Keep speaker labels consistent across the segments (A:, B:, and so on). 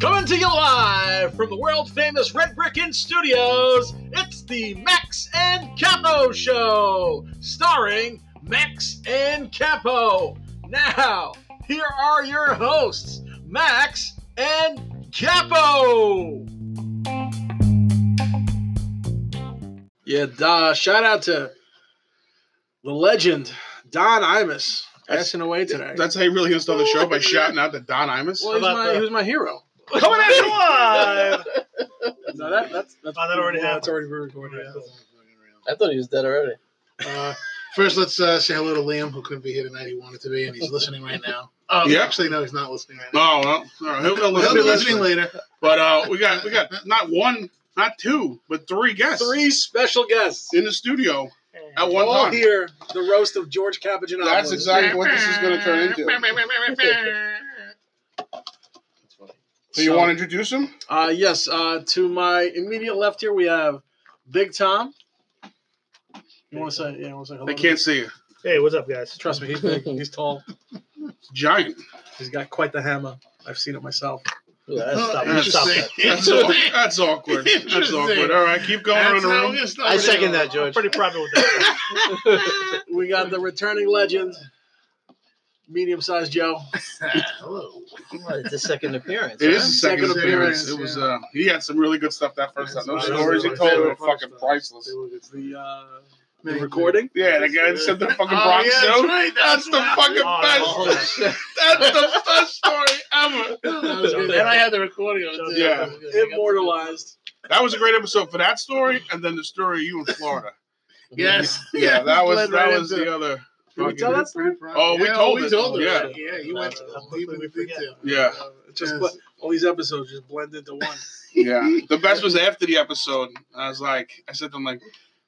A: Coming to you live from the world famous Red Brick Inn Studios, it's the Max and Capo Show, starring Max and Capo. Now, here are your hosts, Max and Capo. Yeah, duh, shout out to the legend, Don Imus,
B: That's-
A: passing away today.
B: That's how you really gonna start the show by shouting out that Don Imus.
A: well, he's
C: about
A: my,
C: that?
A: he was my hero.
C: Coming at you live!
A: No, that, that's, that's
C: Oh, that already
A: yeah, That's already
C: happened.
A: recorded.
C: Yeah.
D: I thought he was dead already.
E: Uh, first, let's uh, say hello to Liam, who couldn't be here tonight. He wanted to be, and he's listening right now.
C: Um,
B: Yeah.
E: Actually, no, he's not listening right now.
B: Oh well, all right, he'll, he'll
E: He'll
B: listen
E: be
B: to this
E: listening
B: one.
E: later.
B: But uh, we got we got not one, not two, but three guests
A: Three special guests.
B: in the studio at one
A: All
B: time.
A: here, the roast of George Capaginopoulos.
B: Oh, That's exactly what this is going to turn into. So you want to introduce him?
A: Uh, yes, uh, to my immediate left here, we have Big Tom. You want to say, yeah, want to say hello?
B: They
A: to
B: can't see you.
C: Hey, what's up,
A: him?
C: guys?
A: Trust me, he's big. He's tall.
B: Giant.
A: He's got quite the hammer. I've seen it myself.
D: Yeah,
E: Oh,
D: stop.
E: interesting.
D: Stop that.
B: That's, aw- that's awkward. That's
E: Interesting.
B: awkward. All right, keep going around
E: That's
B: the
E: how
B: room.
E: we start
D: I
E: it.
D: second that, George.
C: Pretty private with that.
A: We got the returning legend, medium sized Joe.
E: hello.
D: Well, it's a second appearance.
B: It
D: huh?
B: is his second
A: Second
B: appearance.
E: appearance,
B: It was.
E: yeah.
B: Uh, he had some really good stuff that first time.
E: That's
B: Those
E: my-
B: stories he
E: those
B: told
E: are my
B: were
E: favorite
B: fucking
E: first time.
B: priceless.
A: It's the, uh, the
E: Thank you.
A: recording.
B: Yeah, the guy that said the fucking
E: Oh,
B: Bronx
E: yeah, that's
B: Zoo.
E: right.
B: That's the
E: right.
B: fucking
C: Oh,
B: best.
D: Oh, shit.
B: That's the best story ever.
E: That was good. And I had the recording on it. too.
B: Yeah.
E: That was good.
A: Immortalized.
B: That was a great episode for that story, and then the story of you in Florida.
E: Yes.
B: Yeah, that was
E: Led
B: that
E: right
B: was
E: into-
B: the other.
A: Did we tell that story?
B: Oh, we
E: Yeah,
B: told
E: we
B: it.
E: told it.
B: Yeah.
E: Yeah, you went to
C: How
E: the
C: quickly we forget.
E: detail.
B: Yeah,
A: It Just
E: Yes.
A: ble- all these episodes just blend into one.
B: yeah. The best was after the episode. I was like, I said to him like,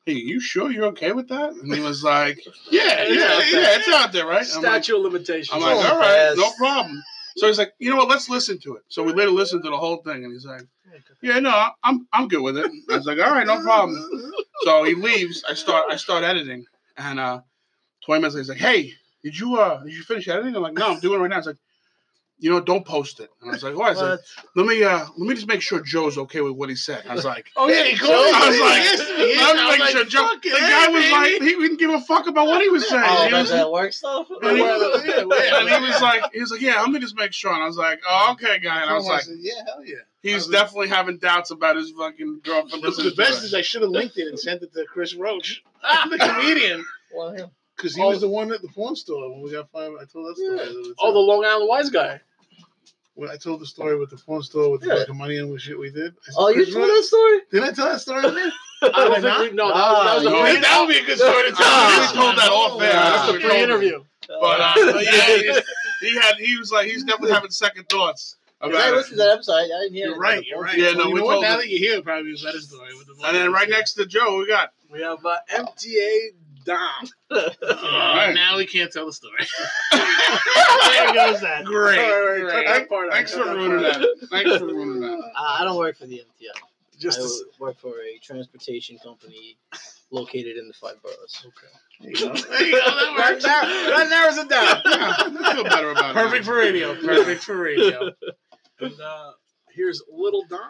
B: "Hey, you sure you're okay with that?" And he was like, "Yeah, yeah,
A: It's out there.
B: yeah. It's out there, right?" I'm like,
A: Statue of limitations.
B: I'm like,
D: Oh,
B: "All right, no
D: yes.
B: problem." So he's like, "You know what? Let's listen to it." So we later listened to the whole thing, and he's like, "Yeah, no, I'm I'm good with it." I was like, "All right, no problem." So he leaves. I start I start editing, and uh, twenty minutes later, he's like, "Hey, did you uh did you finish editing?" I'm like, "No, I'm doing it right now." He's like, "You know, don't post it." And I was like, "Why?" I said,
D: What?
B: "Let me uh let me just make sure Joe's okay with what he said." I was like.
E: Oh, yeah, he called
B: I
E: me.
B: was
E: He
B: like-
E: asked me. He
B: I'm
E: asked-
B: like, sure, Joe.
E: fuck
B: The
E: it,
B: guy
E: hey,
B: was
E: baby.
B: like, he didn't give a fuck about what he was saying.
D: Oh,
B: he
D: about
B: was,
D: that work stuff?
B: and, he,
E: Yeah, yeah.
B: and he was like, he was like, yeah, let me just make sure. And I was like, oh, okay, guy. And I was
E: I
B: like,
E: said, yeah, hell yeah. I
B: he's
E: was-
B: definitely having doubts about his fucking girlfriend.
E: The, the best is I should have linked it and sent it to Chris Roach, the comedian,
D: Well, him.
E: because he was the one at the porn store when we got fired. I told that story.
A: Yeah.
E: the other
A: Oh,
E: time.
A: the Long Island Wise guy.
E: when I told the story with the porn store with
D: Yeah.
E: the fucking money and what shit we did. I said,
D: Oh, you
E: Chris
D: told
E: Roach-
D: that story?
E: Did I tell that story? man?
A: I don't
E: did
A: think
E: not?
A: we, no, that was, that was
B: Ah,
A: a
B: you
A: pre-
B: did.
E: that would be a good story to tell.
B: Ah,
E: This
B: we told that off air.
A: that's the
B: Yeah.
A: pre-interview.
B: But uh,
D: Uh,
B: but yeah, he, he had he was like he's definitely having second thoughts
D: I
B: about it.
D: listened to that episode. I didn't hear
E: You're
D: it.
E: right. You're right.
B: Yeah, no,
E: Well, you
B: we
E: know what?
B: told
E: Now
B: it.
E: that you're here, probably is that story with the
B: And then right
E: money.
B: next to Joe, we got
A: We have uh, MTA Dom.
E: Oh,
B: Right.
E: Now we can't tell the story.
C: There goes that.
B: great.
A: Sorry, cut
E: great.
A: that part out.
B: Thanks
A: Cut
B: for
A: that
B: ruining
A: part out.
B: that. Thanks for ruining that.
D: Uh, I don't work for the MTL.
A: Just to,
D: I
A: s-
D: work for a transportation company located in the five boroughs.
E: There you go. There you go. That
A: that,
E: works.
A: nar- that narrows it down.
B: Yeah, I feel better about
E: Perfect
B: it.
E: for radio. Perfect for radio.
A: And uh, here's Little Dom.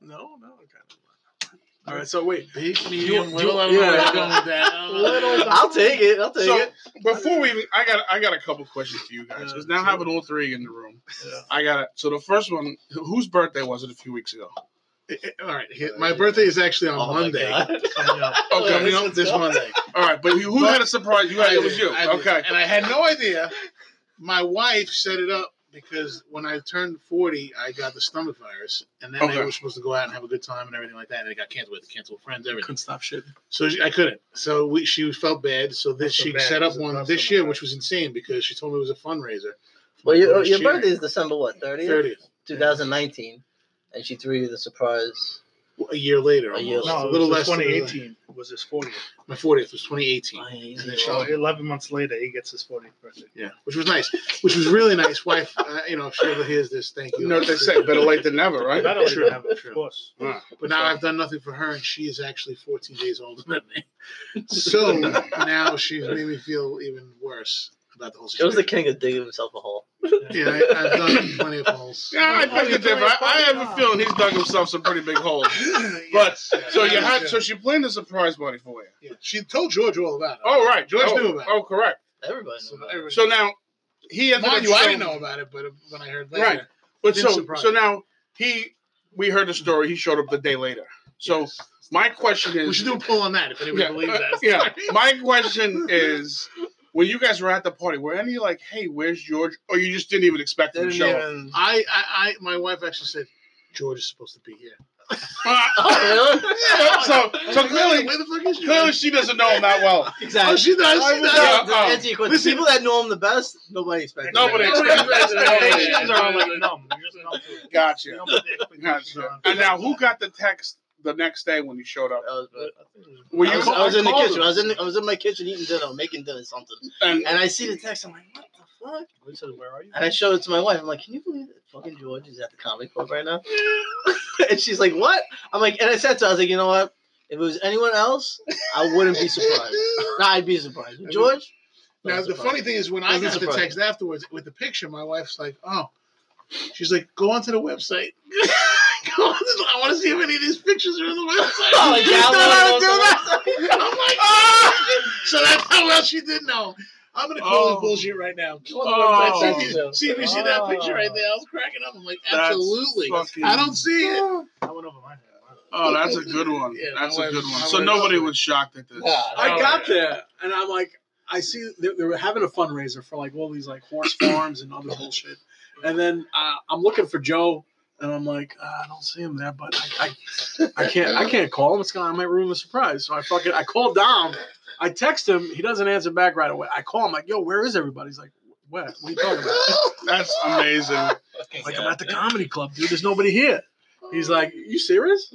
A: No, no, okay. All right, so wait.
E: Big,
A: you-
E: medium, little. I
A: you-
E: don't know where
A: yeah.
E: you're going with that. I don't know.
A: Little
D: I'll take it. I'll take
B: So
D: it.
B: before we, even, I got I got a couple questions for you guys because now having all three in the room, I got it. So the first one, whose birthday was it a few weeks ago?
E: All right. here- My birthday is actually on
D: Oh, my
E: Monday.
D: God.
C: Coming up.
B: Okay,
E: Coming up this Monday.
B: all right, but you, who
E: But-
B: had a surprise? You had it was you.
E: I did.
B: Okay,
E: And I had no idea. My wife set it up because when I turned 40, I got the stomach virus. And then
B: Okay.
E: they were supposed to go out and have a good time and everything like that. And it got canceled with canceled friends, everything.
A: Couldn't stop shit.
E: So she, I couldn't. So we, she felt bad. So this,
C: That's so
E: she
C: bad.
E: set
C: It's
E: up
C: a
E: one
C: tough
E: this
C: stomach
E: year,
C: virus.
E: which was insane because she told me it was a fundraiser.
D: Well, your,
E: Last
D: your
E: year.
D: birthday is December, what, 30th?
E: 30th.
D: 2019. And she threw you the surprise.
E: A year later.
D: A year
E: almost.
D: later.
C: No,
E: a little less. than a-
C: 2018 was his 40th.
E: My 40th was 2018.
C: So
D: Oh.
C: 11 months later, he gets his 40th birthday.
E: Yeah, which was nice, which was really nice. Wife, uh, you know, if she ever hears this, thank you.
B: you know what they say, better late than never, right?
C: That'll
E: True,
C: happen, of
E: true.
C: course.
E: But now I've done nothing for her, and she is actually 14 days older than me. So now she's made me feel even worse about the whole
D: Joe's the
E: situation.
D: king of digging himself a hole.
E: Yeah, I, I've done plenty of holes.
B: Yeah, I
C: Oh,
B: beg to
C: you're
B: differ.
C: doing
B: I, I have
C: fine.
B: a feeling he's dug himself some pretty big holes. But
E: Yes.
B: so you
E: Yeah,
B: had
E: yeah.
B: so she planned a surprise party for you.
E: Yeah. She told George all about it.
B: Oh right,
E: George
B: oh,
E: knew about it.
B: Oh correct.
D: Everybody knows
E: So,
D: that.
E: everybody-
B: So now he ended up
E: mind you, I didn't
B: showing-
E: know about it, but when I heard later,
B: Right. But
E: Been
B: so
E: surprised.
B: so now he we heard the story. He showed up the day later. So
E: yes.
B: my question
E: we
B: is,
E: should do a poll on that if anybody
B: Yeah.
E: believes that.
B: yeah, my question is, when you guys were at the party, were any like, hey, where's George? Or you just didn't even expect him to
D: Didn't
B: show up?
D: even.
E: I, I, I, my wife actually said George is supposed to be here.
D: Oh, really?
B: Yeah, so so clearly,
E: where the fuck is
B: clearly
E: George?
B: she doesn't know him that well.
E: Oh,
D: Exactly.
E: she does. She
B: Yeah,
E: does.
D: To
B: um,
D: answer your question,
E: listen-
D: people that know him the best, nobody expects.
B: Nobody
D: that.
B: expects
C: Expectations are all like numb. You're just numb to it.
B: Gotcha.
C: You don't put the expectations
B: Gotcha.
C: on.
B: And now, who got the text the next day when you showed up?
D: I was, I was-
B: Were you?
D: I was, in the
B: called
D: kitchen.
B: him.
D: I was in. I was in my kitchen eating dinner, making dinner, something.
B: And
D: And I see the text. I'm like, what the fuck?
C: We said, where are you?
D: And I showed it to my wife. I'm like, can you believe that fucking George is at the comic club right now? and she's like, what? I'm like, and I said to her, I was like, you know what? If it was anyone else, I wouldn't be surprised. nah, I'd be surprised. But George?
E: Now the funny thing is when I
D: Wasn't
E: got the
D: surprising.
E: text afterwards with the picture, my wife's like, "Oh," she's like, "Go onto the website. Go on to the- I want to see if any of these pictures are on the website."
D: Oh, like,
E: She just
D: download
E: don't know how to
D: it
E: do
D: on
E: that. I'm like, "Ah!" so that's how well she did know. I'm gonna call
B: Oh.
E: this bullshit right now. Go on the
B: Oh.
E: website. Ah. See if you, see, if you see that picture right there. I was cracking up. I'm like,
B: That's
E: absolutely.
B: fucking-
E: I don't see it.
C: I went over my head. Wow.
B: oh, that's a good one.
E: Yeah, my
B: that's a
E: wife-
B: good one.
E: my
B: So
E: wife-
B: nobody was shocked at this.
E: Nah,
A: I
E: Oh,
A: got there and I'm like, I see they, they were having a fundraiser for like all these like horse farms and other bullshit. And then uh, I'm looking for Joe and I'm like, uh, I don't see him there, but I, I, I can't, I can't call him. It's gonna, I might ruin the surprise. So I fucking, I call Dom. I text him. He doesn't answer back right away. I call him like, Yo, where is everybody? He's like, What? What are you talking about?
B: That's amazing.
A: Like I'm at the comedy club, dude. There's nobody here. He's like, You serious?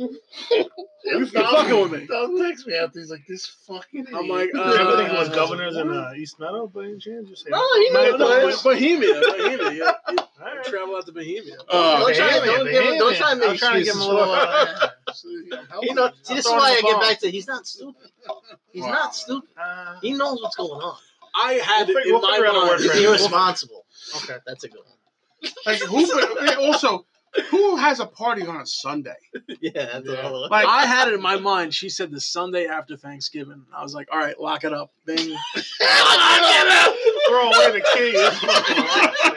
A: You fucking with me?
E: Don't text
D: "Oh,
E: me after. He's like, this fucking.
A: I'm like,
E: idiot."
A: uh,
C: Do you ever think it was
A: Uh,
C: governors in uh, East Meadow by any chance? Just say,
D: No, he knew
A: No,
D: it
A: no,
D: was.
A: Bohemia, Bohemia. You- you
C: All right.
A: Travel out to Bohemia.
B: Uh,
D: Don't try,
C: Damn it,
D: don't, give,
C: damn
D: don't
C: it.
D: try to make
C: I'm trying to give him a
D: excuses for
C: little- uh,
D: him.
E: Yeah. So, I'm helping
D: You know,
E: you.
D: see, this is
C: throwing
D: why
C: the
D: I get
C: ball.
D: back to he's not stupid. He's
B: Wow.
D: not stupid.
C: Uh,
D: He knows what's going on.
A: I had
C: We'll
A: it
C: figure-
A: in
C: we'll figure out a
A: my
C: word
A: mind.
C: for
D: He's
C: Right.
D: irresponsible.
C: okay.
D: That's a good one.
B: Like who? but Also, who has a party on a Sunday?
D: Yeah, that's
E: Yeah.
D: another one.
B: Like
A: I had it in my mind. She said the Sunday after Thanksgiving. I was like, all right, lock it up. Bing.
C: Throw away the key. It's fucking locked, man.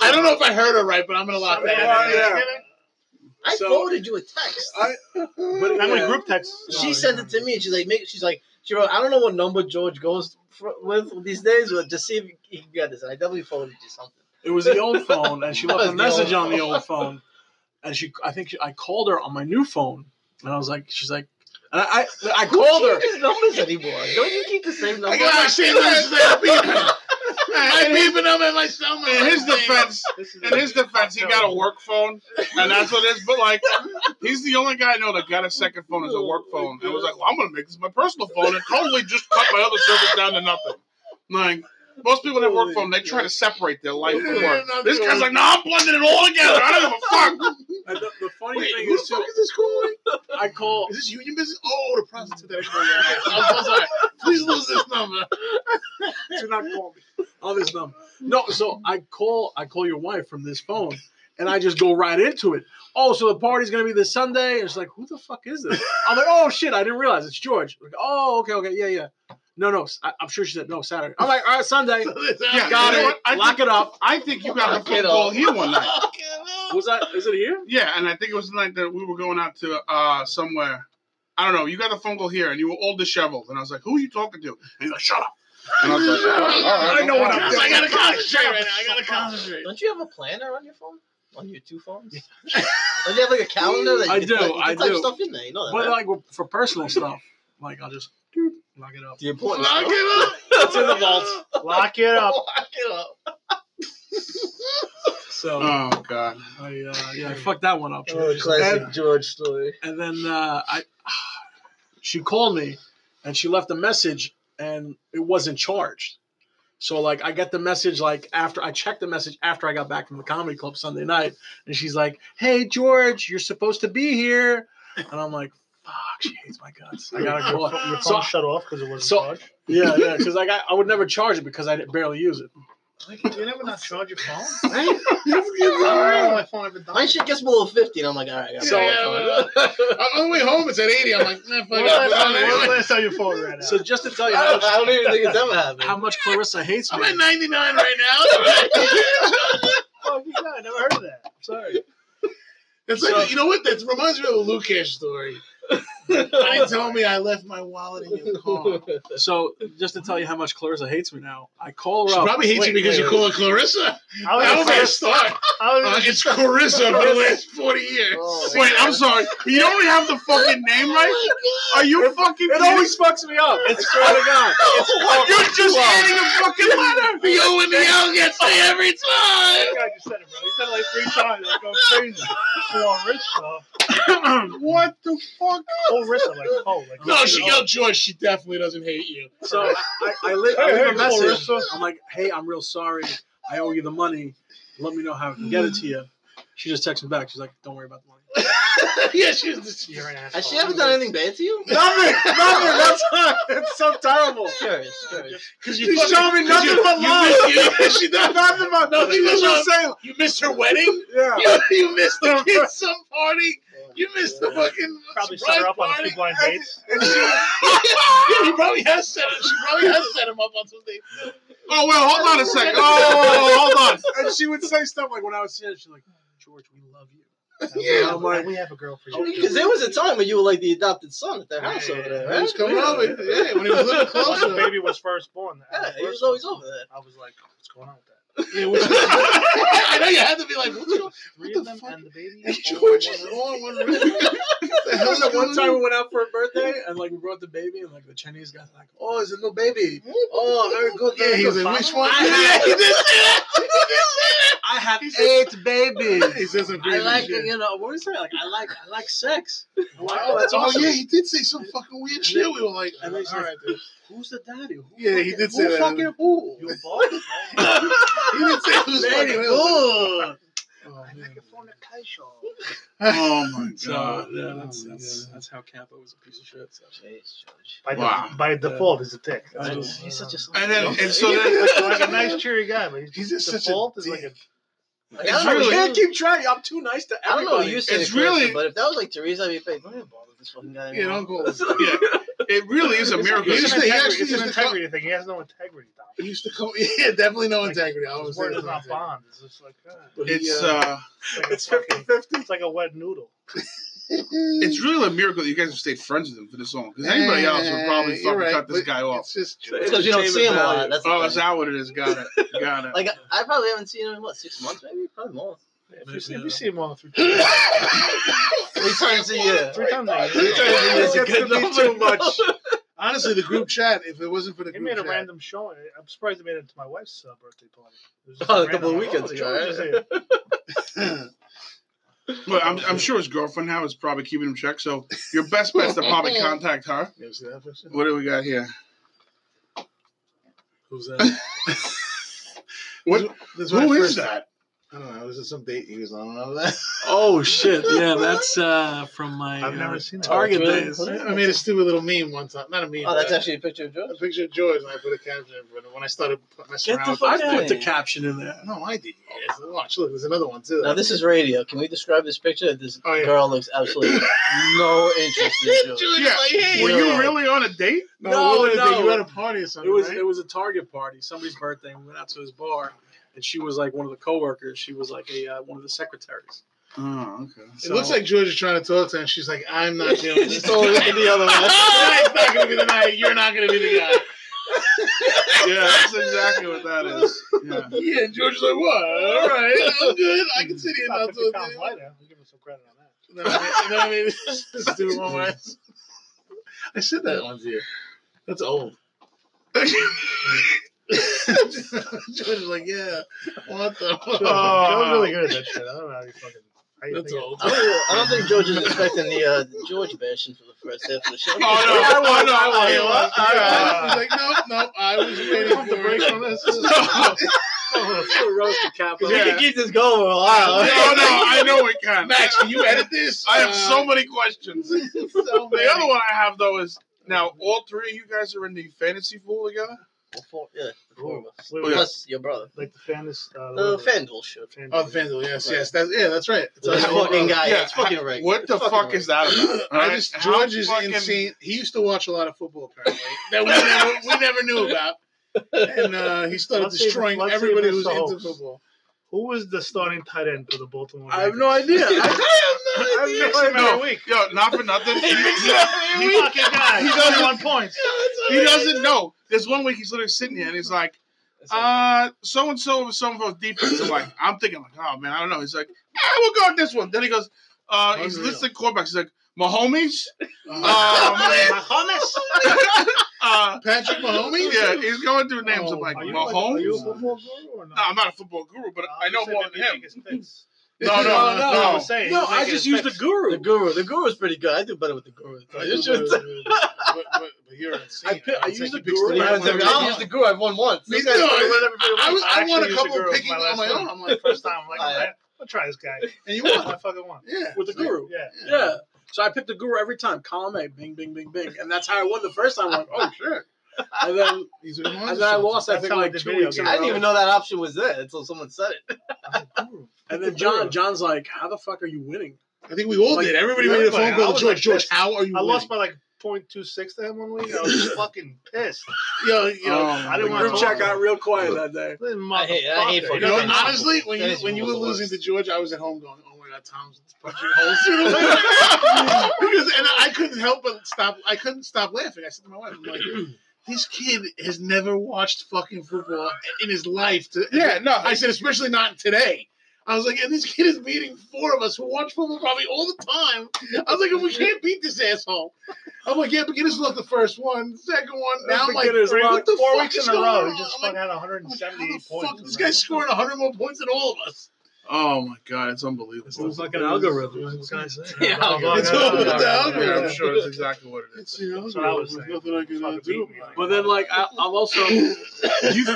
E: I don't know if I heard her right, but I'm gonna lock that.
A: Yeah,
E: in.
A: yeah.
D: I
A: So-
D: forwarded you a text.
A: I- But
C: I'm
A: yeah.
C: like group texts.
D: she sent it to me and she's like, make, she's like, she wrote, I don't know what number George goes fr with these days, but just see if he can get this. And I definitely forwarded you something.
A: It was the old phone, and she
D: That
A: left a
D: was the old
A: message on the old phone. And she, I think she, I called her on my new phone, and I was like, she's like, and I, I, I called her.
D: Who changes numbers anymore? Don't you keep the same number?
E: I got my shit loose. I'm beeping. I'm beeping them at my cell phone.
B: in his defense,
C: This is
B: in his defense, he got a work phone, and that's what it is. But like, he's the only guy I know that got a second phone as a work phone. I was like, well, I'm gonna make this my personal phone, and totally just cut my other service down to nothing. Like. Most people that work phone, they try to separate their life from work. This guy's like, no, I'm blending it all together. I don't give a fuck.
A: And the, the funny
E: Wait,
A: thing
E: who the
A: is,
E: fuck
A: too,
E: is this calling?
A: I call.
E: Is this union business? Oh, the prostitute that I called. I'm so sorry. Please lose this number.
A: do not call me on this number. No, so I call I call your wife from this phone, and I just go right into it. Oh, so the party's gonna be this Sunday? And she's like, "Who the fuck is this?" I'm like, "Oh shit, I didn't realize it's George." Like, oh, okay, okay, yeah, yeah. No, no, I, am sure she said no Saturday. I'm like, "All right, Sunday,
B: Yeah,
A: got
B: you know
A: it,
B: what? I
A: lock it up."
B: I think you got the
D: Get
B: phone call here one night.
A: Was that? Is it here?
B: Yeah, and I think it was the night that we were going out to uh somewhere. I don't know. You got the phone call here, and you were all disheveled, and I was like, "Who are you talking to?" And he's like, "Shut up." And I was like, "All right, all right,
A: I know what
B: no
A: I'm
B: problem."
E: I gotta concentrate right now. I gotta concentrate.
D: Don't you have a planner on your phone? On your two phones? Don't you have like a calendar that you
A: I
D: can
A: do,
D: type- you can
A: I
D: type
A: do.
D: stuff in there? You know that,
A: But
D: right?
A: like for personal stuff, like I'll just lock it up.
D: the important
E: Lock
D: stuff.
E: it up.
A: uh,
D: It's in the vault.
C: Lock it up.
D: Lock it up.
A: So
B: Oh god.
A: I uh, yeah, I fucked that one up.
D: Oh, classic George story.
A: and then uh, I, she called me, and she left a message, and it wasn't charged. So like I get the message like after I checked the message after I got back from the comedy club Sunday night, and she's like, "Hey George, you're supposed to be here," and I'm like,
F: fuck, she hates my guts. I gotta
C: Your
F: call
C: phone
F: it. So,
C: shut off because it wasn't
F: so-
C: charged.
F: yeah, yeah, because I got, I would never charge it because I barely use it.
E: Like, you never not charge your phone.
D: Right?
B: Uh,
E: my phone ever
D: My
E: died.
D: shit gets below 50, and I'm like, all right, I gotta
E: So-
D: call
E: uh, I'm on the way home. It's at 80. I'm like, nah,
C: When's
E: fuck
C: the last time- when's the
E: it.
C: last time your phone ran out?
F: So just to tell
D: it.
F: you
D: I
F: how
D: don't,
F: much,
D: I don't even think it's ever
F: how
D: happened.
F: much Clarissa hates me.
E: I'm at 99 right now.
C: Oh, yeah, I never heard of that.
F: Sorry.
E: It's like,
F: So-
E: you know what? That reminds me of a Luke Cash story. I told me I left my wallet in your car.
F: So just to tell you how much Clarissa hates me now, I call
E: She
F: her up.
E: probably hates you
F: Wait,
E: because
F: wait,
E: you call her
F: wait.
E: Clarissa.
C: I was
E: That
C: gonna
E: would be a
C: say,
E: start.
C: I was
E: Uh,
C: gonna
E: it's Clarissa for the last 40 years.
D: Oh,
E: Wait, I'm sorry. You don't have the fucking name right? Are you fucking
F: Oh It always fucks me up. It's swear to God.
E: You're just adding a fucking letter. The O and the L gets me every time.
C: God, you said it, bro. You said it like three times. I'm going crazy. Clarissa.
E: what the fuck?
C: Clarissa, like, oh, like.
E: No, she, yo, George, she definitely doesn't hate you.
F: So I, I, I, li- I
C: Hey,
F: leave
C: hey,
F: a message.
C: Clarissa.
F: I'm like, hey, I'm real sorry. I owe you the money. Let me know how I
E: Um,
F: can get it to you. She just texts me back. She's like, don't worry about the money.
E: yeah, she's this
C: You're an asshole.
D: Has she ever done anything bad to you?
F: Nothing. Nothing. That's not, it's so terrible.
D: Curious, curious.
E: because
F: You show me nothing but lies.
E: she does.
F: Nothing
E: Nothing
F: but nothing.
E: but
F: It's
E: love.
F: insane.
E: You missed her wedding.
F: Yeah.
E: You, you missed the kids' some party. You missed the
D: Yeah.
E: fucking
C: Probably set
E: surprise
C: her up on a
E: party.
C: few blind dates.
E: yeah, he probably has set. She probably has set him up on some dates.
B: Oh well, hold on a second. Oh, hold on.
F: And she would say stuff like when I was here, she's like, George, we love you.
E: Yeah,
C: I'm like, we have a girl for
E: Oh,
C: you.
D: Because Oh, there was a time when you were like the adopted son at their house over there,
E: He
D: right?
E: was coming over. Yeah, when he was living
C: Once the
E: closer.
C: baby was first born, I
D: Yeah,
C: was
D: he was
C: first
D: always
C: born.
D: over there.
C: I was like, "Oh, what's going on with that?
E: Yeah, which- I know you had to be like, what's going
C: Three
E: the
C: of them
E: fuck?
C: and the baby.
E: And
C: all
E: George
C: in
E: is
C: one room?
E: on one really the hell
F: There
E: is
F: was that one
E: going
F: time
E: on?
F: we went out for a birthday and like we brought the baby and like the Chinese guy's like, oh, it's a new baby. Oh, very good.
E: Yeah,
F: very
E: he's
F: good,
E: like,
F: Father."
E: which one?
F: I
E: Yeah,
F: have,
E: he did say that. He did say He said-
F: I have eight babies.
E: that. He says some
F: I
E: crazy
F: like,
E: shit.
F: you know, what is that? Like, I like, I like sex. I'm like,
E: Oh,
F: oh, that's awesome.
E: yeah, he did say some fucking weird shit. We were like, all
F: And then he's like- uh,
E: right, dude.
F: Who's the daddy? Who
E: Yeah, he
F: fucking-
E: did say
F: who
E: that.
F: Fucking who?
C: You involved?
E: He did say it was
F: Very
E: fucking
F: good.
E: Oh, man.
C: Fornication.
E: Oh, my
F: So
E: god.
F: yeah,
E: Oh,
F: that's,
E: my
F: that's,
E: God.
F: that's how Campo was a piece of shit. So.
C: By, de-
E: Wow.
C: by default, he's a dick.
F: I
C: That's-
F: just-
D: He's such a son.
E: And then, and so
C: He's
E: then,
C: like, like a nice, cheery guy, but he's,
E: he's just such a
C: default is like a.
E: dick.
D: Like,
E: It's
D: I don't know,
E: really-
D: you-
F: can't keep trying. I'm too nice to
D: I don't know.
F: everybody.
D: You say
E: It's
D: it's really,
E: really-
D: but if that was like Teresa, I'd be like, don't even bother with this fucking guy.
E: Yeah,
D: anymore."
E: don't go. Yeah, it really is a
C: It's-
E: miracle.
C: it's
E: He
C: an
E: used to, he
C: integrity-
E: actually
C: it's an
E: used to come.
C: integrity thing. He has no integrity, Dom.
E: He used to come. Yeah, definitely no
C: Like,
E: integrity. I was
C: His
E: saying.
C: word is not bond. It's just like, uh,
F: But he,
B: It's
F: uh,
B: uh,
C: it's, like
F: it's
C: a fucking,
F: 50-50.
C: it's like a wet noodle.
B: it's really a miracle that you guys have stayed friends with him for this long. Because anybody else would probably
E: Eh,
B: fucking
E: you're right,
B: cut this
E: but
B: guy off.
E: It's just
D: It's because you don't see him a lot.
F: Entertainment
D: That's the
B: Oh,
D: thing.
B: is that what it is? Got it. Got it.
D: Like I probably haven't seen him in what six months, maybe probably more.
C: If you, see- if you see him on three times,
D: Three times a year.
C: three times a
E: Three times a
C: year,
E: year.
F: It gets to be too much.
E: honestly the group chat. If it wasn't for the
C: he
E: group
C: made a
E: chat,
C: random show. I'm surprised he made it to my wife's uh, birthday party. It was just
D: Oh, a
C: random,
D: couple of
C: like,
D: weekends
C: oh,
D: ago,
C: George
D: right?
C: is here.
B: Well, I'm, I'm sure his girlfriend now is probably keeping him check. So your best bet is to probably contact her.
E: You ever see that picture?
B: What do we got here?
F: Who's that?
B: What?
E: That's
B: Who
E: when I
B: is
E: first-
B: that?
E: I don't know. This is some date he was on. I don't know that.
F: Oh shit! Yeah, that's uh, from my
C: I've
F: uh,
C: never seen that.
F: Target
D: Oh, really?
F: days.
D: Really?
E: I made a stupid little meme one time. Not a meme.
D: Oh, that's
E: but
D: actually a picture of George.
E: a picture of George, and I put a caption in front of it. When I started messing
D: Get
E: around,
D: the
E: with
D: fuck
F: I
E: it.
D: out
F: put the caption in there.
E: no, I did. Yes, watch. Look, there's another one too.
D: Now this is radio. Can we describe this picture? This
E: Oh, yeah.
D: girl looks absolutely no interest in George.
E: George,
B: Yeah.
E: like, hey,
B: Were you
D: Yeah.
B: really on a date?
E: No,
F: No,
E: no,
F: no.
E: You had a party or something.
F: It was
E: right?
F: it was a Target party, somebody's birthday. and We went out to his bar, and she was like one of the coworkers. She was like a uh, one of the secretaries.
B: Oh, okay.
E: It looks like George is trying to talk to her, and she's like, "I'm not doing this."
D: She's totally looking the other way.
E: Tonight's not gonna be the night. You're not gonna be the guy.
B: Yeah, that's exactly what that is. Yeah.
E: Yeah, and George is like, "What? All right, I'm good. I can sit here and
C: About
E: not
C: 50
E: talk
C: pounds
E: to you."
C: lighter. I'll give him some credit on that.
E: No, I mean, no, I mean, just do it one way. I said that once here. That's old. George is like, "Yeah, what the?"
C: George,
E: fuck?"
C: George's really good at that shit. I don't know how you fucking. How you
E: That's
C: think it-
E: old.
D: I don't, I don't think George is expecting the uh, George version for the first half of the show.
B: Oh, no. I want, I want, I
E: Yeah,
B: want.
E: well, all right. He's like, nope, nope. I was
C: You
E: waiting
C: want
E: for
C: the break
E: it.
C: on this?
E: No.
F: Full roast of Capo.
D: We
B: Yeah.
D: can keep this going for a while.
B: Oh, no, no, I know we can.
E: Max, can you edit this?
B: I have
E: Uh,
B: so many questions.
E: so
B: The
E: many.
B: other one I have though is now all three of you guys are in the fantasy pool together.
D: Well, four, yeah, the four of us.
E: Wait,
B: wait.
D: Plus your brother.
E: Like the fan is. Uh,
D: The
E: whatever.
D: FanDuel shit.
E: Fan- Oh, the FanDuel. Yes, yes. That's yeah. That's right. It's
D: This
E: us.
D: fucking guy.
B: yeah,
D: It's fucking right.
B: What the
D: It's fucking
B: fuck is that about?
E: I just
B: How
E: George is
B: fucking-
E: insane. He used to watch a lot of football apparently that we never, we never knew about, and uh, he started Let's see if-
C: destroying
E: destroying
C: let's see if everybody
E: everybody
C: it's
E: who's
C: who's a into
E: into
C: hoax.
E: football.
C: Who was the starting tight end for the Baltimore?
F: I have
C: Ravens?
F: no idea. I,
B: I
F: I
B: have
F: have
B: no-
F: no every week.
B: Yo, not for nothing. He,
C: He
B: he-
C: fucking died.
B: He
C: He
B: doesn't-
C: doesn't want points.
B: he doesn't know. There's one week he's literally sitting here and he's like, uh, so and so was some of those defense. I'm like, I'm thinking like, oh man, I don't know. He's like, yeah, we'll go with this one. Then he goes, uh, he's
E: Unreal.
B: listing quarterbacks. He's like, Mahomes,
E: Uh,
C: My
B: um,
C: hummus.
B: uh,
E: Patrick Mahomes.
B: yeah, he's going through names. I'm
E: Oh,
B: like,
E: are
C: Are you,
B: Mahomes.
C: like, are you a football guru or
B: no, I'm
C: not?
B: not a football guru, but I know more than him.
E: No, no,
B: No,
E: no.
B: no.
C: I'm saying,
F: No,
C: he's
F: I
C: making
F: just
C: his
F: used the
C: picks.
F: guru.
D: The guru. The guru is pretty good. I do better with the guru. I just
E: but,
D: used-
E: but, but you're insane.
F: I pick- I
E: It's
F: use
E: like
F: the
E: you
F: guru.
E: pick
D: I
E: stuff on
D: haven't ever-
E: your
D: I
E: own.
D: used the guru. I've won once.
E: Me
D: This
E: too.
D: guy's doing
E: I,
D: whatever
E: I was, I
C: Actually
E: won a
C: used the
E: couple
C: guru
E: picking
C: my
E: on
C: last
E: my
C: time.
E: own. I'm like,
C: First time, I'm like,
D: Oh, yeah.
C: man, I'll try this guy.
E: and you won.
C: I fucking won.
E: Yeah.
F: With the
E: It's like,
F: guru.
C: Yeah.
F: Yeah. So I picked the guru every time. Column A, bing, bing, bing, bing. And that's how I won the first time. I'm like, oh, sure. And then,
E: These are the ones
F: and then I
E: that-
F: lost, I
C: That's
F: think,
C: how I
F: like
C: did
F: two
C: video
F: weeks in
C: games.
F: a
D: I didn't
F: row.
D: even know that option was there until someone said it.
F: And then John, John's like, how the fuck are you winning?
E: I think we all
F: Like,
E: did. Everybody made a
C: everybody.
E: phone
C: I
E: call to
C: was
E: George.
C: like
E: George,
C: this.
E: how are you?
C: I lost
E: winning?
C: by like 0.26 to him one week. I was fucking pissed.
E: Yo, yo,
B: Oh,
C: I
F: The
C: didn't want
F: group
C: to
F: chat got real quiet that day.
C: This
D: I hate- I hate
C: motherfucker.
D: fucking
E: You know,
D: Nothing.
E: honestly, when you
D: Fantasy
E: when you were
D: football's the
E: losing to
D: worst.
E: George, I was at home going, "Oh my God, Tom's punching holes through the window." because, and I couldn't help but stop. I couldn't stop laughing. I said to my wife, "I'm like, this kid has never watched fucking football in his life." To,
B: Yeah, no,
E: I said, especially not today. I was like, and this kid is beating four of us who watch football probably all the time. I was like, and we can't beat this asshole. I'm like, yeah, beginners love the first one, the second one. Now I'm like,
F: Beginners luck.
E: what the
C: Four
E: fuck
C: weeks
E: is
C: in a
E: going
C: row,
E: on?
C: he just
E: I'm like,
C: fucking had
E: I'm like, how
C: 178
E: the
C: points.
E: fuck? This guy's scoring 100 more points than all of us.
B: Oh my god, it's unbelievable.
F: It's the fucking algorithm. What can I say?
D: Yeah,
E: It's all about the algorithm.
B: I'm sure that's exactly what it is.
E: It's, you know,
C: That's what I was
E: there's
C: saying.
E: nothing I can uh,
C: Fucking
E: do.
C: beat me.
E: about it.
F: But then, like, I, I'm also. You,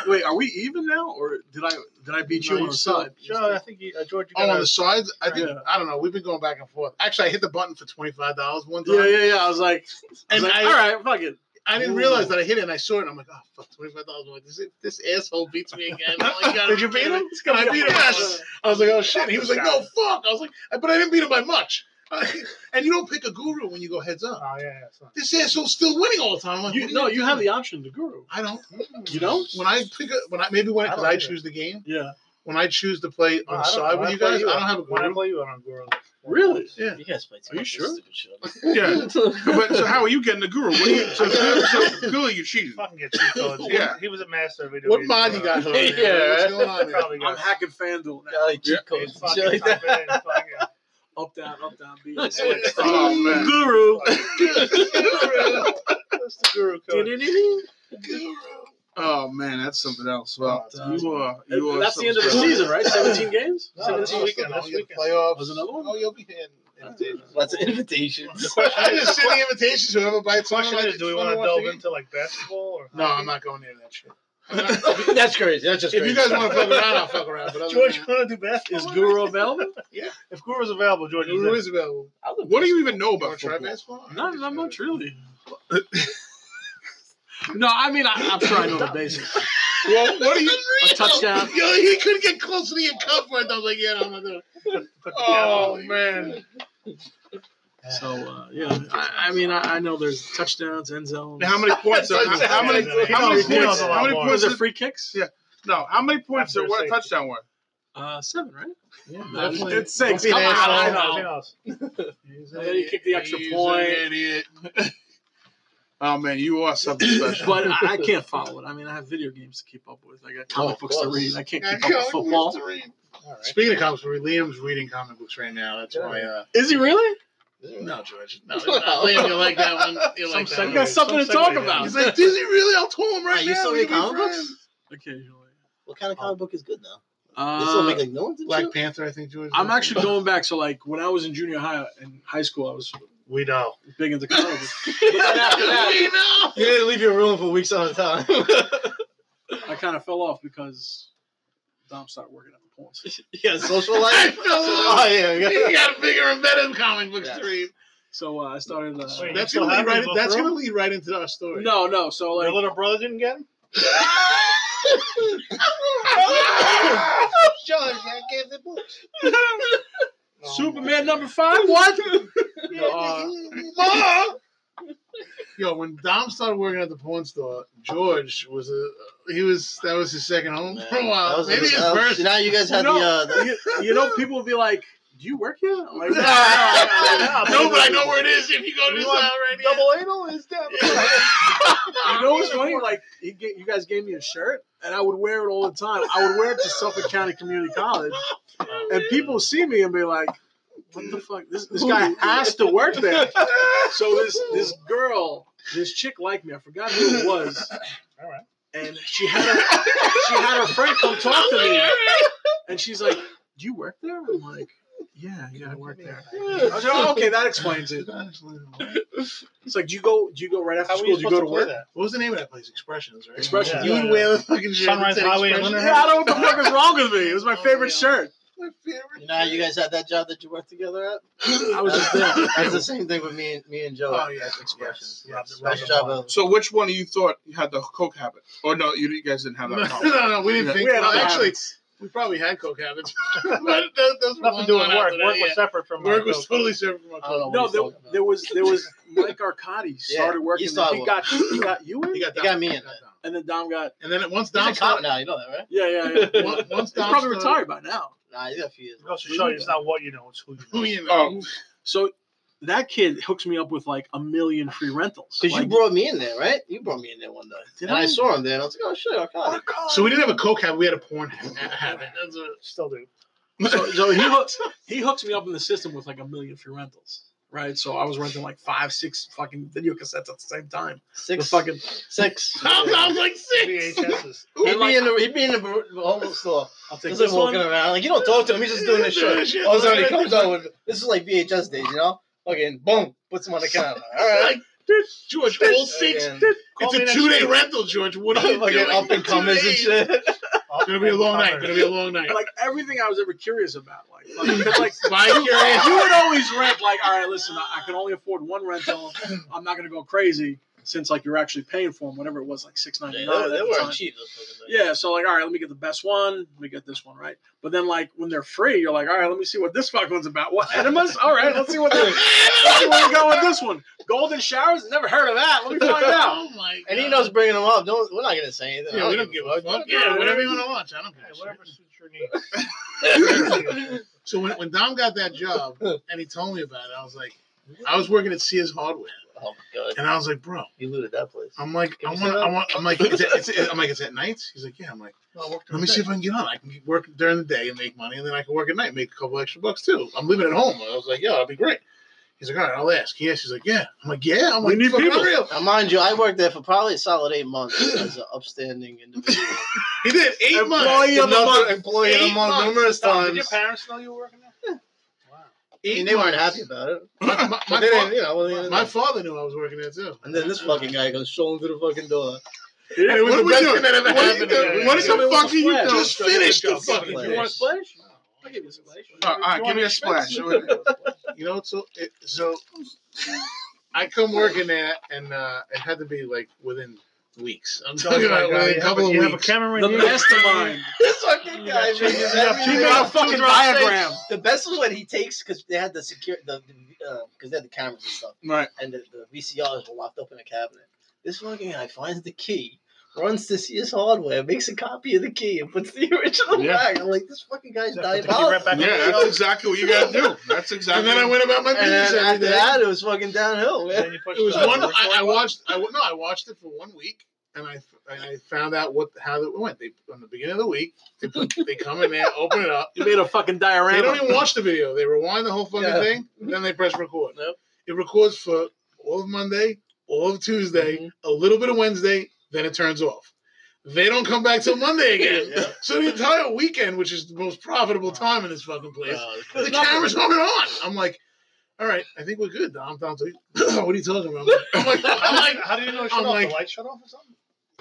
F: wait, are we even now, or did I did I beat you
E: No,
F: on
E: you
F: the
E: still-
F: side?
C: John, I think you, uh, George, you
E: Oh,
C: got
E: on the sides, I think
F: Yeah.
E: I don't know. We've been going back and forth. Actually, I hit the button for twenty five dollars one time,
F: Yeah, yeah, yeah. I was like, I
E: and
F: was like,
E: I,
F: all right, fuck it.
E: I didn't realize that I hit it. and I saw it. and I'm like, oh fuck, twenty five dollars. I'm like, this, this asshole beats me again. I'm like, God,
C: Did you beat him?
F: It's gonna
E: I
F: be a-
E: beat him. Yes. I was like, oh shit. He was like, no, fuck. I was like, but I didn't beat him by much. and you don't pick a guru when you go heads up.
C: Oh, yeah, yeah. son.
E: This asshole's still winning all the time. I'm like,
F: You,
E: what are
F: no, you have
E: doing?
F: the option to guru.
E: I don't.
F: You don't?
E: When I pick a, when I maybe when
C: I
E: because
C: don't
E: I,
C: either.
E: choose the game
F: Yeah.
E: when I choose to play
C: No, I
E: on the
C: don't-
E: side
C: when
E: with
C: I
E: you
C: play
E: guys, I don't have a
C: When I
E: guru.
C: play you, I don't go on
F: Really?
E: Yeah.
D: You guys play too
F: Are you
D: much
F: sure?
D: stupid shit.
B: Yeah. But so how are you getting the guru? What are you, so, so clearly you cheated.
C: Fucking get cheat codes. He was-
B: Yeah.
C: He was a master of video
E: What
C: games.
E: mod you got? Over there?
D: Yeah.
E: What's going on? There?
C: Probably
F: I'm
C: got
F: hacking FanDuel now.
D: Yeah, like cheat
B: Yeah.
D: codes and
C: fucking
D: shit like
C: type
D: that.
C: it in, fucking-
F: Up down, up down, B.
B: Oh man.
F: Guru.
C: That's the guru code.
B: Oh man, that's something else. Well,
F: Oh,
B: you are you are
F: That's the end of the
B: something
F: season, right? 17 games.
E: No,
C: Seventeen
E: this
C: weekend,
E: weekend,
C: this
E: this weekend.
C: weekend.
E: Playoffs.
F: Was another one?
E: Oh, you'll be in.
D: Lots of invitations.
E: I just send the invitations. Whoever bites
C: The
E: on
C: question is, do we want to delve into like basketball or?
E: No, I'm not going near that shit.
D: That's crazy. That's just
E: if
D: crazy.
E: you guys want to fuck around, I'll fuck around. But other
C: George,
E: than
C: you want to do basketball?
F: Is Guru available?
C: If Guru's available, George,
E: that,
C: he's
E: who
C: in.
E: is available?
B: What do you even know
E: You
B: about
E: want to try
B: football?
E: basketball?
F: No, not much really. No, I mean, I, I'm sure I know the basics.
B: Well, what are you?
F: A touchdown.
E: Yo, he couldn't get close to the cup for it. I was like, yeah, I'm not doing it.
C: Put the cap
B: Oh
C: on.
B: man.
F: So uh, yeah, I, I mean, I, I know there's touchdowns, end zones.
B: Now, How many points? Are, how, how many? How many
F: He knows
B: points?
F: a lot
B: How many
C: more.
B: points?
F: was
B: Are,
F: it? Free kicks?
B: Yeah. no, how many points are what a touchdown worth?
F: Uh, seven, right?
E: Yeah,
F: It's-
E: definitely.
F: It's six.
E: Don't be
F: Come
E: an
F: on,
E: asshole.
F: I
C: I
F: know.
C: know.
F: And then he kicked the extra
E: He's
F: point.
E: an idiot.
B: Oh man, you are something special.
F: But I I can't follow it. I mean, I have video games to keep up with. I got comic
D: Oh, of
F: books to
D: course.
F: read. I can't keep up with football.
D: All right.
E: Speaking of comics, Liam's reading comic books right now. That's why. Uh,
F: Is he really?
E: No, George. No, it's not. Liam, you like that one. You like
C: Some
E: that
F: got
E: one.
C: segment.
F: something to
C: Some
F: talk
C: segue, yeah.
F: about.
E: He's like, Disney really? I'll tell him right
D: Wait, you
E: now.
D: still
E: we
D: read
E: can be
D: comic
E: friends."
D: books?
F: Occasionally.
D: What kind of comic book is good now? They still
F: Uh,
D: make like new ones and
E: Black
D: shit?
E: Panther, I think, George.
F: I'm actually going back. So like when I was in junior high and high school, I was
C: We know.
F: big into comic books.
D: But then after that, you didn't leave your room for weeks on a time.
F: I kind of fell off because
A: Dom started working at the porn. station.
D: Yeah, social life. oh yeah,
E: you
D: yeah.
E: got bigger and better comic book
D: Yes.
E: stream.
A: So uh, I started. Uh,
C: Wait,
E: That's
C: you still
E: gonna lead
C: have
E: right.
C: these
E: That's
C: both
E: gonna lead right into our story.
A: no, no. So
C: Your
A: like,
C: little brother didn't get him?
A: Oh Superman number five. What?
E: Uh, Yo, when Dom started working at the porn store, George was a he was that was his second home for a while.
D: That was-
E: Maybe his
D: that was-
E: first.
D: Now Oh, you guys had
A: No.
D: the, uh, the
A: you, you know, people will be like, "Do you work here?" I'm like,
E: no, but I know where it is. If you go to
C: We
E: this
C: want
E: out right now.
C: Double anal is down.
A: You know what's funny? Like you, ga- you guys gave me a shirt, and I would wear it all the time. I would wear it to Suffolk County Community College, and people see me and be like, "What the fuck? This this guy has to work there." So this this girl, this chick liked me. I forgot who it was.
C: All right.
A: And she had a, she had her friend come talk to me, and she's like, "Do you work there?" I'm like, "Yeah, yeah, I work there." I was like, oh, "Okay, that explains it." It's like, "Do you go? Do you go right after
C: How are
A: school?
C: you
A: Do you
C: supposed
A: go
C: to
A: to
C: play
A: work?"
C: that?
E: What was the name of that place? Expressions, right?
A: Expressions.
E: You
C: Yeah.
E: would wear the fucking shirt.
C: Sunrise
E: that said
C: Highway
E: Expressions.
C: Winter
A: Yeah, I don't know what the fuck is wrong with me. It was my favorite shirt.
E: My favorite.
D: now you guys had that job that you worked together at.
A: I was just there.
D: That's the same thing with me and me and Joe.
E: Oh, yeah.
D: expressions.
C: Yes, yes.
D: Best job of
B: So which one of you thought you had the coke habit? Or no, you, you guys didn't have
E: No,
B: that problem.
E: no, no, we didn't
B: Yeah.
E: think.
A: We had
E: well,
A: other
E: actually,
A: habits.
E: we probably had coke habits, but that, that's
C: Nothing to do with work. Work was separate from
E: Work
C: uh,
E: was totally separate from our
D: I don't know.
E: coke.
A: No, there, there was there was Mike Arcadi
D: Yeah,
A: started working.
D: he
A: He,
D: started
A: he got he got you in,
E: He got
D: He
E: down.
D: got me
E: got
D: in.
E: down.
A: and then Dom got
E: And then it- once
D: He's
E: Dom
D: a cop
E: started,
D: now. You know that, right?
A: yeah yeah yeah. He's
E: once once Dom
A: probably
E: started-
A: retired by now.
D: Nah, he's got a few years.
C: It goes to show you, it's not what you know, it's who
E: Who
C: you know.
E: you know?
B: Oh,
A: So that kid hooks me up with like a million free rentals.
D: Because
A: Like,
D: you brought me in there, right? You brought me in there one day,
A: Did
D: and I?
A: I?
D: saw him there, and I was like, "Oh shit, Arcadi."
E: So we didn't have a coke habit. We had a porn ha- habit. That's what-
C: Still do.
A: so, so he hooks he hooks me up in the system with like a million free rentals. Right, so I was renting like five, six fucking video cassettes at the same time. The
D: Six,
A: fucking
D: six.
E: Dom, Dom's like six.
C: VHSs.
D: He'd
A: And, like-
D: be in the he'd be in the br- home store.
A: I'll take
D: He's
A: this
D: like
A: one.
D: walking around. Like you don't talk to him. He's just doing this shit. All of a sudden he comes out with this is like VHS days, you know? Fucking boom, puts him on the counter. All right.
E: Like, George, all six.
D: Fucking-
C: Call
E: It's
C: me
E: a
C: next
E: two day
C: week.
E: rental, George. What are you
D: fucking
E: doing?
D: up and
E: Two
D: comers and
E: days.
D: shit.
C: Up
E: Gonna be a
C: and
E: long night.
C: comers.
E: Gonna be a long night.
A: like everything I was ever curious about. Like, fucking- 'cause, like
E: Bye, curious.
A: you would always rent like all right listen i, I can only afford one rental i'm not going to go crazy since like you're actually paying for them whatever it was like
D: They
A: 699
D: were- they
A: at the
D: weren't
A: time.
D: cheap. those fucking things.
A: yeah so like all right let me get the best one let me get this one right but then like when they're free you're like all right let me see what this fuck one's about what enemas all right let's see what they let's see where we go with this one golden showers never heard of that let me find out
E: Oh my god.
D: And he knows bringing them up. Don't, we're not gonna say anything.
E: Yeah,
D: I
E: we don't give a fuck. Yeah, whatever you want to watch. I don't
C: Hey,
E: care.
C: whatever suits your needs.
E: So when, when Dom got that job and he told me about it, I was like, I was working at Sears Hardware,
D: Oh my god,
E: and I was like, bro,
D: you looted that place.
E: I'm like,
D: Can
E: I
D: you
E: want,
D: say that?
E: I want, I'm like, it's at, it's at, I'm like, it's at nights. He's like, yeah. I'm like, let me see if I can get on. I can work during the day and make money, and then I can work at night, and make a couple extra bucks too. I'm living at home. I was like, yeah, that'll be great. He's like, all right, I'll ask. Yes, he's like, yeah. I'm like, yeah. I'm
A: We
E: like,
A: need
E: fucking
A: people.
E: Real.
D: Now, mind you, I worked there for probably a solid eight months as an upstanding individual.
E: He did eight months.
D: Another
E: Another-
D: employee of the
E: Eight
D: month
E: months.
D: numerous
C: Tom, Did your
D: times. I
C: parents know you were working there? Wow.
E: eight
D: mean, they weren't
E: months.
D: happy about it.
E: My, my,
D: But
E: my,
D: they didn't,
E: fa-
D: you know, well, they didn't
E: my
D: know.
E: father knew I was working there too.
D: and then this fucking guy goes strolling through the fucking door.
E: And it was
B: What
E: the
B: we
E: best
B: doing?
E: thing that ever
B: What-
E: happened. to me.
B: what is the fuck are you doing?
E: Just finish the fucking
D: Flash.
A: you want a splash i'll give you a splash
B: All right, give me a splash.
E: You know, so it, so I come working there, and uh, it had to be like within weeks. I'm talking about within a couple of
C: you have a
E: weeks.
C: camera in
A: the
C: you.
A: mastermind
D: This fucking guy changes
A: He
D: everything.
A: got a fucking diagram
D: The best was when he takes because they had the secure the because they had the cameras and stuff,
B: Right.
D: and the, the VCRs were locked up in a cabinet. This fucking guy finds the key, runs to CS Hardware, makes a copy of the key, and puts the original
B: Yeah.
D: back. I'm like, this fucking guy's
C: Except for
D: dying.
C: the key right back
B: Yeah,
C: up.
B: that's exactly what you gotta do. That's exactly.
E: And then I went about my
D: And
E: business
D: then
E: every
D: after
E: day.
D: that, it was fucking downhill,
C: And
D: man.
C: then you push
E: It was
C: the-
E: one. I, I watched. I no. I watched it for one week, and I and I found out what how it went. They on the beginning of the week, they put, they come in there, open it up.
A: you made a fucking diorama
E: They don't even watch the video. They rewind the whole fucking
D: Yeah.
E: thing, and then they press record.
D: Yep.
E: It records for all of Monday, all of Tuesday,
D: Mm-hmm.
E: a little bit of Wednesday, then it turns off. They don't come back till Monday again.
D: Yeah.
E: So the entire weekend, which is the most profitable time in this fucking place, the camera's on and on. I'm like, all right, I think we're good. Dom, Dom's like, what are you talking about? I'm like, I'm like,
C: How do you know it shut
E: I'm
C: off?
E: like-
C: the light shut off or something?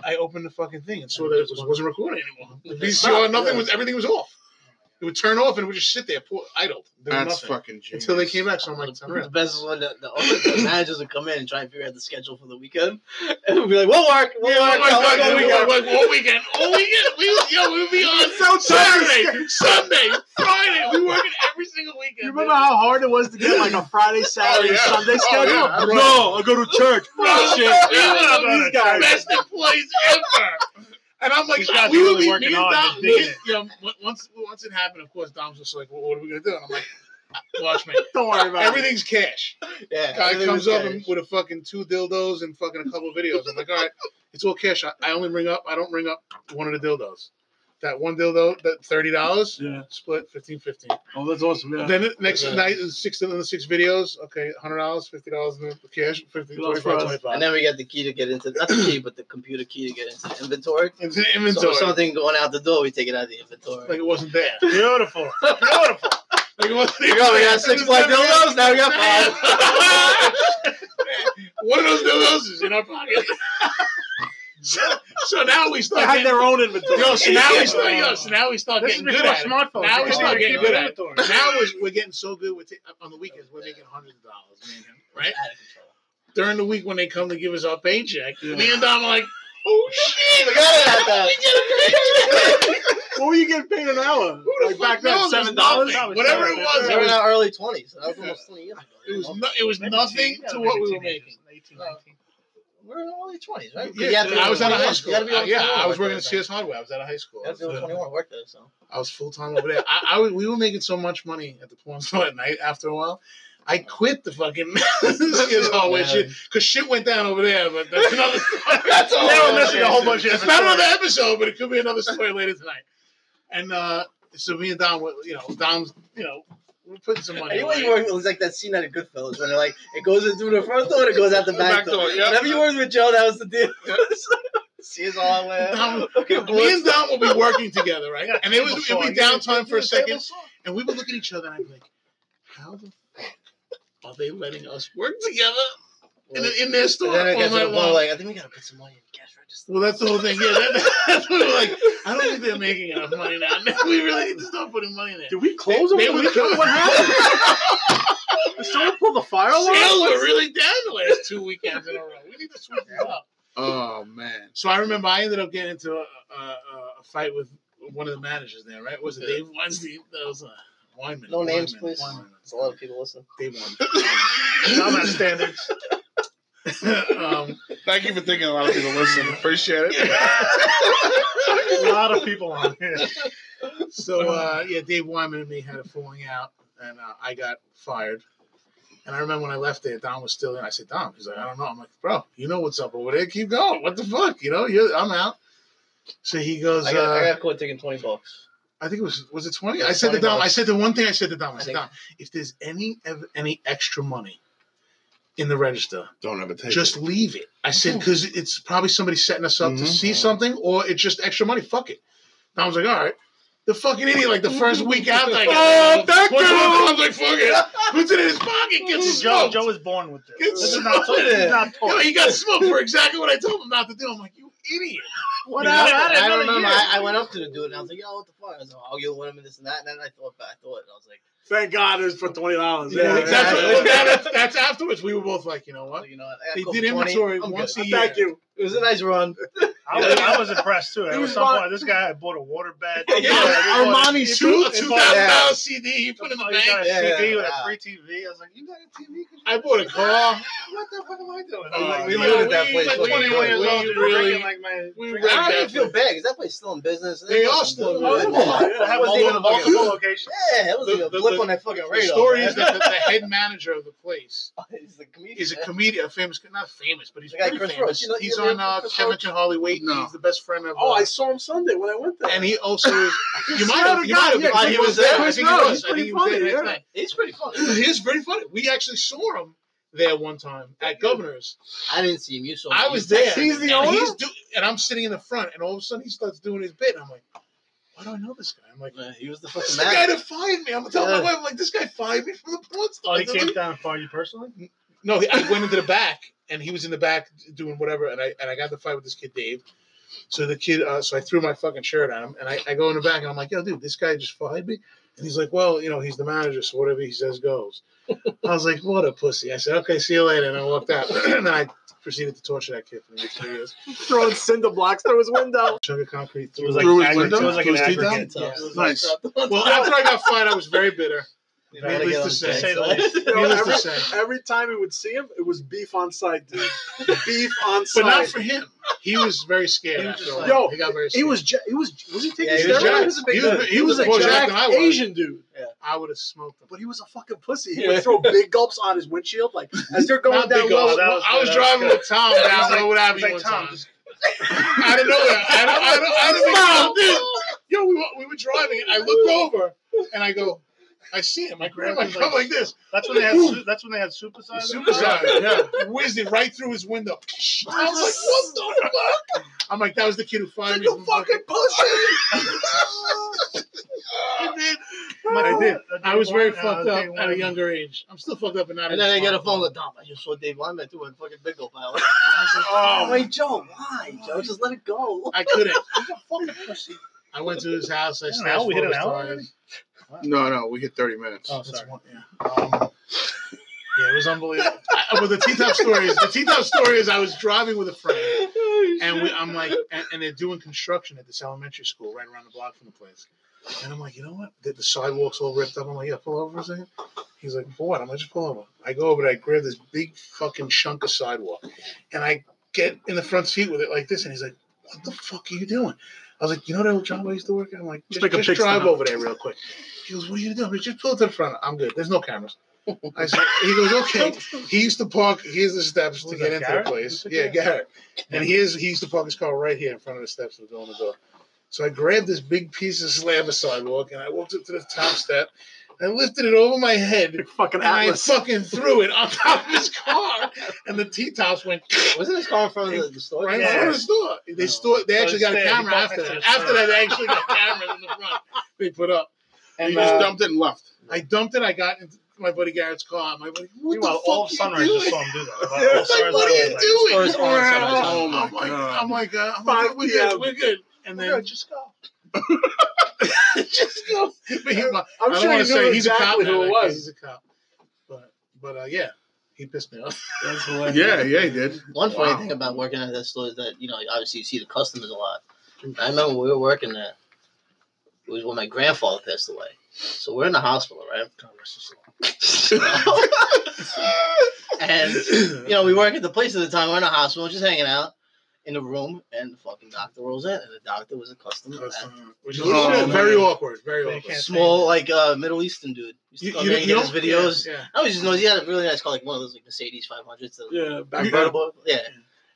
E: I opened the fucking thing and saw that it was, wasn't recording anymore. The VCR, nothing was, everything was off. It would turn off and it would just sit there, poor, idled. doing
B: That's
E: nothing.
B: fucking genius.
E: Until they came back, so I'm like, it's
D: The
E: unreal.
D: best is when the, the, the managers would come in and try and figure out the schedule for the weekend, and we'll be like, "We'll work, we'll
B: Oh
D: work,
B: my
D: we'll
B: god,
D: work,
B: all weekend, like, all
D: we'll work."
B: weekend, all weekend. We was, yo, we would be on so Saturday, Sunday, Friday. We working every single weekend.
F: You remember how hard it was to get like a Friday, Saturday,
B: Oh, yeah.
F: Sunday
B: Oh,
F: schedule?
B: yeah.
F: No, I go to church.
B: Oh,
F: Bullshit.
B: yeah,
F: These
B: these
F: guys.
B: Best employees ever.
E: And I'm like,
C: These guys
E: we
C: are
E: would
C: really
E: be, me
C: working
E: and
C: hard,
E: Dom,
C: just
E: me
C: digging
E: and, you know, on- once, once it happened, of course, Dom's just like, well, what are we going to do? And I'm like, "Uh, watch me.
F: Don't worry about it.
E: Everything's cash.
D: Yeah,
E: guy
D: everything
E: comes
D: was
E: up
D: good.
E: and with a fucking two dildos and fucking a couple of videos. I'm like, all right, it's all cash. I, I only ring up. I don't ring up one of the dildos. That one dildo, that thirty dollars,
F: Yeah.
E: split 15 15
F: Oh, that's awesome. Yeah.
E: Then the next
D: Yeah.
E: night is six and then the six videos. Okay, hundred dollars, fifty dollars in the cash, 50,
F: Good old
E: 25, 25.
D: And then we got the key to get into not the key, but the computer key to get into the inventory.
E: It's an
D: So
E: inventory.
D: if something going out the door, we take it out of the inventory.
E: like it wasn't there.
C: Beautiful. Beautiful.
E: Like it wasn't
D: Here we go, we got six black dildos, now we got five.
E: One of those dildos is in our pocket. so, so now we
F: They
E: start.
F: had
E: Getting,
F: their own inventory.
E: yo, so now we start. Yo, so now we start
C: This is
E: getting
C: before
E: good at it.
C: smartphones.
E: Now
C: we
E: we start getting good at it.
C: inventory.
E: now we're, we're getting so good with it uh, on the weekends. We're making hundreds of dollars, me and him, right? During the week when they come to give us our paycheck, me and Dom are like, oh shit,
D: Forgot about that.
F: What were you getting paid an hour?
E: Who the fuck
F: Like back then,
E: knows? It was
F: seven dollars.
E: nothing. Whatever it was,
D: We
E: it
D: were in
E: was,
D: our early twenties. That was almost twenty years ago.
E: it was, no, it was nothing to what we were making. Uh,
D: We're in our early twenties, right?
E: Yeah,
D: You have to be
E: I was out of
D: 21.
E: high
D: You
E: school.
D: gotta be over
E: yeah,
D: 21
E: I was
D: work
E: working
D: there,
E: at CS Hardware. I was out of high school.
D: so.
E: I
D: You have to be over
E: was,
D: twenty-one to work there, so.
E: full time over there. I, I was- we were making so much money at the porn store at night. After a while, I quit the fucking CS Hardware
D: Yeah.
E: shit because shit went down over there. But that's another.
D: That's all.
C: Now we're missing a whole bunch of
E: It's
C: different
E: not another
C: stories.
E: episode, but it could be another story later tonight. And uh, so me and Don, were, you know, Dom's, you know, we're putting some money.
D: Anyway,
E: away.
D: you work it was like that scene out of Goodfellas when they're like it goes in through the front door and it goes out the
B: Back
D: back,
B: door, yeah.
D: Whenever you worked with Joe, that was the deal. See us all uh,
E: Dom,
D: aware.
E: me and Don will be working together, right?
C: Yeah,
E: And it was
C: table
E: it would be
C: saw.
E: downtime for a second, and we would look at each other and I'd be like, "How the fuck are they letting us work together in, in their store
D: And
E: all
D: then it gets to
E: night
D: the point
E: long?"
D: like I think we gotta put some money in the cash register.
E: well, that's the whole thing. Yeah, that, that's what we're like. I don't think they're making enough money now. we really need to start putting money in there.
F: Did we close
E: They- they
F: over the
E: were-
F: weekend? What happened? Did someone pull the fire
E: Sales
F: alarm?
E: were really down the last two weekends in a row. We need to switch it up.
B: Oh man.
E: So I remember I ended up getting into a, a, a- a fight with one of the managers there, right? Was it Dave Weinstein? That was uh, a Weinman.
D: No names,
E: Weinman,
D: please.
E: Weinman.
D: There's a lot of people listening.
E: Dave Weinman.
C: Not my standards.
E: um,
B: Thank you for thinking a lot of people listen. Appreciate it.
C: A lot of people on here.
E: so uh, yeah, Dave Weinman and me had a falling out, and uh, I got fired. And I remember when I left there, Don was still in. I said, Don, he's like, I don't know. I'm like, bro, you know what's up over there. Keep going. What the fuck? You know, you're, I'm out. So he goes,
D: I got,
E: uh,
D: I got caught taking twenty bucks.
E: I think it was was it twenty?
D: It
E: I
D: was
E: said to
D: 20
E: Dom. I said the one thing I said to Dom. I
D: I
E: said
D: think-
E: Dom, if there's any ev- any extra money in the register,
B: Don't ever take
E: just leave it. I said because it's probably somebody setting us
C: Mm-hmm.
E: up to
B: Mhm.
E: see something, or it's just extra money. Fuck it. Dom's like, all right. The fucking idiot, like the first week after, I
C: Oh, thank
E: What's
C: you.
E: wrong? Dom's like, fuck it. Puts it in his pocket, gets
C: Joe,
E: smoked.
C: Joe was born with this.
E: Gets
C: This is
E: smoked.
C: not, this is not
E: Yo,
C: taught.
E: he got smoked for exactly what I told him not to do. I'm like, you idiot.
C: What
E: You
C: happened?
E: got
C: I had
D: I
C: another
D: remember
C: year.
D: I, I went up to the dude and I was like, "Yo, what the fuck?" I was like, "I'll get one of them and this and that." And then I thought, back- I thought, and I was like,
F: Thank God it was for twenty dollars.
E: Yeah,
F: Yeah,
E: that's,
D: exactly.
E: what- that's- that's afterwards. We were both like, you know
D: well,
E: what?
D: "Oh, "You know, what, I got
E: They
D: caught
E: did
D: for 20.
E: inventory
D: I'm
E: once
D: good.
E: a year.
F: Thank you.
D: It was a nice run.
C: I was, I was impressed too. At
F: was
C: some
F: fun.
C: point, this guy had bought a water bed.
D: Yeah,
E: Armani suit, a
C: It's
E: two thousand
C: like,
E: dollar
D: yeah.
E: CD he put in the
C: Oh, you
E: bank.
C: got a
D: Yeah,
C: TV
D: yeah,
C: with
D: yeah.
C: a free TV. I was like, you got a TV?
E: I bought a car.
C: What the fuck am I doing?
E: Oh,
C: I was like,
D: we
E: yeah,
C: "Yo,
D: lived at that place.
E: were
D: We-
E: 21 years
D: we
E: old,
C: you
E: dude,
C: were drinking
E: really.
C: like my.
E: We
C: drinking
E: wrecked
D: I don't
E: that
D: even feel
E: thing.
D: bad because that place is still in business.
E: They are still in
D: Yeah,
E: business.
D: that wasn't even a
C: multiple
D: fucking.
C: locations.
D: Yeah, that was
E: The-
D: even a
E: the-
D: blip
E: the-
D: on that fucking radar.
E: The story
D: man.
E: is that the, the head manager of the place
D: he's the comedian.
E: is a
D: man.
E: comedian, a famous, not famous, but he's
D: The guy
E: pretty
D: Chris
E: famous.
D: Roach. You know-
E: he's
D: you know
E: on uh,
D: Chris
E: Kevin
D: Roach?
E: and Holly Wait.
B: No.
E: He's the best friend of.
F: Oh,
E: uh,
F: I saw him Sunday when I went there.
E: and he also is. You might
F: swear
E: have.
F: to
E: You
F: God,
E: might have.
F: yeah,
E: because he
D: Chris
E: was there. I
F: Roach,
E: think he
F: no,
E: was.
F: he's
E: I think he
F: pretty
E: was there.
F: funny,
E: the next
F: yeah.
E: night.
D: He's pretty funny.
E: He is very funny. We actually saw him there one time at Governor's.
D: I didn't see him. You saw him.
E: I was there.
F: He's the
E: and
F: owner?
E: He's do- and I'm sitting in the front, and all of a sudden he starts doing his bit. And I'm like, why do I know this guy? I'm like,
D: Yeah, He was the
E: this
D: fucking
E: is the guy
D: man.
E: that fired me. I'm gonna tell my
D: Yeah.
E: wife, I'm like, this guy fired me from the porn
C: Oh,
E: star.
C: he came down and fired you personally?
E: no, he- I went into the back, and he was in the back doing whatever, and I and I got in the fight with this kid Dave, So the kid, uh, so I threw my fucking shirt at him, and I, I go in the back, and I'm like, "Yo, dude, this guy just fired me." And he's like, "Well, you know, he's the manager, so whatever he says goes." I was like, "What a pussy!" I said, "Okay, see you later," and I walked out, and then I proceeded to torture that kid for the next three years.
F: Throwing cinder blocks through his window.
E: Chunk of concrete
D: It
E: through
D: was like
B: Through his
D: aggregate-
B: window?
D: It was like
B: Through
D: an
B: his teeth down?
D: aggregate.
F: Yeah.
D: test. It was
B: Nice.
D: like that.
E: Well, after I got fired, I was very bitter.
D: You know, I gotta
E: Needless
D: get
E: to say,
D: on Jack's
E: say the
D: side.
F: You know,
E: Needless
F: every,
E: to say.
F: every time we would see him, it was beef on site, dude. beef on
E: But not
F: site.
E: for him. He was very scared.
D: He was
E: after
D: just
E: a
D: like-
E: while.
F: Yo,
E: he got very scared.
F: He was, ja- he was, was he taking
D: Yeah, he
F: steroids?
D: was jacked.
F: He was a big
E: He was-
F: dude.
E: he was
F: a
E: more jacked
F: jacked
E: than I was.
F: Asian dude.
E: I would have smoked him.
F: But he was a fucking pussy. He would throw big gulps on his windshield, like as they're going
E: Not
F: down
E: big
F: low.
E: gulps.
F: It
E: That was- I was driving with Tom down like, Wood Avenue one time. I didn't know that. I don't, I don't, I don't think Tom did. Yo, we were, we were driving, and I looked over, and I go, I see him. I grab my cup like this.
C: That's when they had. Su- that's when they had super
E: He
C: size.
E: Suicide. Yeah. Whizzed it right through his window. I was like, what the fuck? I'm like, that was the kid who fired me.
F: you
E: from
F: fucking pussy.
E: I did.
C: I
E: did.
C: That
E: I was very
C: day one,
E: fucked
C: uh,
E: up
C: day
E: at a
C: one.
E: younger age. I'm still fucked up and not
D: And then I got a
E: a
D: phone with Dom. I just saw Dave Lyman doing fucking big old pile.
E: Oh.
D: Wait, Joe, why? Joe, just let it go.
E: I couldn't.
C: He's a fucking pussy.
E: I went to his house. I
C: An
E: snatched
C: hour? We hit
E: photo
C: an hour
E: stars.
C: already?
B: No, no, we hit 30 minutes.
E: Oh,
C: That's
E: sorry. yeah. Um, yeah, it was unbelievable. I, but the T top story is the T top story is I was driving with a friend, and we, I'm like, and, and they're doing construction at this elementary school right around the block from the place. And I'm like, you know what? The, the sidewalks all ripped up. I'm like, yeah, pull over for a second. He's like, for what? I'm like, just pull over. I go over there, I grab this big fucking chunk of sidewalk, and I get in the front seat with it like this. And he's like, what the fuck are you doing? I was like, you know that old job I used to work at? I'm like, just,
F: make a
E: just
F: pig
E: drive
F: stop.
E: over there real quick. He goes, What are you doing? He goes, Just pull it to the front. I'm good. There's no cameras. I said, He goes, Okay. He used to park, here's the steps to
C: Who's
E: get
C: that,
E: into
C: Garrett?
E: the
C: Who's
E: place.
C: that
E: Yeah,
C: Garrett?
E: Garrett. And here's he used to park his car right here in front of the steps of the door in the door. So I grabbed this big piece of slab of sidewalk and I walked up to the top step. I lifted it over my head
F: fucking
E: and I
F: atlas.
E: fucking threw it on top of his car. And the T tops went
D: Wasn't this car in front of the, the
F: Oh,
D: store?
E: right in
C: Yeah.
E: front of the store. They store they
C: So
E: actually got a
C: instead, he
E: camera
C: parked
E: after
C: next to
E: that.
C: the
E: After
C: store.
E: that, they actually got cameras in the front. They put up.
B: you
E: And
B: just
E: uh,
B: dumped it and left.
E: I dumped it. I got into my buddy Garrett's car. My buddy, what
C: Meanwhile,
E: the fuck
C: all
E: are
C: of
E: you
C: Sunrise
E: doing?
C: just saw him do that.
E: I was
C: All
E: like,
C: of
E: what are
C: Sunrise
E: you
C: was like,
E: doing?
D: Stars on Sunrise.
E: Oh my
B: Oh my
E: god!
B: God.
E: I'm like, uh, I'm
F: Five
E: like, we're good.
F: PM.
E: We're good. And
F: Yeah,
E: then
F: just go.
E: just go. But he, I
F: I'm
E: don't
F: sure
E: want
F: you
E: to say
F: knew
E: he's a cop.
F: exactly who
E: now,
F: it
E: like,
F: was.
E: He's a cop. But but uh, yeah, he pissed me off.
F: That's hilarious.
B: Yeah, yeah, he did.
D: One funny
B: Wow.
D: thing about working at that store is that you know obviously you see the customers a lot.
E: Mm.
D: I remember we were working there. It was when my grandfather passed away, so we're in the hospital, right? and you know we work at the place at the time. We're in the hospital, just hanging out in the room, and the fucking doctor rolls in, and the doctor was a customer,
E: Customer. Which is
B: Oh,
E: shit, uh, very
B: man.
E: awkward. Very
C: They
E: awkward.
C: can't-
D: small like uh, Middle Eastern dude. Used to
E: You,
D: come
E: you,
D: in and
E: you
D: get
E: don't
D: his videos.
E: Yeah,
D: I always just noticed he had a really nice car, like one of those like Mercedes 500s. the-
F: Yeah, back
E: You-
F: then.
D: convertible. Yeah.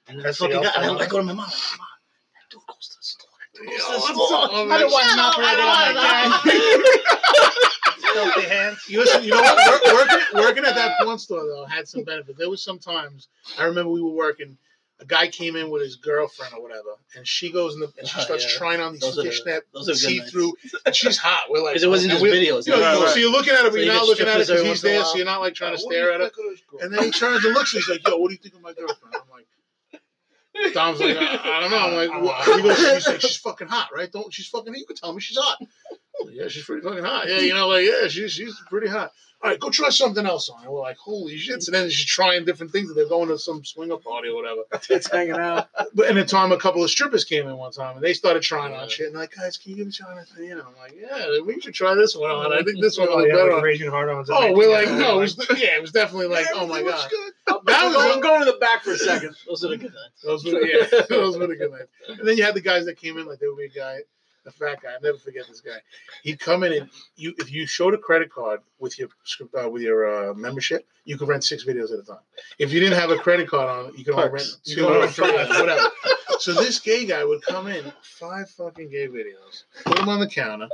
D: And then
C: That's
D: That's
C: the
D: fucking guy, and
C: alpha
D: I'm like,
C: one.
D: go to my mom. Like, mom, that dude goes to the store. That dude
E: yeah. Oh,
D: goes to the
E: that's
D: store.
E: so-
D: I don't want
E: Shut
D: an
E: up, I
D: operator
E: don't
D: on my
E: want
D: guy.
C: Filthy hands.
E: You listen, you know what? Work, working, working at that porn store though had some benefits. There was some times I remember we were working. A guy came in with his girlfriend or whatever, and she goes in the and she
D: Oh,
E: starts
D: yeah.
E: trying on these
D: Those are-
E: fishnet
D: those are good
E: see-through. And she's hot. We're like,
D: Because it wasn't
E: and
D: just
E: we're-
D: videos.
E: you know,
B: Right,
E: you know,
B: right.
E: So you're looking at it,
D: So
E: but
D: you
E: you're
D: get
E: not looking at it
D: strippers
E: because
D: every
E: he's
D: once in a
E: there,
D: while.
E: so you're not like trying to stare at it. And then he turns and looks. He's like, "Yo, what do you think of my girlfriend?" I'm like, "Dom's like, I, I don't know." I'm like, well, he goes, "She's like, she's fucking hot, right? Don't she's fucking? You can tell me she's hot." I'm like, yeah, she's pretty fucking hot. Yeah, you know, like yeah, she's she's pretty hot. All right, go try something else on. And we're like, holy shit! So then she's trying different things. They're going to some swinger party or whatever.
F: Tits hanging out.
E: But in the time, a couple of strippers came in one time and they started trying on shit. And like, guys, can you give me trying on? You know, I'm like, yeah, we should try this one on. I think this one will
C: Oh,
E: look
C: yeah,
E: better.
C: with
E: on."
C: raging hard ons.
E: Oh, we're like, no, it was, yeah, it was definitely like, oh my
B: Everything was
E: god.
B: good.
E: That was
F: Go, go to the back for a second.
D: Those are the good nights.
E: Those were yeah, those were the good nights. And then you had the guys that came in like there would be a guy, a fat guy. I never forget this guy. He'd come in and you if you showed a credit card with your script- uh, with your uh, membership, you could rent six videos at a time. If you didn't have a credit card on, you could only rent
F: Perks.
E: two
F: You could only
E: or
F: rent
E: three,
F: five.
E: whatever. So this gay guy would come in five fucking gay videos, put them on the counter.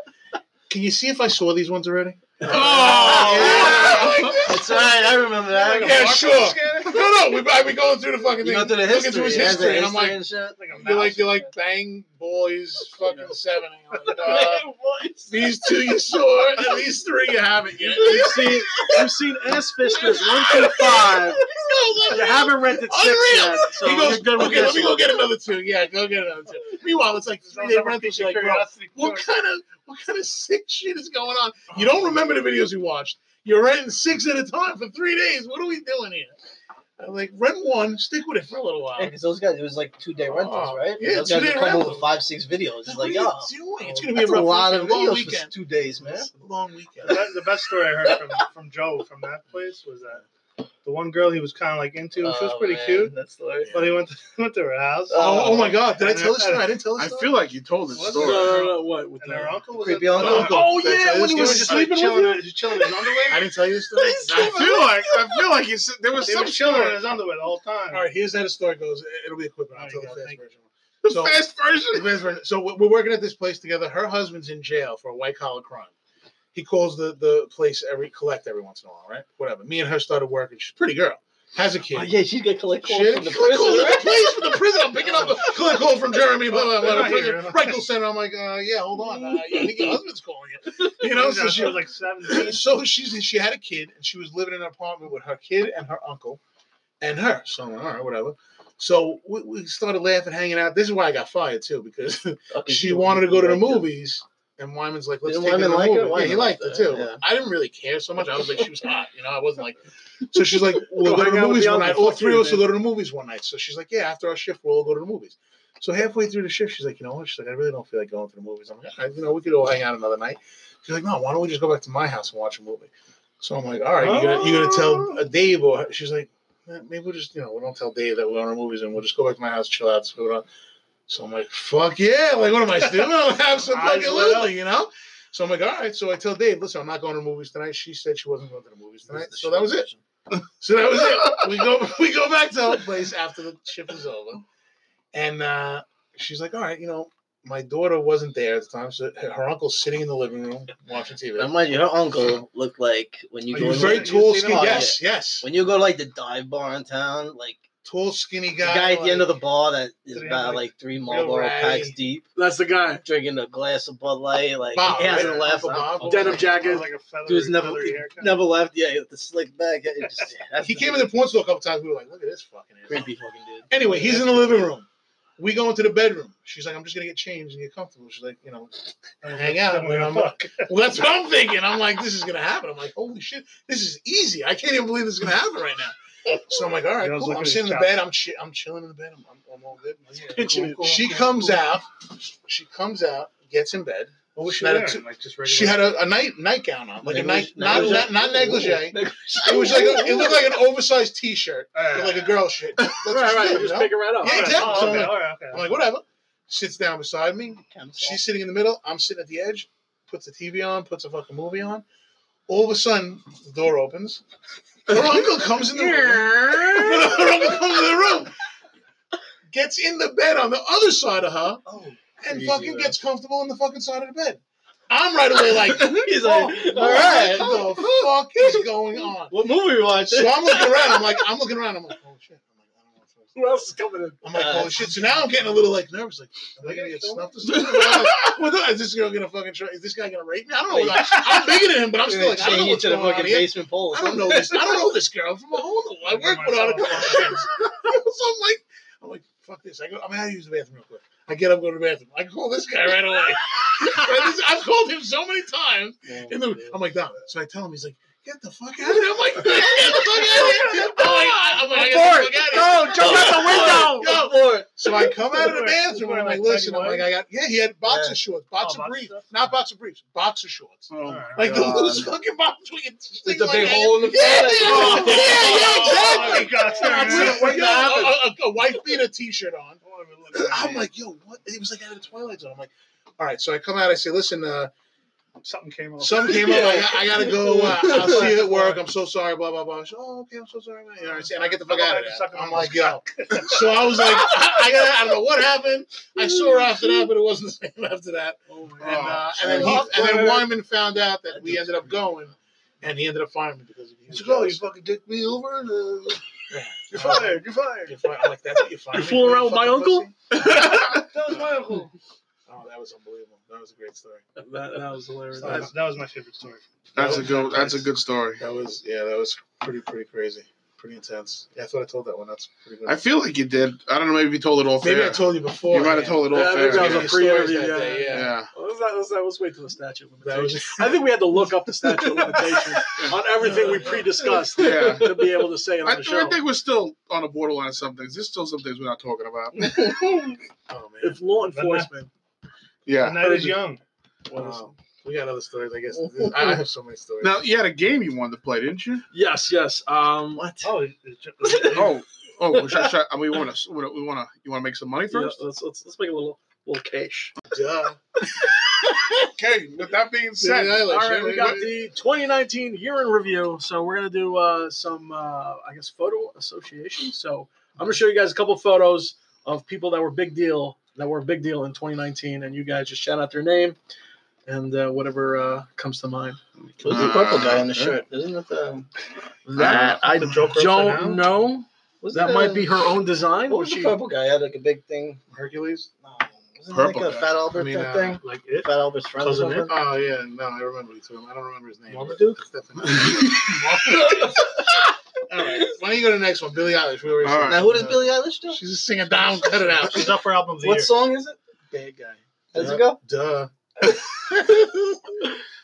E: Can you see if I saw these ones already?
B: Oh, yeah.
D: That's right. I remember that.
E: Oh, Yeah, sure. No, no, we I be going through the fucking
D: You
E: thing.
D: go through the
E: Look into
D: history.
E: his
D: it has the
E: history, and I'm
D: history
E: like,
D: and shit.
E: You're like you're like bang boys fucking seven. And you're like, uh, these two you saw, and these three you haven't yet.
F: You've seen, you've seen Ass Fisters 1 through 5. You haven't rented 6
E: Unreal.
F: yet. So
E: he goes,
F: you're good with
E: okay, let
F: this
E: me go
F: one.
E: get another two. Yeah, go get another two. Meanwhile, it's like three day rental.
F: She's like, bro,
E: Curiosity. What kind of what kind of sick shit is going on? You don't remember the videos you watched. You're renting six at a time for three days. What are we doing here? I'm like, rent one, stick with it for a little while.
D: because those guys, it was like two day rentals,
E: Oh,
D: right?
E: yeah,
D: those guys
E: two-day
D: would come up
E: rentals.
D: with five, six videos. It's
E: What
D: like,
E: are you
D: oh,
E: doing? It's gonna be
D: that's a
E: rough
D: lot of
E: weekend, long
D: videos for
E: weekend.
D: two days, man.
E: It's a long weekend.
C: The best- the best story I heard from, from Joe from that place was that the one girl he was kind of like into, she was
D: Oh,
C: pretty
D: man,
C: cute,
D: That story.
C: but he went to, went to her house.
E: Oh, oh my god! Did I
C: And
E: tell this
C: her-
E: story? I didn't tell
B: I
E: this story.
B: feel like you told this
F: No,
B: story.
F: no, no, what? With
C: And her
F: the,
C: uncle was
D: Creepy
C: at-
D: uncle.
C: no, no,
E: Oh
B: Did I tell
E: yeah,
B: this
E: when he
B: story?
E: was
C: just
E: sleeping
C: like chilling,
E: with you.
C: in- chilling in his
B: I
C: underwear.
B: didn't tell you this story.
E: Please
B: I
E: tell
B: feel like I feel like you said there was
C: He
B: some
C: was chilling in
B: story.
C: his underwear the whole time.
E: All right, here's how the story goes. It- It'll be a quick one. I'll
C: There
E: tell
C: you
E: the
C: go,
E: fast
C: thank
E: version.
B: The fast
E: So-
B: version.
E: Lisbon. So we- we're working at this place together. Her husband's in jail for a white collar crime. He calls the the place every collect every once in a while, right? Whatever. Me and her started working. She's a pretty girl. Has a kid.
D: Oh, yeah, she's gonna collect calls
E: Shit.
D: from the
E: Calls
D: prison,
E: at
D: right?
E: the place from the prison. I'm picking up a collect call from Jeremy, blah,
C: They're
E: blah, blah,
C: not
E: prison.
C: here.
E: Reichel Center. I'm like, uh, yeah, hold on. Uh, yeah, I think your husband's calling you. You know, so she
C: was like seventeen.
E: um, so she's she had a kid and she was living in an apartment with her kid and her uncle and her. So I'm like, all right, whatever. So we, we started laughing, hanging out. This is why I got fired too, because
D: Fucking
E: she
D: cute.
E: wanted to go to the
D: Like, uh,
E: movies. And Wyman's like, let's
D: Didn't
E: take her to
D: Wyman
E: the
D: like her?
E: movie. Yeah, he
D: Wyman
E: liked it
D: liked
E: too.
D: that, yeah.
E: I didn't really care so much. I was like, she was hot. You know, I wasn't like. So she's like, we'll go to
F: Go hang
E: the
F: out with
E: movies
F: the
E: one
F: uncle.
E: night. All
F: Fuck
E: three
F: you,
E: of us will
F: man.
E: go to the movies one night. So she's like, yeah, after our shift, we'll all go to the movies. So halfway through the shift, she's like, you know what? She's like, I really don't feel like going to the movies. I'm like, all right, you know, we could all hang out another night. She's like, no, why don't we just go back to my house and watch a movie? So I'm like, all right, you're gonna, you're gonna tell uh, Dave or she's like, "Eh, maybe we'll just, you know, we don't tell Dave that we're on our movies and we'll just go back to my house, chill out. So, we're not-" so I'm like, fuck yeah, like what am I stupid? I'll have some
C: Eyes
E: fucking
C: lit up.
E: lily, you know? So I'm like, all right. So I tell Dave, listen, I'm not going to the movies tonight. She said she wasn't going to the movies tonight. So that was it. So that was it. We go we go back to our place after the shift is over. And uh, she's like, all right, you know, my daughter wasn't there at the time, so her uncle's sitting in the living room watching TV.
D: Now, mind you, her uncle looked like when you
E: He
D: go
E: was
D: to,
E: very
C: You've seen
E: tall,
C: him?
E: skinny.
D: Oh, yeah.
E: Yes, yes.
D: when you go to like the dive bar in town, like
E: Tall, skinny
D: the
E: guy.
D: guy at the end of the bar that
C: Did he
D: is
C: have, like,
D: about like three Marlboro
E: ratty-
D: packs deep,
F: that's the guy.
D: drinking a glass of Bud Light, like
E: Bob,
D: he hasn't
E: right?
D: left,
E: Uncle Bob.
F: Denim jacket.
C: like a feathery,
D: Dude's never-
C: feathery haircut.
D: never left. Yeah, with the slick back. yeah, it just- yeah, that's
E: he
D: the
E: came in the porn store a couple times. We were like, look at this fucking ass.
D: creepy fucking dude.
E: Anyway, he's in the living room. We go into the bedroom. She's like, I'm just gonna get changed and get comfortable. She's like, you know, hang out. And I'm like, well, that's what I'm thinking. I'm like, this is gonna happen. I'm like, holy shit, this is easy. I can't even believe this is gonna happen right now. So I'm like, all right,
C: Girls
E: cool.
C: looking
E: I'm
C: at
E: sitting in
C: his
E: the bed. I'm chi- I'm chilling in the bed. I'm, I'm, I'm all good.
F: pinching it.
E: She comes out. She comes out. Gets in bed.
C: What was she
E: Not a
C: wearing?
E: two-
C: Like just regular.
E: She had a, a night nightgown on, like a night, not,
D: Negligee?
E: not not negligee. It was like a, it looked like an oversized T-shirt, with like a girl shit. That's
F: Right,
E: what she did,
F: right. You
E: you
F: just
E: know?
F: pick it right up.
E: Yeah,
F: All right.
E: exactly.
C: Oh,
E: So I'm
C: okay,
E: like-
C: all right,
E: I'm
C: okay.
E: like, whatever. Sits down beside me. She's
D: She's
E: sitting in the middle. I'm sitting at the edge. Puts the TV on. Puts a fucking movie on. All of a sudden, the door opens. Her uncle comes in the room. Her uncle comes in the room. Gets in the bed on the other side of her
D: oh,
E: and
D: Crazy,
E: fucking
D: man.
E: gets comfortable on the fucking side of the bed. I'm right away like,
D: he's
E: oh,
D: like, all right.
E: what the fuck is going on?
D: What movie we watch?
E: So I'm looking around. I'm like, I'm looking around. I'm like, oh shit. I'm like, I don't know what's going on.
F: Who else is coming in?
E: I'm like, holy shit. So now I'm getting a little like nervous. Like, am I gonna get snuffed or something? What the- is this girl gonna fucking try? Is this guy gonna rape me? I don't know. Like, I'm bigger than him, but I'm still like, I don't know
D: change it
E: what's
D: to the
E: going on
D: fucking
E: here.
D: basement pole.
E: I don't know this. I don't know this girl from a whole I work with her on a couple of times. So I'm like, I'm like, fuck this. I go, I'm gonna use the bathroom real quick. I get up, go to the bathroom. I call this guy right away. I've called him so many times. And then I'm like, no. So I tell him, he's like, get the fuck out of here. I'm like, get the fuck out of here. I'm like, I'm like, I get the fuck out of here.
D: No,
E: jump out the window.
D: Go for it.
E: So I come out of the
C: Wait,
E: bathroom and I'm like,
C: wait,
E: listen, I'm like,
C: wait.
E: I got, yeah, he had boxer
D: Yeah.
E: shorts, boxer
C: Oh, boxer
E: briefs,
C: shorts?
E: not boxer briefs, boxer shorts.
B: Oh, my
E: Like
B: God.
E: the loose fucking boxer. with
D: With
E: thing
D: the
E: like
D: big
E: that.
D: hole in the
E: Yeah, yeah,
D: front.
E: yeah, yeah, exactly.
C: Oh my God,
E: I'm
C: sorry,
E: with,
C: man.
E: you know, a, a, a wife beater t-shirt on.
C: Boy, we look at
E: I'm
C: me.
E: like, yo, what? It was like out of the Twilight Zone. I'm like, all right. So I come out. I say, listen, uh,
C: something came up.
E: something came up. I, got- I gotta go. Uh, I'll see you at work. I'm so sorry. Blah blah blah. She, oh, okay. I'm so sorry. Man. And I say- And I get the fuck out of there. I'm like, yo. So I was like, I, I got. I don't know what happened. I saw her after that, but it wasn't the same after that. And,
C: Oh,
E: uh, and then he, and then Wyman found out that we ended up going, and he ended up firing me because he was jealous.
B: fucking dick me over.
E: You're fired. You're fired. You're fired. Um, I'm like, that's what you're fired. You fool around with my uncle?
C: That was my uncle.
E: Oh, that was unbelievable. That was a great story.
F: That, that was hilarious.
C: That was, that was my favorite story.
B: That's a good. That's a good story.
E: That was yeah. That was pretty pretty crazy.
C: pretty intense. Yeah, I thought I told that one. That's pretty good.
B: I feel like you did. I don't know. Maybe you told it all
E: Maybe
B: fair.
E: I told you before.
B: you might have told it all
A: Yeah, I
B: fair.
A: think that was
B: yeah.
A: a pre-interview.
E: Stories that
A: Yeah.
E: day, yeah.
B: yeah.
A: Well, let's, not, let's, not, let's wait till the statute of
C: That was
A: limitations. I think we had to look up the statute of limitations on everything we pre-discussed
B: Yeah.
A: to be able to say it on the
B: I, th-
A: show.
B: I think we're still on the borderline of some things. There's still some things we're not talking about.
C: oh man,
A: If law
C: But
A: enforcement,
C: the
B: Yeah.
C: night is young. What is,
A: Wow.
C: we got other stories, I guess. This- I have so many stories.
B: Now you had a game you wanted to play, didn't you?
A: yes, yes. Um, what?
C: Oh, it- it- it-
B: Oh, oh. Should, I- should, I- we want to. We want to. You want to make some money
A: Yeah, uh,
B: first?
A: let's, let's let's make a little little cash.
E: Duh.
B: Okay. With that being
E: Billie
B: said,
E: Eilish,
A: All right, we
E: yeah,
A: got the 2019 year in review. So we're gonna do uh, some, uh, I guess, photo association. So I'm gonna show you guys a couple photos of people that were big deal, that were a big deal in 2019, and you guys just shout out their name and uh, whatever uh, comes to mind.
D: Who's the purple
B: Uh,
D: guy in the
B: yeah.
D: shirt? Isn't that the?
A: That I
C: the Joker
A: don't know.
D: Was
A: That
D: it,
A: might
D: uh,
A: be her own design.
D: What
A: Was
D: was the
A: she
D: purple guy? Had like a big thing.
E: Hercules.
D: No, wasn't it like
B: Purple
D: a
B: guy.
D: Fat Albert
E: I mean,
D: type
E: uh,
D: thing?
C: like it.
D: Fat Albert's friend. or
C: Cousin
D: something?
E: Oh yeah, no, I remember you told him. I don't remember his name.
D: Marmaduke?
E: It's definitely- all right. Why don't you go to the next one? Billie Eilish. We already
B: All
E: said
B: right.
D: Now who does Billie Eilish do?
E: that. She's just singing down. Cut it out.
C: She's up for album of the
D: What
C: year.
D: song is it?
E: Bad guy.
D: How does
E: Yeah.
D: it go?
E: Duh.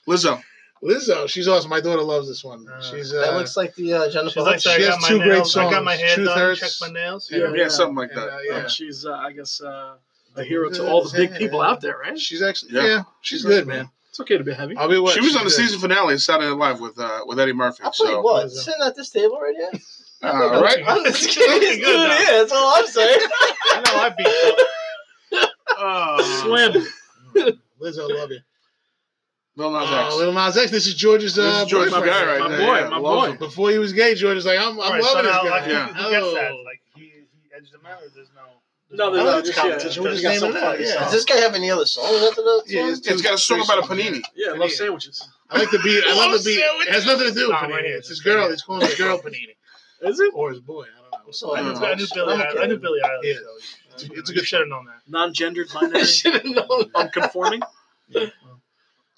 B: Lizzo.
E: Lizzo. She's awesome. My daughter loves this one.
C: Uh,
E: she's uh,
D: That looks like the uh, Jennifer.
C: She's like,
D: Hudson.
E: she
C: I
E: has
C: got my
E: two great
C: nails. I got
E: songs,
C: my hair
E: Truth
C: done.
E: Hurts.
C: Check my nails.
E: Yeah.
B: Yeah, something like
E: and,
B: that.
E: uh,
B: yeah.
E: yeah.
A: She's, uh, I guess, uh, a hero to all the big people out there, right?
E: She's actually
B: Yeah.
E: yeah. she's good, man.
A: It's okay to be heavy.
E: I'll be what
B: She was on the
E: she's good.
B: season finale of Saturday Night Live with uh, with Eddie Murphy.
D: I'll tell you
B: So,
D: what, sitting at this table right here.
B: all right.
D: I'm just kidding.
C: Pretty
D: It's good
C: good,
D: here. That's all I'm saying.
C: I know I beat up.
A: Oh, Slim.
E: Lizzo, love you.
B: Lil Nas X.
E: Oh, Little Nas X. This is George's.
B: this
E: Uh,
B: is George's
E: boyfriend.
B: guy right
A: My
B: there.
A: boy,
B: yeah.
A: my
B: Loves
A: boy.
B: him.
E: Before he was gay, George was like, "I'm, I'm
C: All right,
E: loving
C: somehow,
E: this
C: like,
E: guy."
C: who-
B: Yeah.
C: Who gets that?
E: Oh.
C: Like he he edged him out, or there's no.
A: No, there's
E: I
A: no
E: don't
A: just
E: know,
A: yeah.
E: just-
A: we
E: just
A: got
E: name
A: some
E: it
A: fun.
E: out,
D: Does
E: yeah.
D: this guy have any other songs after that?
E: Yeah,
D: song?
E: it's-
B: It's got a song about a panini.
A: Yeah, I love sandwiches.
E: I like the beat. I love the beat. It has nothing to do with
C: Nah, right
E: Panini.
C: here.
E: It's his girl. He's calling his girl Panini.
A: Is it
E: Or his boy. I don't know.
D: So,
C: I
B: don't
C: knew,
B: know.
C: I knew Billy.
D: I'm
C: I knew Billy Eilish.
E: Yeah.
C: though.
E: It's,
C: You
E: it's a
C: know, you
E: good
C: should
E: show.
C: have known that.
A: non-gendered,
D: I
A: binary,
D: should have known.
A: unconforming?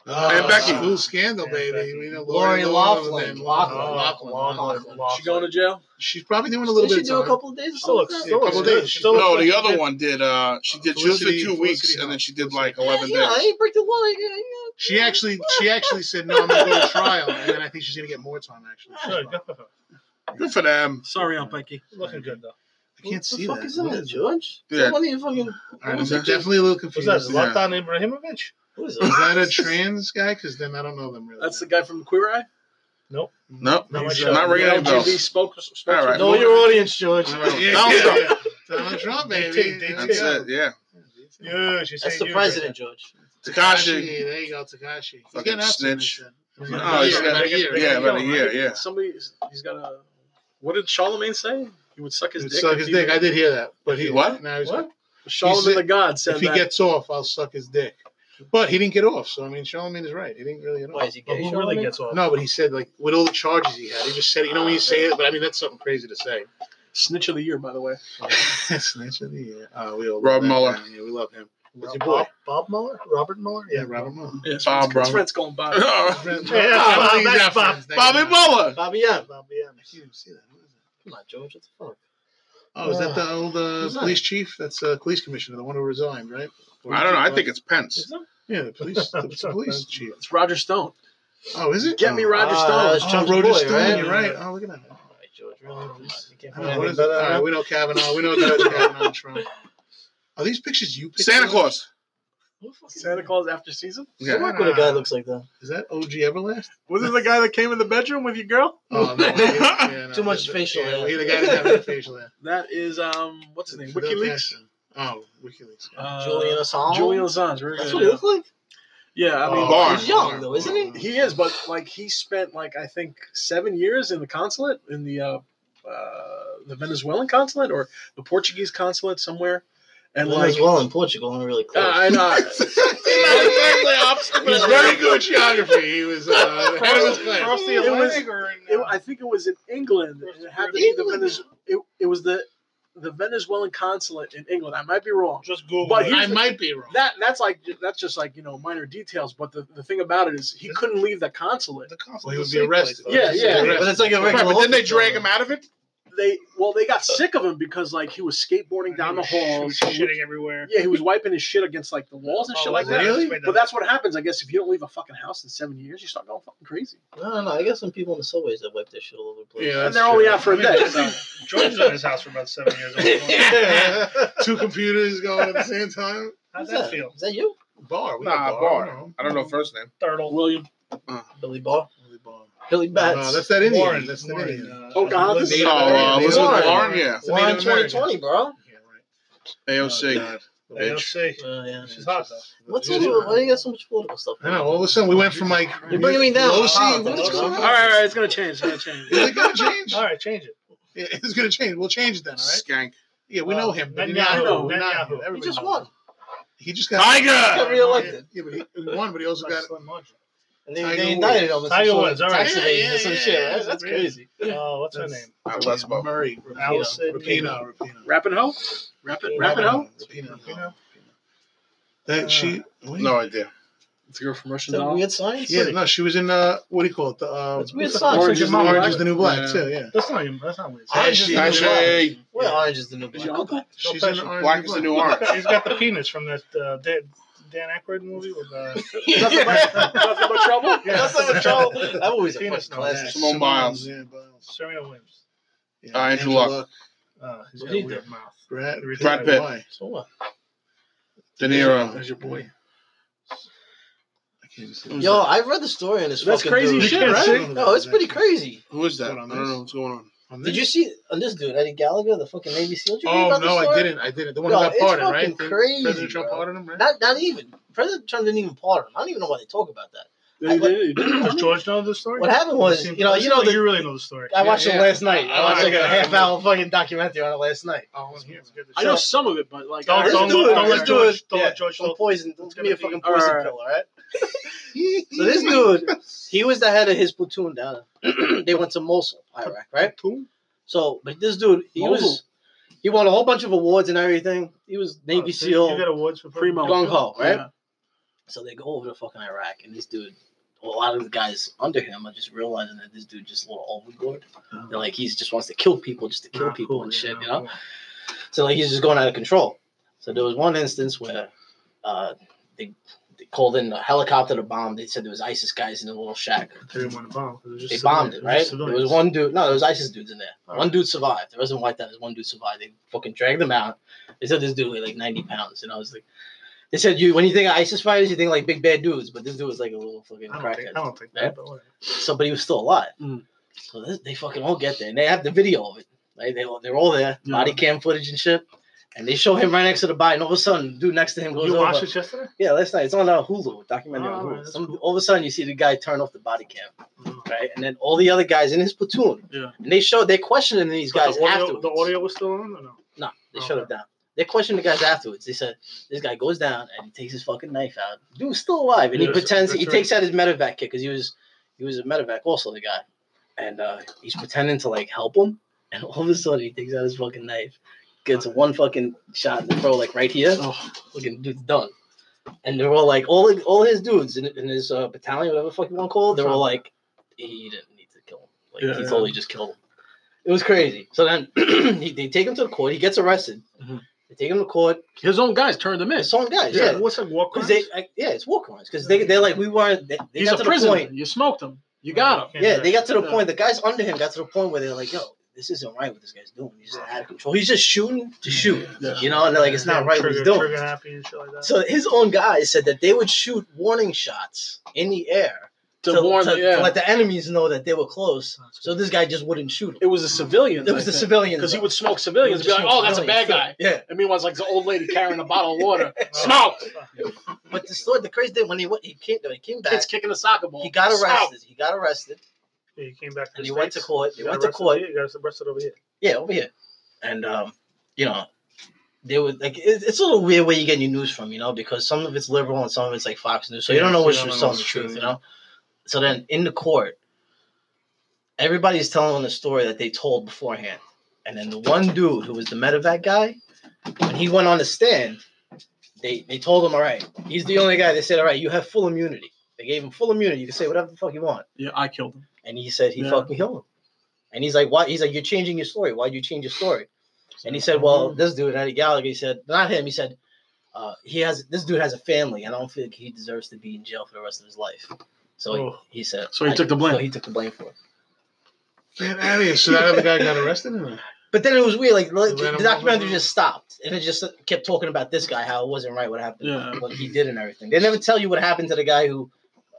B: And Becky.
E: Uh, School scandal, baby. We know
D: Lori Loughlin.
E: Loughlin.
D: Loughlin.
E: Oh, Loughlin. Loughlin.
A: She going to jail?
E: She's probably doing a little
D: Did she
E: bit
D: do a
E: of time.
D: couple of days? or
A: Still
D: something?
A: looks- still
E: Yeah, a couple
A: looks good.
E: days.
A: She still looks
B: No,
A: like
B: the
A: she
B: other
A: did-
B: one did. uh She did. She was
E: Felicity-
B: the two weeks,
E: Felicity
B: and then
E: Hunt.
B: she did like
D: Yeah,
B: eleven
D: yeah, I
B: days.
D: ain't break the law. Yeah, yeah.
E: She actually, she actually said, "No, I'm gonna go to trial," and then I think she's gonna get more time. Actually,
C: Good. Good for her.
B: Good for them.
A: Sorry, Aunt Becky.
C: Looking good though.
E: I can't see
D: the
E: that.
D: fuck is
E: What
D: that,
E: is that?
D: George?
B: Yeah.
D: Somebody fucking.
E: All right, I'm
D: Who's that?
E: definitely a little
C: Was
E: confused.
C: that
E: Is that,
B: Yeah.
C: Zlatan Ibrahimovic?
D: What is
E: a trans guy? Because then I don't know them really.
A: That's the guy from Queer Eye?
B: Nope.
C: No,
A: He's,
C: like,
B: not
A: the
B: ringing any
A: LGBT
B: bells.
A: spoke- spokesman.
B: All right.
D: Know your audience, George.
E: Donald
B: Yeah,
E: Trump.
B: yeah.
E: Donald Trump,
C: They
E: baby.
C: take- they
E: There
C: take-
E: you
B: That's
E: go.
B: it. Yeah.
C: Yeah, she's
D: That's
C: saying
D: the
C: you,
D: president, George.
B: Takashi.
E: There you go, Takashi. He's
B: Fucking
E: getting out soon, they
B: snitch.
E: said.
B: Oh, he's
E: Yeah,
B: got-
E: about a year.
B: yeah, about a year. Yeah.
A: Somebody, he's got a. What did Charlemagne say? He would suck his
E: He'd
A: dick.
E: suck
A: if
E: his
A: he-
E: dick. I did hear that, but he
B: What?
E: Now he's,
A: What?
E: He
A: Charlemagne
E: said-
A: the God said
E: If he
A: that.
E: gets off, I'll suck his dick. But he didn't get off, so I mean, Charlemagne is right. He didn't really get
D: Why
E: off.
D: is he
C: But
D: gay?
C: who really
D: Charlemagne?
C: gets off?
E: No, but he said like with all the charges he had, he just said it. You know when you say it, but I mean that's something crazy to say.
A: Snitch of the year, by the way.
E: Snitch of the year. Uh, we all love
B: Rob
E: that
B: Mueller.
E: guy. Yeah, we love him. What's your boy?
C: Bob, Bob Mueller? Robert Mueller?
E: Yeah, Robert Mueller.
A: Yeah, it's,
B: Bob,
A: it's,
B: brother.
A: Fred's going by.
C: Yeah, Bob,
E: Oh, he's
C: that's
E: our
C: Bob.
E: friends. That
B: Bobby
E: guy.
B: Muller.
D: Bobby M.
C: Bob, yeah.
E: I can't even see that. What is that?
D: Come on, George. What the fuck?
E: Oh, is that the old uh,
D: Who's that?
E: police chief? That's uh, police commissioner, the one who resigned, right?
B: I don't know. I think it's Pence.
E: yeah, the police, the police chief.
A: It's Roger Stone.
E: Oh, is it?
A: Get me Roger
D: Ah,
A: Stone.
D: that's
E: Oh,
D: Trump's
E: Roger
D: boy,
E: Stone.
D: right?
E: You're right. Oh, look at that.
D: All right, George. Really? Come on. You can't
E: Oh,
D: find
E: what
D: anything
E: is that?
D: better
E: All
D: than
E: right,
D: that.
E: we know Kavanaugh. We know Judge Kavanaugh and Trump. Are these pictures you picked?
B: Santa Claus.
A: Santa Claus after season.
D: Good
B: Yeah.
D: luck when a guy looks like that.
E: Is that OG Everlast?
A: Was it the guy that came in the bedroom with your girl?
E: Oh, no. yeah, no,
D: Too much
E: that-
D: facial
E: yeah,
D: hair.
E: We had a guy that had no facial hair.
A: That is um, what's his name? WikiLeaks.
E: Oh, WikiLeaks.
A: Uh,
D: Julian Assange.
A: Julian Assange. very
D: That's
A: good,
D: what he
A: yeah.
D: looked like.
A: Yeah, I
E: Oh,
A: mean,
B: Barr.
D: He's young though, isn't he?
A: he is, but like he spent like I think seven years in the consulate in the uh, uh, the Venezuelan consulate or the Portuguese consulate somewhere, and
D: Well, as
A: like
D: well in Portugal, and really
A: uh,
D: close.
A: I know.
B: He
E: He's
B: was
E: very good geography. He was uh, head of his class.
C: Across the
A: It was-
C: Atlantic or in,
A: It-
C: uh,
A: I think it was in England. It had to be the
D: England?
A: Venez- it, it was the the Venezuelan consulate in England. I might be wrong.
C: just Google.
A: But
C: it.
A: here's
E: I might be wrong.
A: That that's like that's just like you know minor details. But the, the thing about it is he couldn't leave the consulate.
E: Well, he would be arrested.
A: Yeah, yeah.
D: but it's like a regular.
B: Right, but then they drag him out of it.
F: they well they got sick of him because like he was skateboarding down the halls.
C: He's shitting everywhere.
F: Yeah, he was wiping his shit against like the walls and shit
C: Oh,
F: like that.
C: really?
F: But that's what happens, I guess. If you don't leave a fucking house in seven years, you start going fucking crazy.
D: No, no, no. I got some people in the subways that wipe their shit all over the place.
E: Yeah,
F: and they're only out for a day. So.
C: George was in his house for about seven years. Old.
E: Yeah. Two computers going at the same time.
C: How'd
D: Who's
C: that feel?
D: Is that you,
E: Bar. We
B: Nah,
E: got
B: bar.
E: I don't know.
B: I don't know first name.
C: Turtle.
F: William.
D: Billy Ball?
E: Really bar.
D: Billy Bats.
E: No, Uh, that's that Indian.
C: Warren.
E: That's that
C: Warren.
E: Indian.
C: uh,
F: Pocahontas?
C: Native
B: Oh, uh,
C: American.
B: Elizabeth
D: Warren.
B: Warren, yeah.
E: It's a
D: Wine
E: Native American.
D: 2020, bro.
E: Yeah, right.
B: AOC.
E: Oh, God.
B: bitch.
C: AOC.
D: Uh, yeah.
C: She's hot though.
D: What's
E: She's
D: all the-
E: hot.
D: Why do you got so much political stuff?
E: I know. All of a sudden, we went from like
D: You're bringing me down.
E: low C,
D: Wow,
E: what is
D: that's
E: going on?
D: awesome.
F: All right, all right, it's gonna change. It's gonna change.
E: Is it gonna change?
C: All right, change it.
E: Yeah, It's gonna change. We'll change it then. All right.
B: Skank.
E: Yeah, we know
C: Uh,
E: him. but
C: Netanyahu.
E: we know- we know
C: Netanyahu.
E: him. Everybody
D: He just
E: knows
D: won.
E: him. He just got
D: Got
B: Tiger!
D: reelected.
E: Yeah, but he, he won, but he also got.
D: And they,
E: Tiger
D: they
E: Woods.
D: indicted him.
C: Tiger Woods, all right.
D: Tax
E: Yeah,
D: evasion
E: yeah,
D: and some
E: yeah,
D: shit.
E: yeah,
D: right?
E: it's
D: That's
E: amazing.
D: craty.
C: Oh, what's her
E: That's-
C: name?
B: All right, let's vote.
E: Murray.
C: Allison
E: Rapino. Rapino.
F: Rapping hoe? Rapping rapping hoe?
E: Rapino. Rapino. Uh, That she. what do you-
B: No idea.
F: It's a girl from
D: Is
F: Russian
D: that
F: doll.
D: weird science?
E: Yeah, no, she was in uh, what do you call it? The uh,
D: That's weird
E: what's
D: science.
E: Orange is the New Orange
F: Black.
E: is the New Black
F: Yeah.
E: too. Yeah,
C: That's not even. That's not weird.
D: Orange is the new black.
B: Ashy.
D: Well, orange is the new
F: Is your
D: black.
F: uncle?
E: she's
C: Black
E: in the Orange
B: Black is the new orange.
C: He's got the penis from that uh, Dan, Dan Aykroyd movie with uh,
F: Nothing but, nothing but trouble?
C: Yeah.
D: That's not a troll. That movie's a
C: Penis
D: fucking classic.
B: Simone Biles.
E: Yeah, Biles.
C: Serena Williams.
E: Yeah,
B: Uh, Andrew Luck.
C: Uh, he's got
D: He
C: a weird mouth.
E: Brad,
B: Brad Pitt.
E: Why?
D: So what?
B: De
E: uh,
B: Niro.
F: That's your boy.
E: I can't just
B: Who's
D: Yo,
B: that?
D: I read the story on this.
F: That's
D: fucking
F: crazy
D: dude.
F: shit, right?
D: No, it's pretty crazy.
B: Who is that? I
E: What, on
B: don't know
E: this?
B: what's going on.
D: Did you see on this dude Eddie Gallagher, the fucking Navy SEAL? Did you read
E: Oh
D: about
E: no,
D: this
E: I
D: story?
E: didn't. I didn't. The one
D: Yo,
E: who got
D: it's
E: parted,
D: fucking
E: right?
D: crazy,
E: President Trump
D: bro.
E: pardoned him, right?
D: Not, not even President Trump didn't even pardon him. I don't even know why they talk about that.
F: They did, they did.
C: Does George know the story?
D: What happened was, you know, you know,
C: you
D: the,
C: really know the story.
D: I watched
E: Yeah,
D: it
E: yeah.
D: last night. I
E: Oh,
D: watched like
C: okay.
D: a half-hour fucking documentary on it last night.
E: Oh, I'm here.
F: I know some of it, but like,
C: Don't,
F: I
C: don't,
F: heard-
D: do it.
C: don't
D: Let's
C: let
D: do
C: George. Don't
D: Yeah,
C: let George
D: some
C: know.
D: poison. Don't give me a
C: gonna be-
D: fucking poison
F: Alright.
D: pill, all right? so this dude, he was the head of his platoon down. there. they went to Mosul, Iraq, right?
C: Platoon?
D: So, but this dude, he was,
F: Mosul.
D: he won a whole bunch of awards and everything. He was
C: Oh,
D: Navy
C: so You
D: SEAL,
C: get awards for
F: Primo.
D: gung ho, right?
F: Yeah.
D: So they go over to fucking Iraq, and this dude, a lot of the guys under him are just realizing that this dude just a little overboard. And like he just wants to kill people just to kill
C: Nah,
D: people
C: Oh. cool,
D: and
C: yeah,
D: shit,
C: nah,
D: you know?
C: cool.
D: So like he's just going out of control. So there was one instance where uh, they, they called in a helicopter to bomb. They said there was ISIS guys in a little shack.
C: They didn't want to bomb. It was just
D: They bombed
C: civilians. was
D: it, right?
C: just
D: There
C: civilians.
D: was one dude. No, there was ISIS dudes in there.
C: All
D: One
C: right.
D: dude survived. There wasn't white that. There's one dude survived. They fucking dragged him out. They said this dude weighed like 90 pounds, and I was like, they said you when you think of ISIS fighters, you think like big bad dudes, but this dude was like a little fucking
C: I don't, think,
D: crackhead.
C: I don't think
D: Yeah.
C: that. But whatever.
D: So, but he was still alive.
F: Mm.
D: So this, they fucking all get there, and they have the video of it. Like they, they're all there,
F: Yeah.
D: body cam footage and shit. And they show him right next to the body, and all of a sudden, the dude next to him goes
C: you
D: over.
C: watched it yesterday?
D: Yeah, last night it's on uh, Hulu, documentary
C: Oh,
D: on Hulu.
C: that's
D: Some, All of a sudden, you see the guy turn off the body cam,
C: Mm.
D: right? And then all the other guys in his platoon.
F: Yeah.
D: And they show they're questioning these
C: But
D: guys
C: the audio,
D: afterwards.
C: The audio was still on or no?
D: No, they
C: Okay.
D: shut it down. They questioned the guys afterwards. They said this guy goes down and he takes his fucking knife out. Dude's still alive, and
C: Yeah,
D: he
C: that's-
D: pretends he
C: that's
D: takes out his medevac kit because he was he was a medevac also the guy, and uh, he's pretending to like help him, and all of a sudden he takes out his fucking knife, gets one fucking shot in the throat like right here.
F: Oh.
D: Fucking dude's done. And they're all like, all all his dudes in, in his uh, battalion, whatever the fuck you want to call it, they're all like, he didn't need to kill him. Like
F: Yeah,
D: he
F: yeah.
D: totally just killed him. It was crazy. So then he, they take him to the court. He gets arrested.
C: Mm-hmm.
F: Mhm.
D: They take him to court.
F: His own guys turned him in.
D: His own guys, yeah,
C: What's like war
D: 'Cause
C: crimes?
D: they, I, yeah, it's war crimes because they they're like we weren't. They, they
F: He's
D: got
F: a
D: to the
F: prisoner.
D: point.
F: You smoked him. You got him.
C: Can't do
D: Yeah,
C: that.
D: they got to the
F: Yeah.
D: point. The guys under him got to the point where they're like, yo. This isn't right. What this guy's doing? He's just out of control. He's just shooting to shoot.
F: Yeah.
D: You know, and they're like, it's not
C: Yeah,
D: right
C: Trigger,
D: what he's doing.
C: trigger happy and shit like that.
D: So his own guys said that they would shoot warning shots in the air
F: To warn
D: to-
F: the- yeah.
D: to let the enemies know that they were close. So this guy just wouldn't shoot
F: It
D: him.
F: was the civilians.
D: It was the civilians
F: Because he
D: though.
F: would smoke civilians and be like, oh, that's a bad guy.
D: Yeah.
F: And meanwhile, it's like the old lady carrying a bottle of water.
C: Oh,
F: Smoke!
C: fuck.
D: But the story, the crazy thing when he went, he came, when he came back.
F: Kids kicking a soccer ball.
D: He got
F: Smoke!
D: arrested. He got arrested,
C: Yeah, you came back. To
D: and
C: the
D: he went to
C: States.
D: court. He
C: You got
D: went to
C: arrested
D: court.
C: here, You got arrested over here.
D: Yeah, over here. And um, you know, they would like it, it's a little weird where you get your news from, you know, because some of it's liberal and some of it's like Fox News, so you
E: Yeah,
D: don't know
E: so
D: which
E: you don't
D: is
E: know
D: telling the
E: what's
D: truth,
E: true,
D: you
E: yeah.
D: know. So then in the court, everybody's telling the story that they told beforehand, and then the one dude who was the medevac guy, when he went on the stand, they they told him, all right, he's the only guy. They said, all right, you have full immunity. They gave him full immunity. You can say whatever the fuck you want.
F: Yeah, I killed him.
D: And he said he
F: Yeah.
D: fucking killed him. And he's like, why? He's like, you're changing your story. Why'd you change your story? And he said, well, this dude, Eddie Gallagher, he said, not him. He said, uh, he has this dude has a family, and I don't feel like he deserves to be in jail for the rest of his life. So
F: Oh.
D: he, he said.
F: So he took the blame.
D: So he took the blame for it.
E: Get out of here. So that other guy got arrested or not?
D: But then it was weird. Like like,
E: let him
D: the documentary just stopped, and it just kept talking about this guy, how it wasn't right, what happened,
F: Yeah.
D: what he did, and everything. They never tell you what happened to the guy who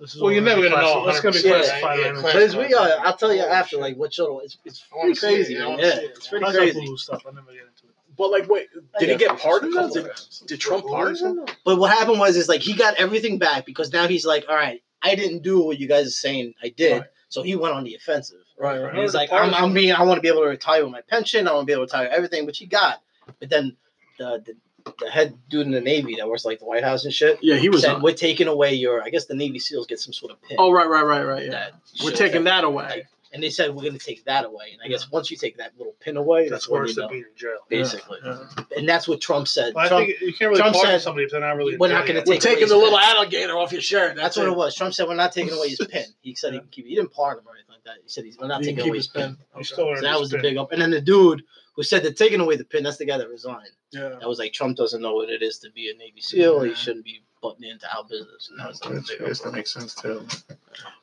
C: This is
B: Well,
C: all
B: you're never gonna
C: classic-
B: know
C: That's gonna be
D: 100%.
C: classified.
E: Yeah,
C: animal.
E: yeah,
D: But it's weird.
E: Holy
D: I'll tell you
E: shit.
D: after, like what show. It's it's
E: I wanna
D: pretty
E: see it,
D: crazy.
E: yeah, I
D: man.
E: wanna
D: Yeah,
E: see it.
D: it's
C: I
D: pretty
C: like that
D: crazy.
C: Hulu stuff. I never get into it.
F: But like, wait, did he
D: Yeah,
F: get pardoned?
D: couple
F: Did,
D: times.
F: did Trump pardon him?
D: But what happened was is like he got everything back because now he's like, all right, I didn't do what you guys are saying I did.
F: Right.
D: So he went on the offensive.
F: Right,
D: And he's like, I'm, I'm being, I want to be able to retire with my pension. I want to be able to retire everything, which he got. But then the, the, the head dude in the Navy that works like the White House and shit
F: Yeah, he was.
D: said,
F: on-
D: we're taking away your, I guess the Navy SEALs get some sort of pin.
F: Oh, right, right, right, right. Yeah,
D: that
F: we're
D: shows
F: taking
D: that.
F: that away.
D: And they said, we're going to take that away. And I guess once you take that little pin away, that's,
C: That's
D: when
C: worse
D: you
C: than
D: know,
C: being in jail.
D: basically.
F: Yeah.
D: And that's what Trump said.
C: Well, I
D: Trump,
C: think you can't really
D: Trump
C: pardon
D: said,
C: somebody if they're not really. in
D: we're not
C: jail
D: gonna
C: yet.
D: take
F: We're
D: away
F: taking the
D: his
F: little
D: pin.
F: alligator off your shirt.
D: That's what it was. Trump said, "We're not taking away his pin." He said he can keep it. He didn't pardon him or anything like that. He said he's we're not
F: He can
D: taking
F: keep
D: away
F: his
D: his pin.
F: pen.
C: You still
D: So
C: earned
D: that
C: his
D: was the
C: pin.
D: big up. And then the dude who said they're taking away the pin, that's the guy that resigned.
F: Yeah.
D: That was like Trump doesn't know what it is to be a Navy SEAL. He shouldn't be butting into our business. And that was like the
E: That's-
D: big
E: That
D: up.
E: makes sense too.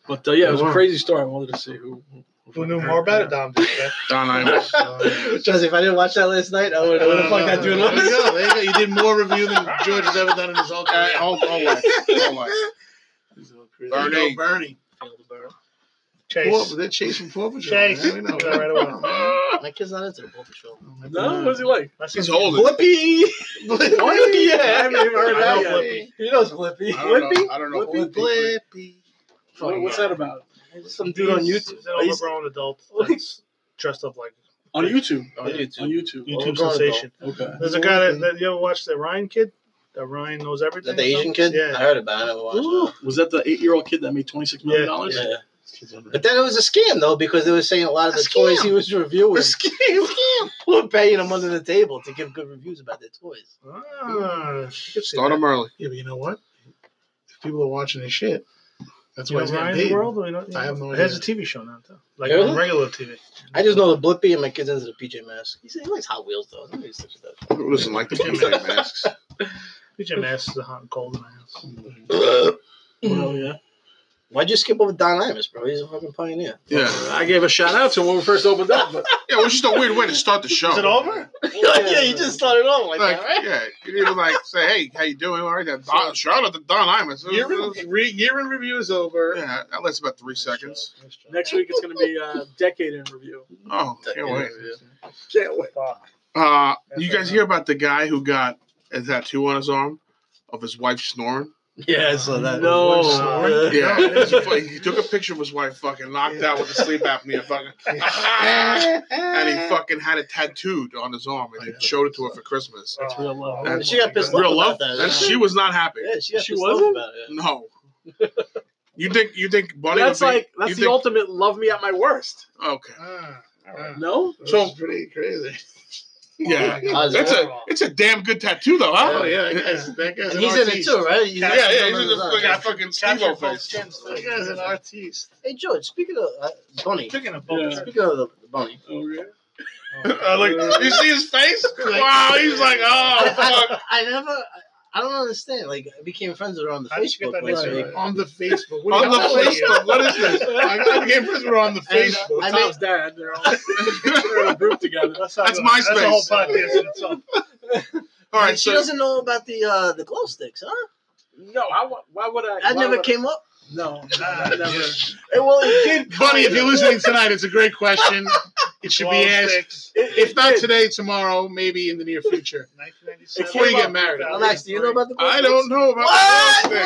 F: But uh, yeah, it was a
E: Wow.
F: crazy story. I wanted to see who.
C: Who knew more about it, Dom? Did, right?
B: Don Imus.
D: Trust me, if I didn't watch that last night, I would have the fuck that
E: There
D: dude
E: you
D: was.
E: go. There you go. You did more review than George has ever done in his whole
B: Uh,
E: career.
B: whole, whole life. Whole life.
E: There
B: Bernie.
E: you go, Bernie. Poor,
C: Chase.
E: they're chasing forfeiture.
C: Chase.
E: man. We know.
C: He's all right away.
D: My kid's not into the poker show.
F: No, what was he like?
C: My
B: He's
C: son's-
B: older.
D: Blippy, Blippy, yeah, I haven't even heard
B: I
D: that
B: know
D: yet. He knows Blippy.
B: I don't
D: Blippy,
B: know. I don't know.
E: Blippy.
F: What- what's that about?
D: some dude on
C: He's-
D: YouTube.
C: He's an overgrown adult that's dressed up like
F: On YouTube.
D: On YouTube.
F: On YouTube. Oh,
C: YouTube
D: Overgrown
C: sensation.
F: Okay.
C: There's a guy that, that you ever watched that Ryan kid? That Ryan knows
D: Is
C: everything.
D: that the
C: or
D: Asian
C: something?
D: kid? I
C: Yeah.
D: heard about it. I watched it.
F: Was that the eight-year-old kid that made twenty-six million
C: Ah,
F: dollars?
D: Yeah. But then it was a scam though, because they were saying a lot of
E: A
D: the
E: scam.
D: toys he was reviewing
E: Escape.
D: were paying him under the table to give good reviews about their toys.
C: Ah, you could see
B: Start
C: that.
B: him early.
E: Yeah, but you know what? If people are watching this shit, that's
C: You know
E: why he's getting
C: Ryan's
E: paid.
C: World? Or you know,
E: I have no
C: It has a
E: idea.
C: TV show now, too. Like
D: Really?
C: on regular TV.
D: I just know the Blippy and my kids into the PJ Masks. He said he likes Hot Wheels though. Nobody sticks with that.
B: Who doesn't like the PJ masks?
C: PJ Masks is hot and cold in my house.
F: Well, yeah.
D: Why'd you skip over Don Imus, bro? He's a fucking pioneer.
B: Yeah.
F: I gave a shout out to him when we first opened up, but
B: Yeah, it was just a weird way to start the show.
C: Is it over?
D: yeah, you just started off like,
B: Like,
D: that, right?
B: yeah, you need to like say, "Hey, how you doing?" All right, then Don, shout out to Don Imus.
E: Year in, re, year in review is over.
B: Yeah, that lasts about three seconds.
F: next week it's going to be a decade in review.
B: Oh, can't wait.
F: Can't wait.
C: Fuck.
B: Uh, you guys hear about the guy who got a tattoo on his arm of his wife snoring?
D: Yeah, I saw that.
F: No.
D: Uh,
B: Yeah, it was fu- he took a picture of his wife fucking knocked out with the sleep apnea, fucking, and he fucking had it tattooed on his arm, and he showed it to her for Christmas.
C: That's real love.
B: That's-
D: She got pissed off
B: Real
D: about
B: love,
D: that.
B: and she was not happy.
D: yeah, she got
F: She
D: pissed off
F: wasn't?
D: about it.
B: No, you think you think Bunny?
F: That's
B: would be,
F: like that's
B: you
F: the
B: think-
F: ultimate love me at my worst.
B: okay.
E: Ah, ah.
F: No.
E: This
B: So-
E: is pretty crazy.
B: Yeah,
D: I was
B: that's
D: like,
B: a it's a damn good tattoo though, huh?
E: Oh yeah, that guy's, that guy's an
D: and he's in
E: artiste.
D: it too, right? He's
B: yeah, yeah. He's just like a fucking
C: Capture
B: Steve-O
C: both
B: face.
C: skins.
E: That guy's an artiste.
D: Hey, George, speaking of uh, Bunny,
C: Speaking of both,
D: speaking of the, the Bunny,
F: Okay.
B: Uh, like you see his face? Wow, he's like, oh fuck.
D: I, I never, I, I don't understand. Like, I became friends with her on the
C: How did you
D: Facebook
C: get that
D: last
C: next
D: week.
C: one?
E: On the Facebook. What
B: On the
E: are you talking about?
B: Facebook, what is this? uh,
E: I I came first. We're on the
D: And,
E: Facebook.
D: I
F: Tom's
D: made,
F: dad. They're all they're in a group together.
C: That's,
B: That's
C: not- That's a whole
B: MySpace.
C: podcast in itself.
B: All right,
D: and she
B: so
D: doesn't know about the uh, the glow sticks, huh?
F: No, I, wa- why would I?
D: That
F: why
D: never
F: would I-
D: came up.
F: No,
C: Ah,
F: I never.
C: yeah.
D: Hey, well, it did.
E: Bunny, if you're listening tonight, it's a great question. It should be asked. If not today, tomorrow, maybe in the near future. Before you get married.
D: I'm asked, do you know about the glow
B: I
D: sticks?
B: don't know about
D: What?
B: the glow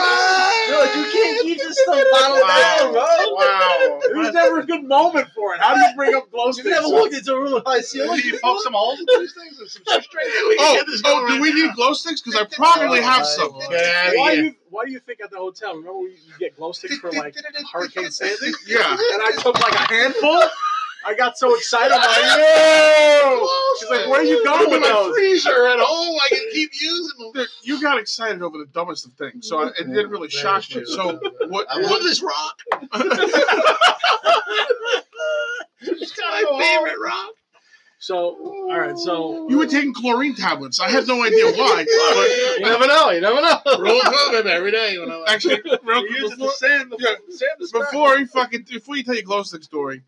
D: George, you can't keep this stuff bottled down, bro.
B: Wow. wow.
F: It was never a good moment for it. How do you bring up glow
D: You
F: sticks?
D: never walked into a room with high ceilings.
E: you poke some holes in these things and some strings?
B: Oh, oh, do we need glow sticks? Because I probably have some.
E: Get out
F: Why
E: of
F: do
E: here.
F: you why do you think at the hotel? Remember we you get glow sticks for like Hurricane Sandy?
B: Yeah.
F: And I took like a handful I got so excited. I'm like, yo! She's like, where are you going
E: in
F: with
E: my
F: those?
E: freezer at home. I can keep using them.
B: Dude, you got excited over the dumbest of things, so I, it didn't really shock you. So what?
E: I love
B: what
E: this rock. It's got my favorite rock.
F: So, all right, so
B: you were taking chlorine tablets. I had no idea why. But
D: You never know. You never know.
E: Roll up every day when I like.
B: actually, real
C: You use it to
B: before,
C: sand the
B: yeah,
C: sand the sky.
B: before he fucking before you tell your glow stick story,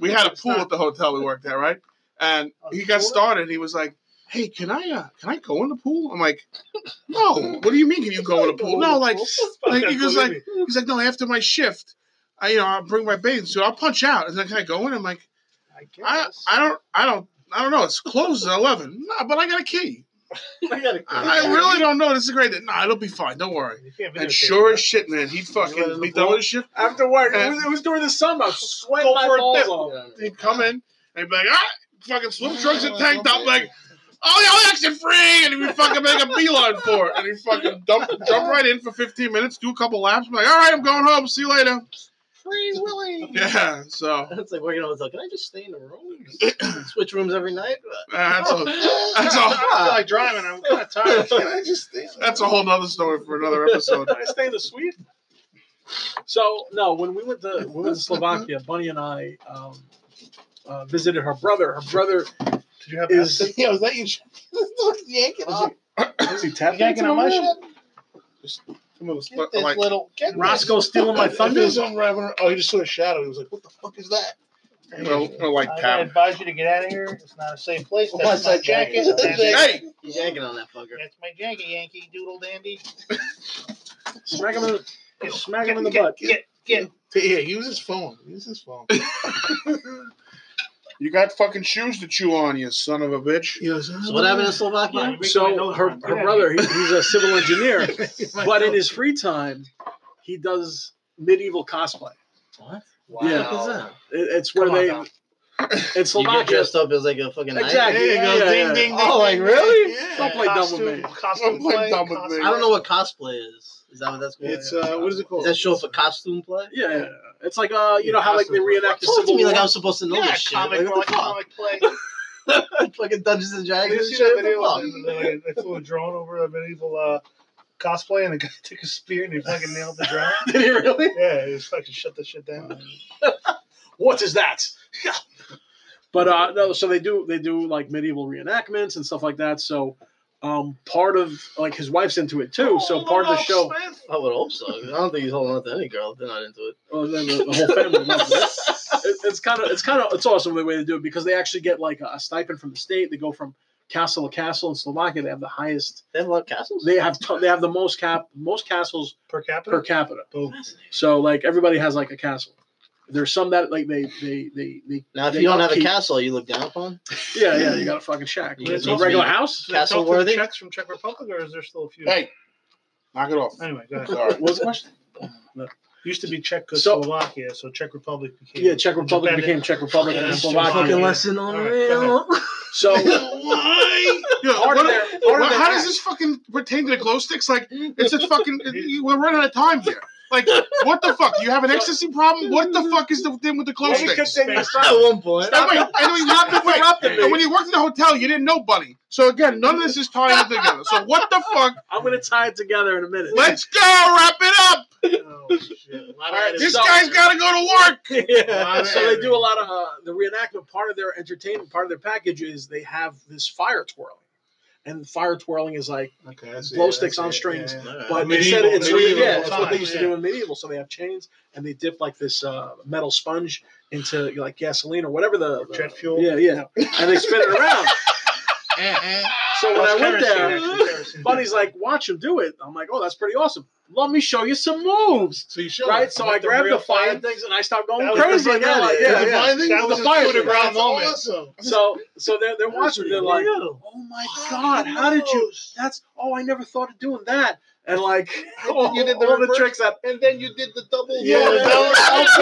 B: we had a pool at the hotel we worked at, right? And he got started. And he was like, "Hey, can I uh, can I go in the pool?" I'm like, "No. What do you mean? Can you go in the pool? No, like like, he was like, he's like, no, after my shift, I you know I'll bring my bathing suit. I'll punch out. And then can I go in? I'm like,
C: I
B: I
C: guess.
B: I don't I don't I don't know. It's closed at eleven. No, but I got a key.
F: I got
B: I really don't know. This is a great. No, it'll be fine. Don't worry.
C: You can't
B: And
C: videotape
B: sure
C: that.
B: as shit, man, he
D: Let it
B: fucking be done
D: look cool.
B: with his shift.
F: After work,
B: Uh,
F: it was, it was during the summer. I'm sweating
B: go
F: my
B: for a
F: balls
B: dip.
F: off.
B: He'd come in and he'd be like, ah, fucking swim trunks and tank top, like, oh, y'all action free, and he'd fucking make a beeline for it, and he'd fucking dump, jump right in for 15 minutes, do a couple laps, be like, all right, I'm going home, see you later.
D: Free Willy.
B: Yeah, so uh,
D: It's like working on hotel. Can I just stay in the room? Switch rooms every night.
B: that's a that's a
C: I feel like driving. I'm kind of tired.
E: Can I just stay?
B: that's a whole nother story for another episode.
C: Can I stay in the suite?
F: So no, when we went to we went to Slovakia, Bunny and I um, uh, visited her brother. Her brother
C: Did you have
F: Is-
C: acid?
E: Yeah, was that you? yanking off.
F: is he tapping
E: Yanking on my shit.
B: Some of the stuff,
E: Get this
B: like,
E: little. Get
F: Roscoe stealing my thunder?
E: This. I'm grabbing her- Oh, he just saw a shadow. He was like, "What the fuck is that?"
B: you know, or like
C: I gotta
B: tap.
C: advise you to get out of here. It's not a safe place.
E: Well,
C: That's
E: what's
C: my
E: that
C: jacket.
E: jacket?
C: dandy.
B: Hey,
D: He's yanking on that fucker.
C: That's my jacket, Yankee Doodle Dandy.
F: smack him in the
C: Get-
F: smack him in the
C: get-
F: butt.
C: Get, get.
E: Yeah, use his phone. Use his phone.
B: you got fucking shoes to chew on, you son of a bitch.
E: You know,
D: So what happened in Slovakia?
F: So her, her brother, he, he's a civil engineer, but in
E: it is.
F: his free time, he does medieval cosplay.
D: What?
C: Wow.
F: Yeah.
D: What is that?
F: It, it's where
C: Come on
F: they
C: now.
F: in
D: You get
F: Slovakia.
D: dressed up as like a fucking knight?
F: Exactly.
E: There you go.
F: Yeah,
E: Ding,
F: yeah.
E: ding, ding.
D: Oh, like,
E: ding,
D: really?
E: ding.
F: Don't play
E: Yeah.
F: dumb with me.
C: Costume
B: Don't play
C: play,
B: dumb with
C: costume-
B: me.
D: I don't know what cosplay is. Is that what that's called?
E: It's uh, what is it
D: is
E: called?
D: that short for costume play?
F: Yeah, yeah. it's like uh, you know how like they reenact the
D: Talk to
F: Civil
D: me like
F: War.
D: I'm supposed to know
C: Yeah,
D: this shit.
C: comic,
D: Like,
C: like,
D: what the fuck?
C: comic play.
D: fucking Dungeons and
C: Did you
D: Dragons and
C: see that
D: shit.
C: video?
D: What
C: of
D: the
C: them? They they flew a drone over a medieval uh, cosplay, and the guy took a spear and he fucking nailed the drone.
F: Did he really?
C: Yeah, he just fucking shut the shit down.
F: What is that? but uh, no, so they do they do like medieval reenactments and stuff like that. So um, part of like his wife's into it too.
C: Oh,
F: So part of the show,
D: fuck? I would hope so. 'cause I don't think he's holding on to any girl if they're not into it.
F: oh, the, the- the whole family loves it. It- It's kind of it's kind of it's awesome the way they do it because they actually get like a, a stipend from the state. They go from castle to castle in Slovakia. They have the highest.
D: They have a lot of castles.
F: They have t- they have the most cap most castles
C: Per capita?
F: per capita.
C: Boom.
F: So like everybody has like a castle. There's some that like they they they, they
D: now, if
F: they
D: you don't have a
F: upkeep-
D: castle, you look down upon.
F: yeah yeah you got a fucking shack.
D: You
F: It's a
D: must
F: regular
D: be-
F: house.
C: Do they talk to the
D: Castleworthy?
C: Czechs from Czech Republic, or is there still a few?
B: Hey, knock it off.
C: Anyway, go ahead.
B: Sorry.
F: What was the question?
C: Used to be
F: So-
C: Czechoslovakia, so Czech Republic became.
F: Yeah, Czech Republic
C: Independent.
F: became Czech Republic
C: Yeah,
F: and
C: it's
F: Slovakia.
C: fucking
F: Less.
C: less-
D: lesson on
C: All right, go
F: So
B: Why? Yeah,
F: part
B: what-
F: of their, part of
B: Well,
F: their
B: how does
F: act-
B: this fucking pertain to the glow sticks? Like, it's a fucking. it- we're running out of time here. Like, what the fuck? You have an ecstasy problem? What the fuck is the thing with the glow
F: Let me
B: sticks?
F: continue.
D: At one point.
B: And wait, and we- wait, and when you worked in the hotel, you didn't know Bunny. So again, none of this is tying it together. So what the fuck?
F: I'm gonna tie it together in a minute.
B: Let's go wrap it up.
C: Oh, shit. A lot of
F: All right,
C: edits.
B: This guy's got to go to work.
F: yeah. So they do a lot of uh, the reenactment. Part of their entertainment, part of their package is they have this fire twirling, and fire twirling is like
E: Okay, I see
F: Glow
E: it, I
F: sticks
E: see
F: on
E: it,
F: strings.
E: yeah, yeah.
F: But
C: Uh, Medieval-
F: instead, it's
C: medieval
F: yeah, it's what they
C: times,
F: used to
C: yeah.
F: do in medieval. So they have chains and they dip like this uh, metal sponge into like gasoline or whatever the, the-
C: Jet fuel.
F: Yeah, yeah, and they spin it around.
E: Eh,
F: So when I went there, Buddy's like, watch him do it. I'm like, oh, that's pretty awesome. Let me show you some moves.
E: So you show
F: Right? So
E: Is
F: I
E: that the
F: grabbed
E: real
F: the fire
E: thing?
F: things and I start going
C: That was the
F: crazy. Yeah, yeah,
E: Is
F: yeah,
E: it
F: yeah.
E: finding?
C: That was
E: Is
C: a
E: it finding?
C: coup de grace.
E: That's awesome.
F: So so they're, they're watching. They're like,
D: Yo.
F: oh my God, how did you? That's, oh, I never thought of doing that. And like, all,
E: You did the
F: all the
E: reverse.
F: tricks that.
E: And then you did the double.
F: Yeah,
E: roll.
F: that was up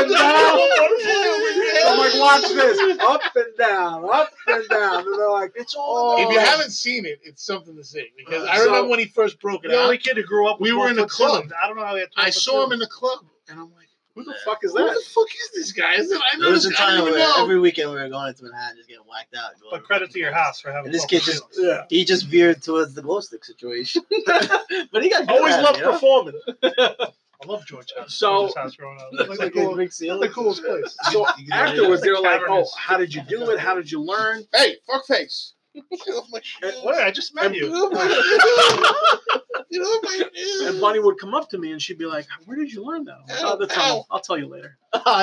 F: and down. I'm
E: Yeah.
F: like, watch this. Up and down, up and down. And they're like, "Oh,
E: It's
F: all-
E: If you haven't seen it, it's something to see because I
F: So-
E: remember when he first broke it
C: the
E: out.
C: only kid who grew up. with
E: We were in a
C: four foot
E: club.
C: ceilings. I don't know how they. Had
E: I saw him in the club, and I'm like,
F: Who the fuck is
E: Who
F: that?
E: the fuck is this guy? Is it, I
D: There was
E: noticed.
D: a
E: I
D: time
E: don't even
D: where
E: know.
D: every weekend we were going to Manhattan just getting whacked out.
C: But credit to your house for having.
D: And this
C: fucking
D: kid just-
C: feelings.
F: Yeah.
D: He just veered towards the glow stick situation. but he got good
C: always
D: at it,
C: loved
D: you know?
C: performing. I love George House.
F: So-
C: George's house growing up.
D: Like
C: Like,
D: a
C: cool-
D: big
C: the
D: ceiling.
C: coolest place.
F: So afterwards, they were like, "Oh,
C: Cavernous.
F: how did you do it? How did you learn?"
E: Hey, fuckface. Get
B: Oh
E: off my shoes.
C: Where I just met
F: And-
E: Get
C: you.
E: off my shoes. Get off my shoes.
F: And Bunny would come up to me and she'd be like, "Where did you learn that?" I'm like, "Oh, the tunnel. I'll tell you later.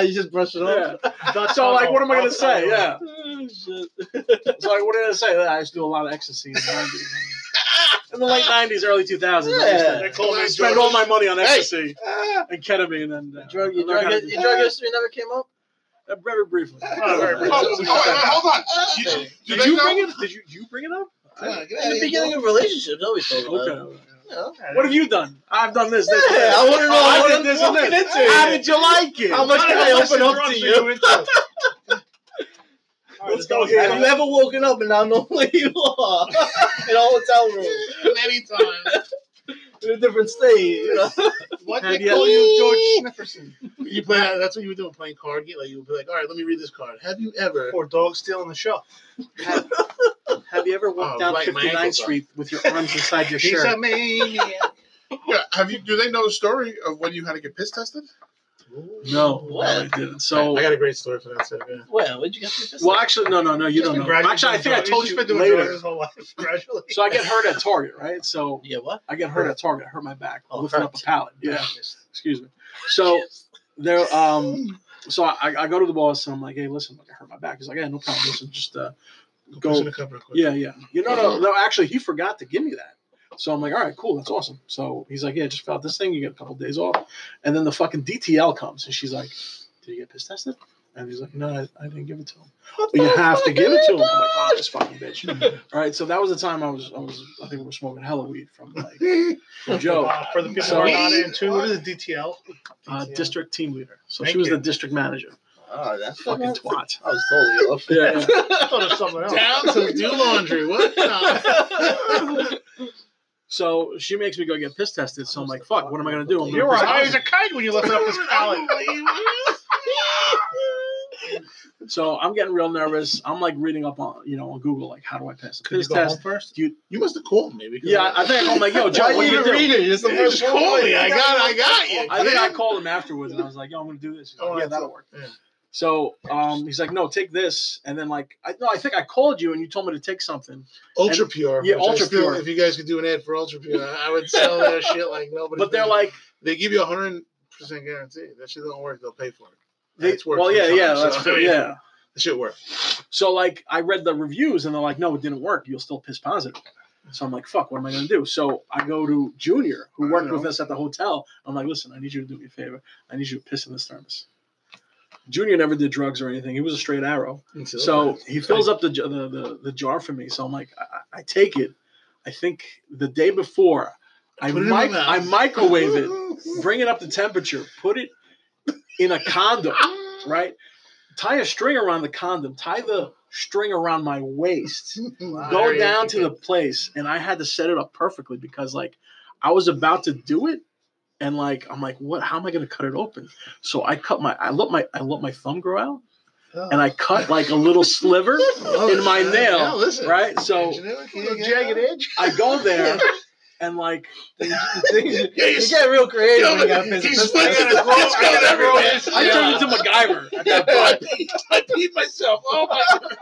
D: you just brushed it
F: Yeah.
D: off.
F: So like, what am I gonna
C: That's how
F: say?
C: it
F: Yeah.
D: Oh, shit.
F: So like, what am I gonna say? I used to do a lot of ecstasy in the 90s. In the late 90s, early 2000s. I used
D: Yeah. Ah.
F: to
C: They call me
E: Hey,
F: spend
C: George.
F: all my money on
E: Hey.
F: ecstasy and ketamine and uh,
D: Drug,
F: I
D: your,
F: learned
D: drug,
F: how to
D: your
F: do
D: drug history never came up?
F: that very briefly.
D: Ah.
C: Oh, very
E: Oh,
C: brief.
E: oh, wait, hold on. You-
F: Did
E: do
F: you
E: they know?
F: bring it? Did you, you bring it up?
E: Come on, get out
D: In
E: of
D: the
E: here,
D: beginning
E: bro.
D: of relationships, I always talk about it.
F: Okay.
D: Yeah.
C: Yeah,
F: What have you done? I've done this. this,
D: Yeah,
F: this.
D: I wanna know
F: I
D: what
F: did
D: I'm
F: this and
D: walking
F: this.
D: into.
F: How did you like it?
D: How much
C: Not
D: can
C: enough
D: I open
C: listen
D: up
C: drugs
D: to
C: for
D: you?
C: into. All right,
F: Let's go here.
D: Have you ever woken up and not know where you are in a hotel room
E: Anytime.
D: in a different state? You know?
E: What
F: Have
E: they
F: you-
E: call you George Snifferson? You play. That's what you were doing, playing card game. Like you would be like, all right, let me read this card. Have you ever?
C: Poor dog stealing the show.
F: Have, have you ever walked
E: Oh,
F: down
E: right, my
F: 59th
E: ankles are-
F: Street with your arms inside your
E: He's
F: shirt?
E: a maniac.
B: Yeah, have you? Do they know the story of when you had to get piss tested?
F: No, no,
D: What?
F: I didn't. So,
E: I got a great story for that. So, yeah.
D: Well, where'd you get this?
F: well, actually, no, no, no, you don't know.
C: Graduated
F: Actually, I think I
C: drugs.
F: told
C: He's
F: you
C: been doing drugs
F: later.
C: his whole life. Gradually.
F: So I get hurt at Target, right? So
D: yeah, what?
F: I get hurt at Target. I hurt my back.
D: Oh,
F: lifting up a
D: hurt.
F: pallet. Yeah. Excuse me. So there, um, so I, I go to the boss and I'm like, hey, listen, look, I hurt my back. He's like, yeah, no problem. Listen, just uh,
E: Just
F: go.
E: in a cup real quick.
F: Yeah, yeah. You know, no, no. Actually, he forgot to give me that. So I'm like, all right, cool, that's awesome. So he's like, yeah, just fill out this thing. You get a couple days off, and then the fucking DTL comes, and she's like, did you get piss tested? And he's like, no, I, I didn't give it to him. Well, you have to give it to him. I'm like, oh, this fucking bitch. all right, so that was the time I was, I was, I think we were smoking hella weed from like from Joe.
C: Uh, for the people
F: So-
C: who are not in tune, what is it, DTL?
F: uh,
D: Yeah.
F: district team leader. So
C: Thank
F: she was
C: you.
F: the district manager.
D: Oh, that's
F: Fucking twat.
D: I was totally off.
F: Yeah, yeah.
C: I thought it was something else.
E: Down to do laundry. What? No.
F: So she makes me go get piss tested. So I'm like, fuck, what am I gonna do? I'm gonna
C: You were
F: piss
C: high as
F: tested.
C: a kite when you lifted up his pallet.
F: So I'm getting real nervous. I'm like reading up on you know on Google like how do I pass a
E: Could you
F: piss
E: go
F: test?
E: home first?
F: You-
E: you must have called me because
F: Yeah, I think I'm like, yo, Joe,
D: Why
F: what
D: you
F: do you
D: even read
F: do?
D: it? It's the
E: Just
D: first
E: call me. I got, I got you.
F: I think I
E: kid.
F: called him afterwards and I was like, yo, I'm gonna do this. He's
C: Oh,
F: like, yeah,
C: that's
F: that'll work.
E: Yeah.
F: So um, he's like, no, take this, and then like, I, no, I think I called you and you told me to take something.
E: Ultra Pure.
F: Yeah,
E: which I
F: Ultra
E: still-
F: Pure.
E: If you guys could do an ad for Ultra Pure, I would sell their shit like nobody.
F: But they're
E: business.
F: like,
E: they give you a hundred percent guarantee. That shit don't work. They'll pay for it.
F: they,
E: It's worth
F: well,
E: your
F: yeah,
E: time,
F: yeah,
E: so,
F: that's
E: I mean-
F: yeah.
E: That shit works.
F: So like I read the reviews and they're like, no, it didn't work. You'll still piss positive. So I'm like, fuck, what am I gonna do? So I go to Junior, who worked with us at the hotel. I'm like, listen, I need you to do me a favor. I need you to piss in this thermos. Junior never did drugs or anything. He was a straight arrow. So he fills up the j- the, the, the jar for me. So I'm like, I, I take it. I think the day before, I
E: Put it in my
F: mic-
E: mouth.
F: I microwave it bring it up to temperature, put it in a condom, right? Tie a string around the condom, tie the string around my waist, go
E: Very
F: down to the
E: intricate.
F: place, and I had to set it up perfectly because like I was about to do it, and like I'm like, what? How am I gonna cut it open? So I cut my, I let my, I let my thumb grow out, and I cut like a little sliver,
E: Oh,
F: in my
E: yeah,
F: nail,
E: yeah, listen.
F: right? So
E: Engineering,
C: A little
E: yeah.
C: jagged edge.
F: I go there, and like
D: you
E: Yeah, you
D: get real creative when you got
E: Yo,
D: piss
E: he
D: tested.
E: splits it.
D: Yeah.
E: It's going everywhere.
F: I turned into MacGyver at that point.
E: I peed, I peed myself. Oh my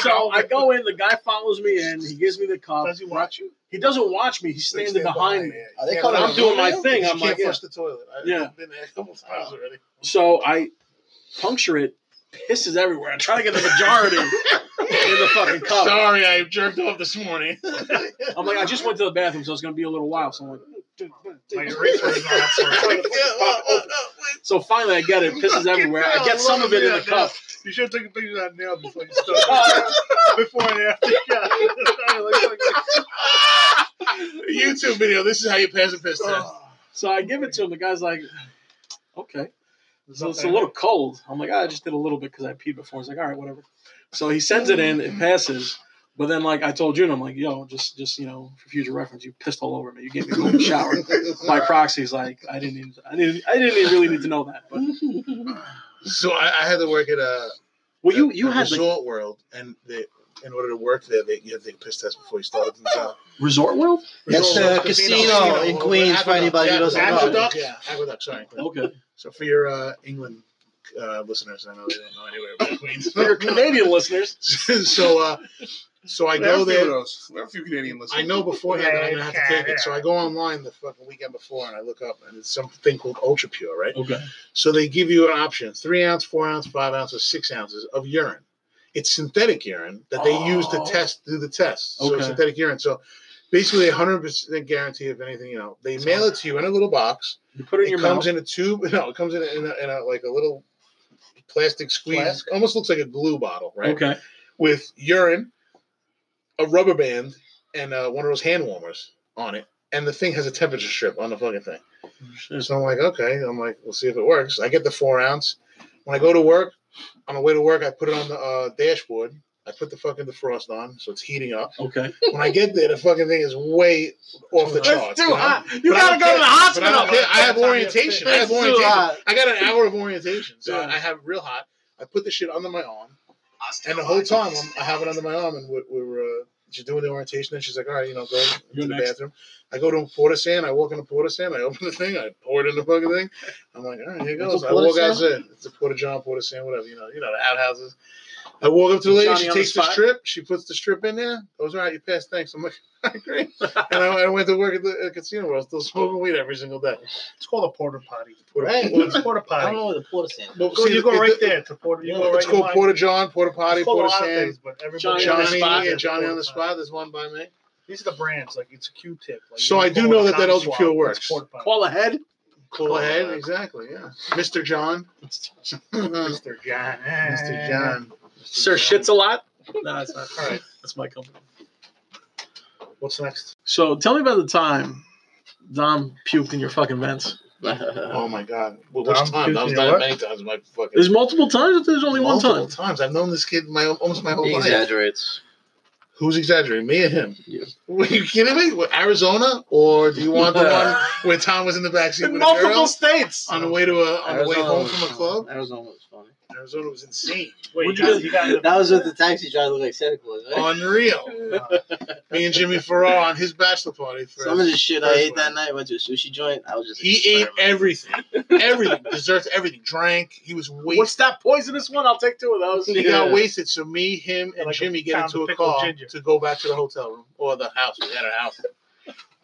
F: So I go in, the guy follows me in, he gives me the cup.
C: Does he watch you?
F: He doesn't watch me, he's standing behind me.
D: Are they
E: Yeah,
D: coming
F: I'm
D: up
F: doing
D: on
F: my
D: you?
F: thing.
E: You
F: I'm like,
E: can't
F: yeah.
E: flush the toilet. I've
F: Yeah.
E: been there a couple times already.
F: So I puncture it, pisses everywhere. I try to get the majority in the fucking cup.
E: Sorry, I jerked off this morning.
F: I'm like, I just went to the bathroom, so it's gonna be a little while. So I'm like,
C: My urethra is not up for it.
E: uh,
F: so finally I get it, pisses everywhere. I get some of it in the cup.
C: You should have taken pictures of that nail before you started. before and after. Yeah. It looks like-
E: YouTube video. This is how you pass a piss test.
F: So I give it to him. The guy's like, okay. So it's a little cold. I'm like, "Ah, I just did a little bit because I peed before. He's like, all right, whatever. So he sends it in, it passes. But then, like I told June, I'm like, yo, just just you know, for future reference, you pissed all over me. You gave me a golden shower by proxy. He's like, I didn't, even, I didn't, I didn't even really need to know that. But
E: So I, I had to work at a
F: well, you
E: a-
F: you
E: a
F: had like,
E: resort world, and they, in order to work there, they, you had to take a piss test before you started the job.
F: Resort World.
D: That's
E: Resort
D: the
E: World
D: casino in Queens for
E: Aqueduct,
D: anybody who
E: yeah,
D: doesn't know.
E: Aqueduct, yeah, Aqueduct. Sorry.
F: Okay,
E: So for your uh, England uh, listeners, I know they don't know anywhere about Queens.
F: for your Canadian listeners,
E: so uh, so I
B: We have a
E: go
B: few of
E: there.
B: those. We have a few Canadian listeners.
E: I know beforehand that I'm gonna have to take it, so I go online the fucking weekend before and I look up, and it's something called Ultra Pure, right?
F: okay,
E: So they give you an option: three ounce, four ounce, five ounces, six ounces of urine. It's synthetic urine that they use to
F: Oh.
E: test, do the test. So it's
F: Okay.
E: synthetic urine. So basically, 100% guarantee of anything. You know, they mail it to you in a little box.
F: you put it in
E: It
F: your
E: comes
F: mouth.
E: in a tube. No, it comes in a, in, a, in a like a little plastic squeeze. Almost looks like a glue bottle, right?
F: Okay,
E: With urine, a rubber band, and uh, one of those hand warmers on it. And the thing has a temperature strip on the fucking thing. So I'm like, okay. I'm like, we'll see if it works. I get the four ounce. When I go to work, on the way to work, I put it on the uh, dashboard. I put the fucking defrost on, so it's heating up.
F: okay.
E: When I get there, the fucking thing is way off the charts. you know?
D: You
E: But I don't
D: gotta
E: care.
D: go to the
E: But I, don't
D: hospital.
E: care. I have orientation. I
D: It's
E: have
D: too
E: orientation.
D: hot.
E: I got an hour of orientation, so
F: Yeah.
E: I have it real hot. I put the shit under my arm, and the whole time I'm, I have it under my arm, and we, we were uh, she's doing the orientation, and she's like, "All right, you know, go to
F: You're
E: the
F: next.
E: bathroom." I go to a porta sand. I walk in a porta sand. I open the thing. I pour it in the fucking thing. I'm like, "All right, here goes."
D: What's a
E: I
D: porta
E: walk
D: sand?
E: outside. It's a porta john, porta sand, whatever you know. You know the outhouses. I walk up to the lady.
F: Johnny
E: she
F: on the
E: takes the,
F: spot.
E: strip. She puts the strip in there. Goes, "All right, you passed. Thanks." I'm like, "All right, "Great." And I, I went to work at the at Casino World, still smoking weed every single day.
C: It's called a porta potty.
E: Porta-
D: Right.
E: Well,
C: It's a porta
D: I don't
C: potty.
D: know where the porta sand.
E: well,
C: Go,
E: see,
C: you go
E: it-
C: right
E: it-
C: there to porta. You go right
E: It's called
C: behind-
E: Porta John, Porta Potty,
C: it's called a
E: Porta
C: lot of
E: Sand.
C: things, but
F: Johnny
C: everybody-
F: on the
E: Johnny,
F: spot.
E: yeah, Johnny on the spot. There's one by me.
C: These are the brands, like it's a Q-tip. Like,
E: So
C: you
E: I do
C: pull
E: know
C: out a
E: that that
C: cotton
E: Ultra
C: swab,
E: Pure
C: it's
E: works.
C: porta potty.
F: Call ahead.
E: Cool head, exactly. Yeah, Mr. John. Mr.
C: Mr. John.
E: Mm.
C: Eh,
E: John.
F: Sir shits a lot. No, it's not.
E: All right.
F: That's my company.
E: What's next?
F: So tell me about the time Dom puked in your fucking vents.
E: Oh my God! Well,
C: Dom,
E: which time?
C: you
E: I've
C: know
E: done it
C: what?
E: many times. in My fucking.
F: There's multiple times. Or there's only
E: multiple
F: one time.
E: times. I've known this kid my almost my whole
D: He
E: life.
D: exaggerates.
E: Who's exaggerating? Me or him?
D: You.
E: Were you kidding me? What, Arizona, or do you want the one where Tom was in the backseat with a girl
C: states.
E: on the way to a on the way
D: Arizona
E: home
D: was
E: from a
D: fun.
E: club?
D: Arizona was funny.
E: Arizona was insane.
C: Wait,
F: What'd
C: you
F: you
C: got,
F: do?
C: you got
D: That was with the taxi driver looked like Santa Claus, right?
E: Unreal. Me and Jimmy Farrar on his bachelor party. For
D: Some of the shit I
E: first
D: ate that
E: one.
D: night went to a sushi joint. I was just
E: Oh, He ate everything, everything, desserts, everything, drank. He was wasted.
F: that poisonous one? I'll take two of those.
E: He got wasted. So me, him, and
C: Like a
E: Jimmy get
C: pound
E: into
C: of
E: a
C: pickled
E: car
C: ginger.
E: to go back to the hotel room or the house. We had a house.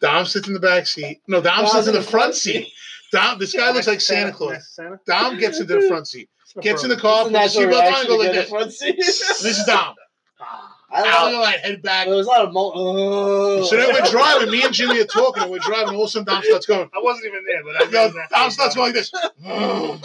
E: Dom sits in the back seat. No, Dom sits in the front seat. Dom, this guy looks like Santa Claus.
C: Santa.
E: Dom gets into the front seat, gets in the car,
D: That's a
E: puts his seatbelt on,
D: natural
E: and goes
D: reaction to
E: like
D: get in
E: this.
D: front seat.
E: This is Dom.
D: I
E: Out.
D: don't
E: Look like head back.
D: There was a lot of mo- oh.
E: So then we're driving. Me and Jimmy are talking, and we're driving. and All of a sudden, Dom starts going.
C: I wasn't even there, but I
E: Yo,
C: know that.
E: Dom starts going like this.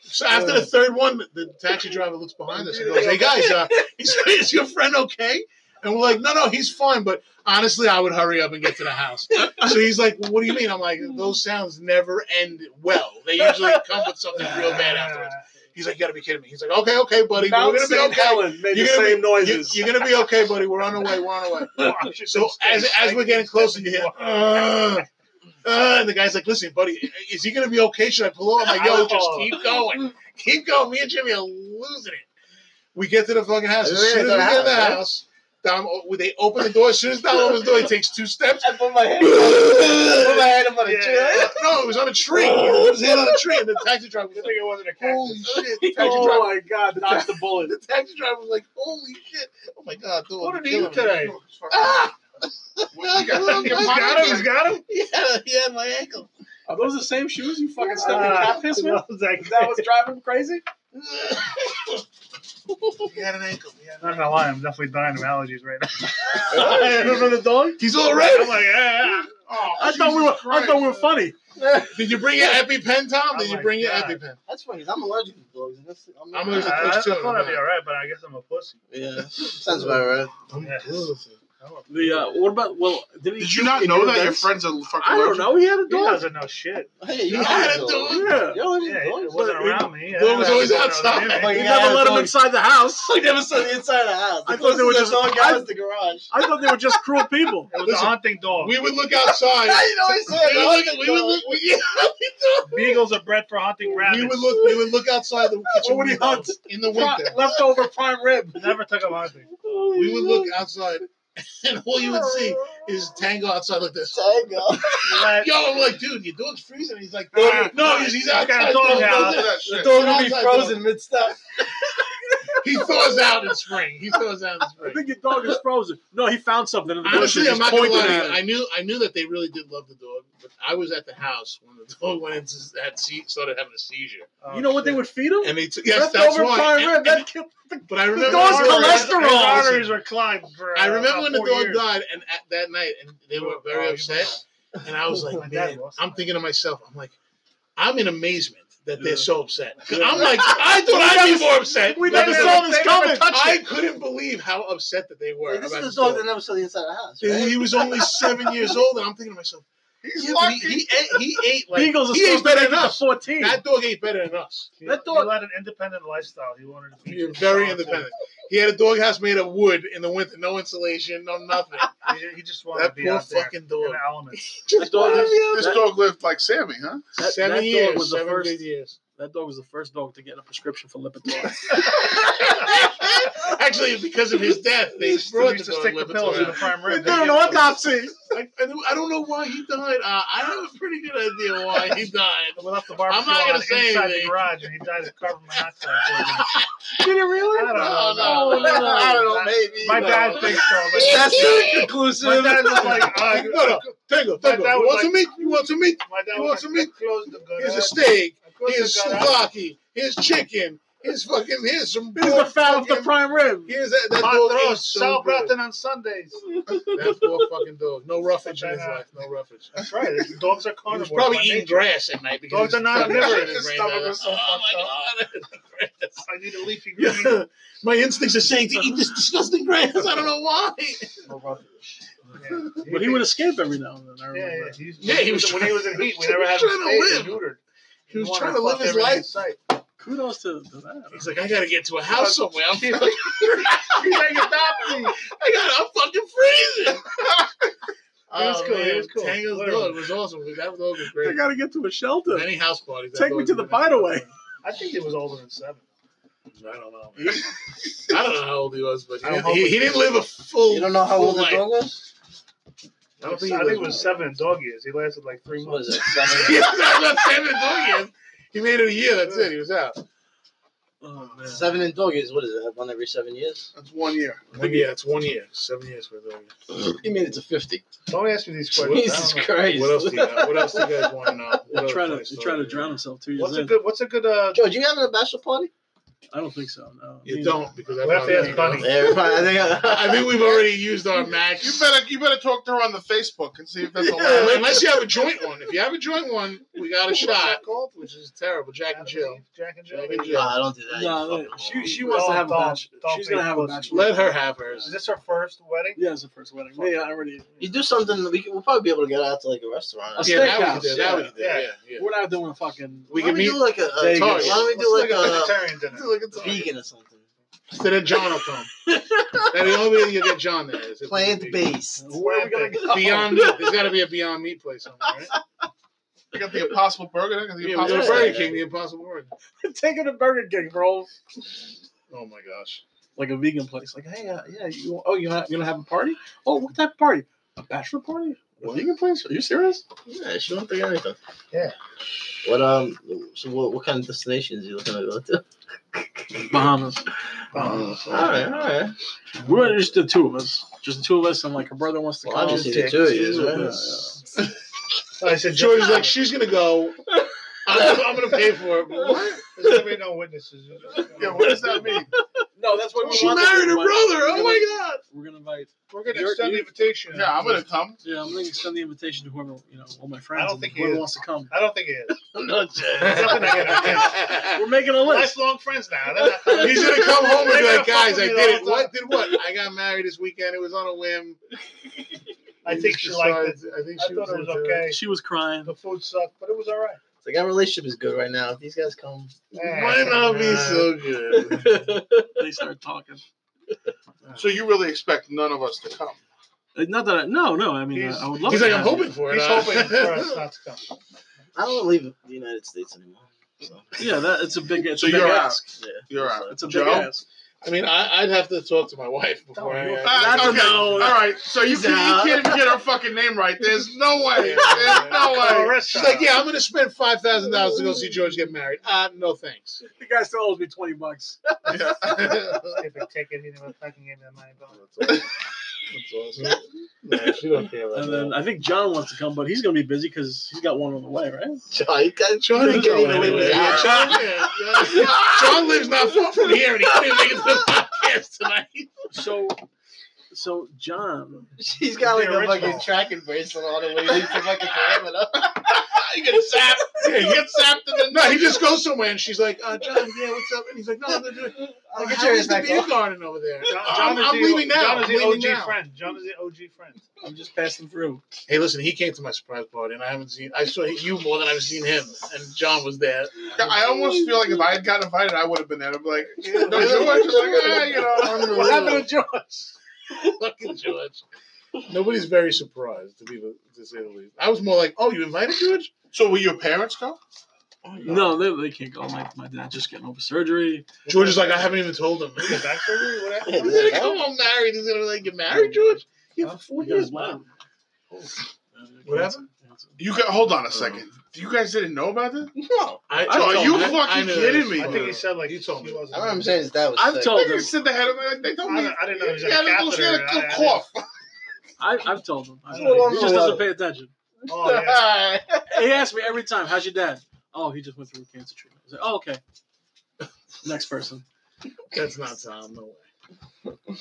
E: so after the third one, the taxi driver looks behind us and goes, "Hey guys, uh, is, is your friend okay?" And we're like, "No, no, he's fine." But honestly, I would hurry up and get to the house. So he's like, "What do you mean?" I'm like, "Those sounds never end well. They usually come with something real bad afterwards." He's like, "You gotta be kidding me." He's like, "Okay, okay, buddy, we're gonna be okay."
F: made
E: You're gonna
F: the same
E: be- You,
F: noises.
E: you're gonna be okay, buddy. We're on our way. We're on our way. So as, as we're getting closer, you hear, uh, uh, and the guy's like, "Listen, buddy, is he gonna be okay? Should I pull over?" I'm like, "Yo, just keep going, keep going." Me and Jimmy are losing it. We get to the fucking house. As soon as we get in the house, Dom, they open the door. As soon as Dom opens the door, he takes two steps.
D: I put my hand. I put my hand up on the
C: Yeah.
D: chair.
F: Oh
E: No, it was on a tree. Oh, It was hit on a tree, and the taxi driver was like,
C: it wasn't a
E: "Holy
C: cactus.
E: shit!" The taxi
F: oh
E: driver,
F: my god! Dodge the bullet.
E: the taxi driver was like, "Holy shit! Oh my god, dude,
C: What
E: I'm
C: did he do
E: killing it."
C: today?
E: Ah!
B: What, you got-
C: He's got him. He's got him.
E: He had, he had my ankle.
F: Are those the same shoes you fucking stepped in
C: Ah,
F: cat piss with?
C: that was like-
F: That was driving him crazy.
E: He had an ankle. He had
C: Not gonna lie, I'm definitely dying of allergies right now.
E: an
F: the dog.
E: He's all right.
C: I'm like, yeah.
E: Oh,
F: I thought we were.
E: Jesus
F: I thought we were
E: Christ.
F: funny.
E: Did you bring your EpiPen, Tom?
C: Oh
E: Did you
C: my
E: bring your
C: God.
E: EpiPen?
D: That's funny. 'cause I'm allergic to dogs. and that's- I'm,
E: I'm
C: Uh, I,
E: allergic-
C: I thought I'd be all right, but I guess I'm a pussy.
D: Yeah, sounds about right.
E: I'm
C: Yes.
E: good.
F: The uh, what about? Well, did he?
E: Did
F: shoot
E: you not
F: in
E: know that your
F: defense?
E: friends are fucking?
F: I don't
E: allergic?
F: know. He had a
C: He
F: dog.
C: doesn't know shit.
D: Hey, you
E: I
D: had
E: had
D: a
E: a
D: dog.
E: dog.
F: Yeah.
D: You don't
C: Yeah,
D: even
C: it
D: know.
C: wasn't around me.
E: Well, it was always
C: It was
E: outside.
C: around me.
D: Like,
F: You
D: Yeah,
F: never
D: I
F: let him
D: thought-
F: inside the house.
D: I never saw the inside of the house.
F: I thought they were just-
D: dog
F: I-
D: out the garage.
F: I thought they were just cruel people.
C: It was a
E: Listen,
C: haunting dog.
E: We would look outside.
D: Yeah, you know he said.
E: we, would look,
D: dog,
E: we would
D: dog.
E: look. We, yeah, we do.
C: Beagles are bred for haunting rabbits.
E: We would look. We would look outside the kitchen
F: What would he
E: window
F: hunt?
E: in the winter.
F: Leftover prime rib.
C: Never took a haunting.
E: We would look outside, and all you would see is Tango outside like this.
D: Tango.
C: Let-
E: Yo, I'm like, dude, your dog's freezing. He's like,
C: No,
E: no, he's, he's
C: he's got a dog
E: outside. Don't- don't
C: house.
E: do that
D: The
E: shit.
D: dog will
E: Outside
D: be
E: dog.
D: frozen mid step.
E: He thaws out in spring. He thaws out in
F: I
E: spring.
F: think your dog is frozen. No, he found something in the bushes.
E: Honestly, I'm
F: He's
E: not gonna
F: pointing
E: lie.
F: at it.
E: I knew I knew that they really did love the dog, but I was at the house when the dog went into that se- started having a seizure,
C: Oh,
F: You know what they would feed him?
E: and they took yes, that's
F: Leftover
E: why.
F: prime
E: And-
F: rib.
E: and-
F: That killed
E: but I remember
F: dog's
E: when-
C: His
F: cholesterol.
C: arteries were climbed for, uh,
E: I remember
C: about
E: when the
C: four
E: dog
C: years.
E: died, and at that night, and they were
C: Oh,
E: very
C: you
E: upset. And I was
C: My
E: like,
C: dad
E: man,
C: lost
E: I'm
C: it.
E: thinking to myself, I'm like, I'm in amazement that
F: Yeah.
E: they're so upset. 'Cause
F: Yeah.
E: I'm like, I thought I'd be more upset.
F: we
E: Like,
F: never
E: they
F: saw
E: never-
F: this
E: they never
F: coming.
E: touched it. I couldn't believe how upset that they were.
D: Like, this
E: about
D: is
E: the
D: the dog
E: dog.
D: that never saw the inside of the house.
E: And
D: Right?
E: He was only seven years old, and I'm thinking to myself, yeah, but he, he, ate, he ate like
F: Beagles are
E: he
F: still
E: ate better
F: better
E: than us.
F: 14.
E: That dog ate better than us.
C: He,
F: That
C: he
F: dog-
C: led an independent lifestyle. He wanted to be
E: He was very independent. He had a dog house made of wood in the winter, no insulation, no nothing.
C: He, he just wanted
E: that
C: to be
E: poor
C: out there
E: fucking
C: in
E: dog.
C: the elements.
F: That dog,
B: This
F: that-
B: dog lived like Sammy, huh?
F: that-
E: seven
F: that dog
E: years,
F: was the
E: seven
F: first-
E: good years.
F: that dog was the first dog to get a prescription for Lipitor.
E: Actually, because of his death,
C: He
E: they
C: used to-
E: brought
C: used
E: the
C: to
E: dog
C: stick the pills in the
E: Lipitor.
C: prime
F: They
C: rib.
F: did an autopsy.
E: I, I don't- I don't know why he died. Uh, I have a pretty good idea why he died.
C: We left the barbecue
E: not gonna
C: on
E: say
C: inside
E: anything.
C: the garage, and he died of carbon monoxide poisoning.
F: Did it really?
C: I don't know.
E: No, no, no, no.
D: I don't know, maybe.
C: My
E: No.
C: dad thinks so, but
D: That's not conclusive.
C: my dad was like, uh,
E: Like, no, no, Tango, Tango.
C: that was
E: You want
C: like-
E: some meat? You want some meat?
C: my dad
E: You
C: was
E: want
C: like,
E: some
C: I closed the garage.
E: Here's a steak.
C: I closed
E: Here's
C: the garage.
E: souvlaki. Here's chicken. Here's fucking. Here's some.
F: Here's the
E: pork
F: foul of the
E: fucking-
F: prime rib.
E: Here's that, that dog
C: Montrose,
E: ate so good.
C: Southampton on Sundays.
E: That poor fucking dog. No roughage in his
C: That, uh,
E: life. No roughage.
C: That's right. Dogs are
E: He was
C: carnivores.
E: probably
C: by
E: eating
C: nature.
E: grass at night because
C: Dogs
E: his
C: are not
E: fucking
C: omnivorous.
E: his brain
C: Stomach
E: died.
C: was so
E: Oh my
C: fucked up.
E: god.
C: I need a leafy green.
E: Yeah. My instincts are saying to eat this disgusting grass. I don't know why.
C: Yeah.
F: But he would escape every now and then. I
C: Yeah,
F: remember.
C: yeah. He's,
E: Yeah, he was
C: when he was in heat. We
E: he
C: never
E: was
C: had him
E: trying to
C: stay. He
E: live.
C: neutered.
E: He was
C: wanted
E: trying to
C: fuck
E: live his
C: everything in
E: life.
C: sight.
F: Kudos to, to that.
E: He's like, I gotta get to a house somewhere. I'm,
C: He's
E: I
C: like, he's like, adopt me.
E: got, I'm fucking freezing. Oh,
C: was cool, it was cool.
E: Tango's
C: Whatever.
E: dog was awesome. That dog was
F: They
E: great.
F: got to get to a shelter.
E: Many house parties. that
F: Take me
E: dog
F: to
E: was
F: the
E: in.
F: bite away.
C: I think he was older than seven.
E: I don't know. man. I don't know how old he was, but
C: I don't
E: he, he, he didn't live a full.
D: You don't know how
E: full
D: old the
E: life.
D: dog was?
E: I don't
C: I
E: think,
C: think it was
E: was.
C: seven in dog years. He lasted like three
D: What
C: months.
D: is it?
E: yeah,
D: Seven,
E: that's what Sam and dog is. He made it a year. That's it. He was out.
F: Oh, man.
D: seven and dog years. What is it? One every seven years?
B: That's one year.
E: I think, yeah, it's one year. Seven years for a dog.
D: You mean it's a 50?
C: Don't ask me these questions. I don't
D: Jesus
C: know.
D: Christ.
E: What else do you got? What else do you guys want to know? What
F: He's
E: else
F: trying
E: funny
F: to, he's trying to
E: story?
F: drown himself two years
C: What's a
F: in.
C: good? What's a good? Uh,
D: Joe, do you have a bachelor party?
F: I don't think so. No.
E: You
F: Neither.
E: don't because I
C: We'll have to
E: probably-
C: ask Bunny.
D: Everybody, I think
E: I think we've already used our max.
B: You better you better talk to her on the Facebook and see if that's
E: Yeah,
B: allowed.
E: unless you have a joint one. If you have a joint one, we got a shot, which is terrible. Jack and Jill.
C: Jack and Jill.
E: Jack and
D: No,
E: Jill.
D: I don't do that.
F: No,
D: you
F: no,
D: fucking
F: she,
D: whore.
F: she wants to
C: Don't-
F: have a
C: don't-
F: bachelor.
C: don't
F: She's going to
C: be
F: have a
C: pussy.
F: bachelor.
E: Let her have
C: Is
E: hers.
C: this her first wedding?
F: Yeah, it's the first wedding.
C: Fuck.
F: Yeah, I already.
D: You do something, we can, we'll probably be able to get out to like a restaurant.
F: A
E: Yeah, that we
F: steakhouse,
E: can do. That we can do. Yeah,
C: yeah.
E: yeah.
F: We're not doing fucking.
E: We
D: why
E: can
D: don't we
E: meet.
D: do like a, a
E: Vegas.
D: why don't we do like
C: Let's
D: a,
C: vegetarian dinner?
D: vegan or something?
E: So then John will come. And the only way you get John there is if we can
D: Plant
E: be-
D: based.
F: Where are we going to go?
E: Beyond Meat. There's got to be a Beyond Meat place somewhere, right?
B: You got the Impossible Burger. They got the
E: Yeah, we
B: Impossible
E: go
D: Yeah.
E: to Burger King, the Impossible Burger.
F: Take her to Burger King, bro.
E: Oh my gosh.
F: Like a vegan place. Like, hey, uh, yeah, you, oh, you're not going to have a party? Oh, what type of party? A bachelor party? A vegan place? Are you serious?
D: Yeah, she won't think of anything.
C: Yeah.
D: What um? So what, what kind of destinations are you looking to go to?
F: Bahamas.
E: Um, Oh,
D: all right, all right.
F: We're just the two of us. Just the two of us, and like her brother wants to
D: Well,
F: come.
D: obviously
F: Yeah,
D: the two of you,
F: yeah,
D: right?
F: yeah.
C: I said
E: George's
C: just-
E: like, she's going to go. I'm, I'm going to pay for it. but what?
C: There's gonna be no witnesses.
B: Yeah, what does that mean?
F: No, that's why we
B: She
F: want to
B: married her
F: invite-
B: brother. Oh
F: we're
B: my
F: gonna-
B: god.
F: We're gonna invite.
C: We're gonna
F: You're-
C: extend the
F: you-
C: invitation.
E: Yeah, I'm gonna come.
F: Yeah, I'm gonna extend the invitation to whoever you know, all my friends.
C: I don't
F: and
C: think he
F: whoever
C: is.
F: wants to come.
C: I don't think it is.
E: He's
F: We're making a list.
C: Lifelong friends now. They're not-
E: gonna come home and be
C: They're gonna
E: like,
C: fuck
E: guys, I
C: with me
E: did
C: the whole
E: it.
C: time.
E: What did what? I got married this weekend. It was on a whim.
C: I
E: We
C: think
E: just
C: she liked it.
E: decided- I think
C: I
E: she
C: thought it was
E: into
C: okay.
F: She was crying.
C: The food sucked, but it was all right.
D: It's like our relationship is good right now. If these guys come,
E: Might not be so good.
F: They start talking.
B: So you really expect none of us to come?
F: Uh, Not that I, no, no. I mean,
C: He's-
F: I, I would love.
E: He's
F: to
E: like, I'm
F: have you.
E: hoping for it.
C: He's
E: uh."
C: hoping for us not to come.
D: I don't leave the United States anymore. So
F: Yeah, that it's a big. It's
B: So
F: a big
B: you're out.
F: ask.
D: yeah.
B: You're out.
F: It's a big
B: Joe?
F: ask.
E: I mean, I, I'd have to talk to my wife before I.
C: That's
E: I-
B: Ah,
F: a
B: okay.
F: no.
B: All right. So you,
D: He's
B: can,
D: out.
B: you can't even get her fucking name right. There's no way.
C: Yeah.
B: There's no way.
C: Clarissa.
E: She's like, yeah, I'm gonna spend five thousand dollars to go see George get married. Uh, no thanks.
F: The guy still owes me twenty bucks.
C: If I take it, he never fucking gave me the money. back.
D: No, she don't care about
F: And then
D: that.
F: I think John wants to come, but he's gonna be busy because he's got one on the way, right?
D: John, you guys-
E: John
D: you
E: didn't
D: can't
E: go
D: even leave
E: anywhere.
D: the
E: Yeah,
D: house.
E: John, yeah, yeah. John lives not far from here, and he couldn't make it to the podcast tonight.
F: So, so John,
D: She's got like
C: The
D: a
C: original.
D: fucking tracking bracelet on her waiting to fucking Toyota.
E: He gets zapped. Yeah, he gets zapped. In the no, he just goes somewhere, and she's like, uh, "John, yeah, what's up?" And he's like, "No, I'm doing."
D: I'll
E: Like, Oh,
D: get
E: how
D: your
E: is the
D: back
E: beer
D: off.
E: garden over there?
C: John,
E: I'm-
C: John is
E: I'm
C: the,
E: leaving now.
C: John is
E: I'm
C: the
E: leaving
C: OG
E: now.
C: friend. John is the OG friend.
F: I'm just passing through.
E: Hey, listen, he came to my surprise party, and I haven't seen. I saw you more than I've seen him, and John was there.
B: I almost feel like if I had gotten invited, I would have been there. I'm like, no, George is like, ah, you know, I'm
E: What happened
B: to George?
E: Fucking George. Nobody's very surprised to be the, to say the least. I was more like, "Oh, you invited George?"
B: So will your parents go?
F: No, they, they can't go. My my dad just getting over surgery.
E: George is like, "I haven't even told him."
C: Is it back surgery? What happened?
E: He's gonna come home married. He's gonna like get married, George. Yeah, for four
F: He got his
E: years,
F: mom.
E: man. What happened?
B: You got hold on a second. You guys didn't know about this?
E: No, I,
B: Joe, are
E: told
B: you
E: him. I
B: fucking
E: knew
B: kidding me?
E: this.
C: I think he said like
E: You told
C: he
E: me.
C: wasn't.
D: I remember saying his dad was
F: I've
D: sick.
F: told
B: They
F: him.
B: just sit the head of my, they told
C: I,
B: me.
C: don't- I didn't know he was
B: She
C: in a
B: had a, she had a
C: catheter. I- I
B: good
C: didn't-
B: cough.
F: I, I've told him. I've
C: He's
F: told him.
D: all
F: He just doesn't
D: over.
F: pay attention.
C: Oh yeah.
F: He asks me every time, "How's your dad?" Oh, he just went through cancer treatment. I was like, "Oh, okay." Next person.
E: That's not Tom. No way.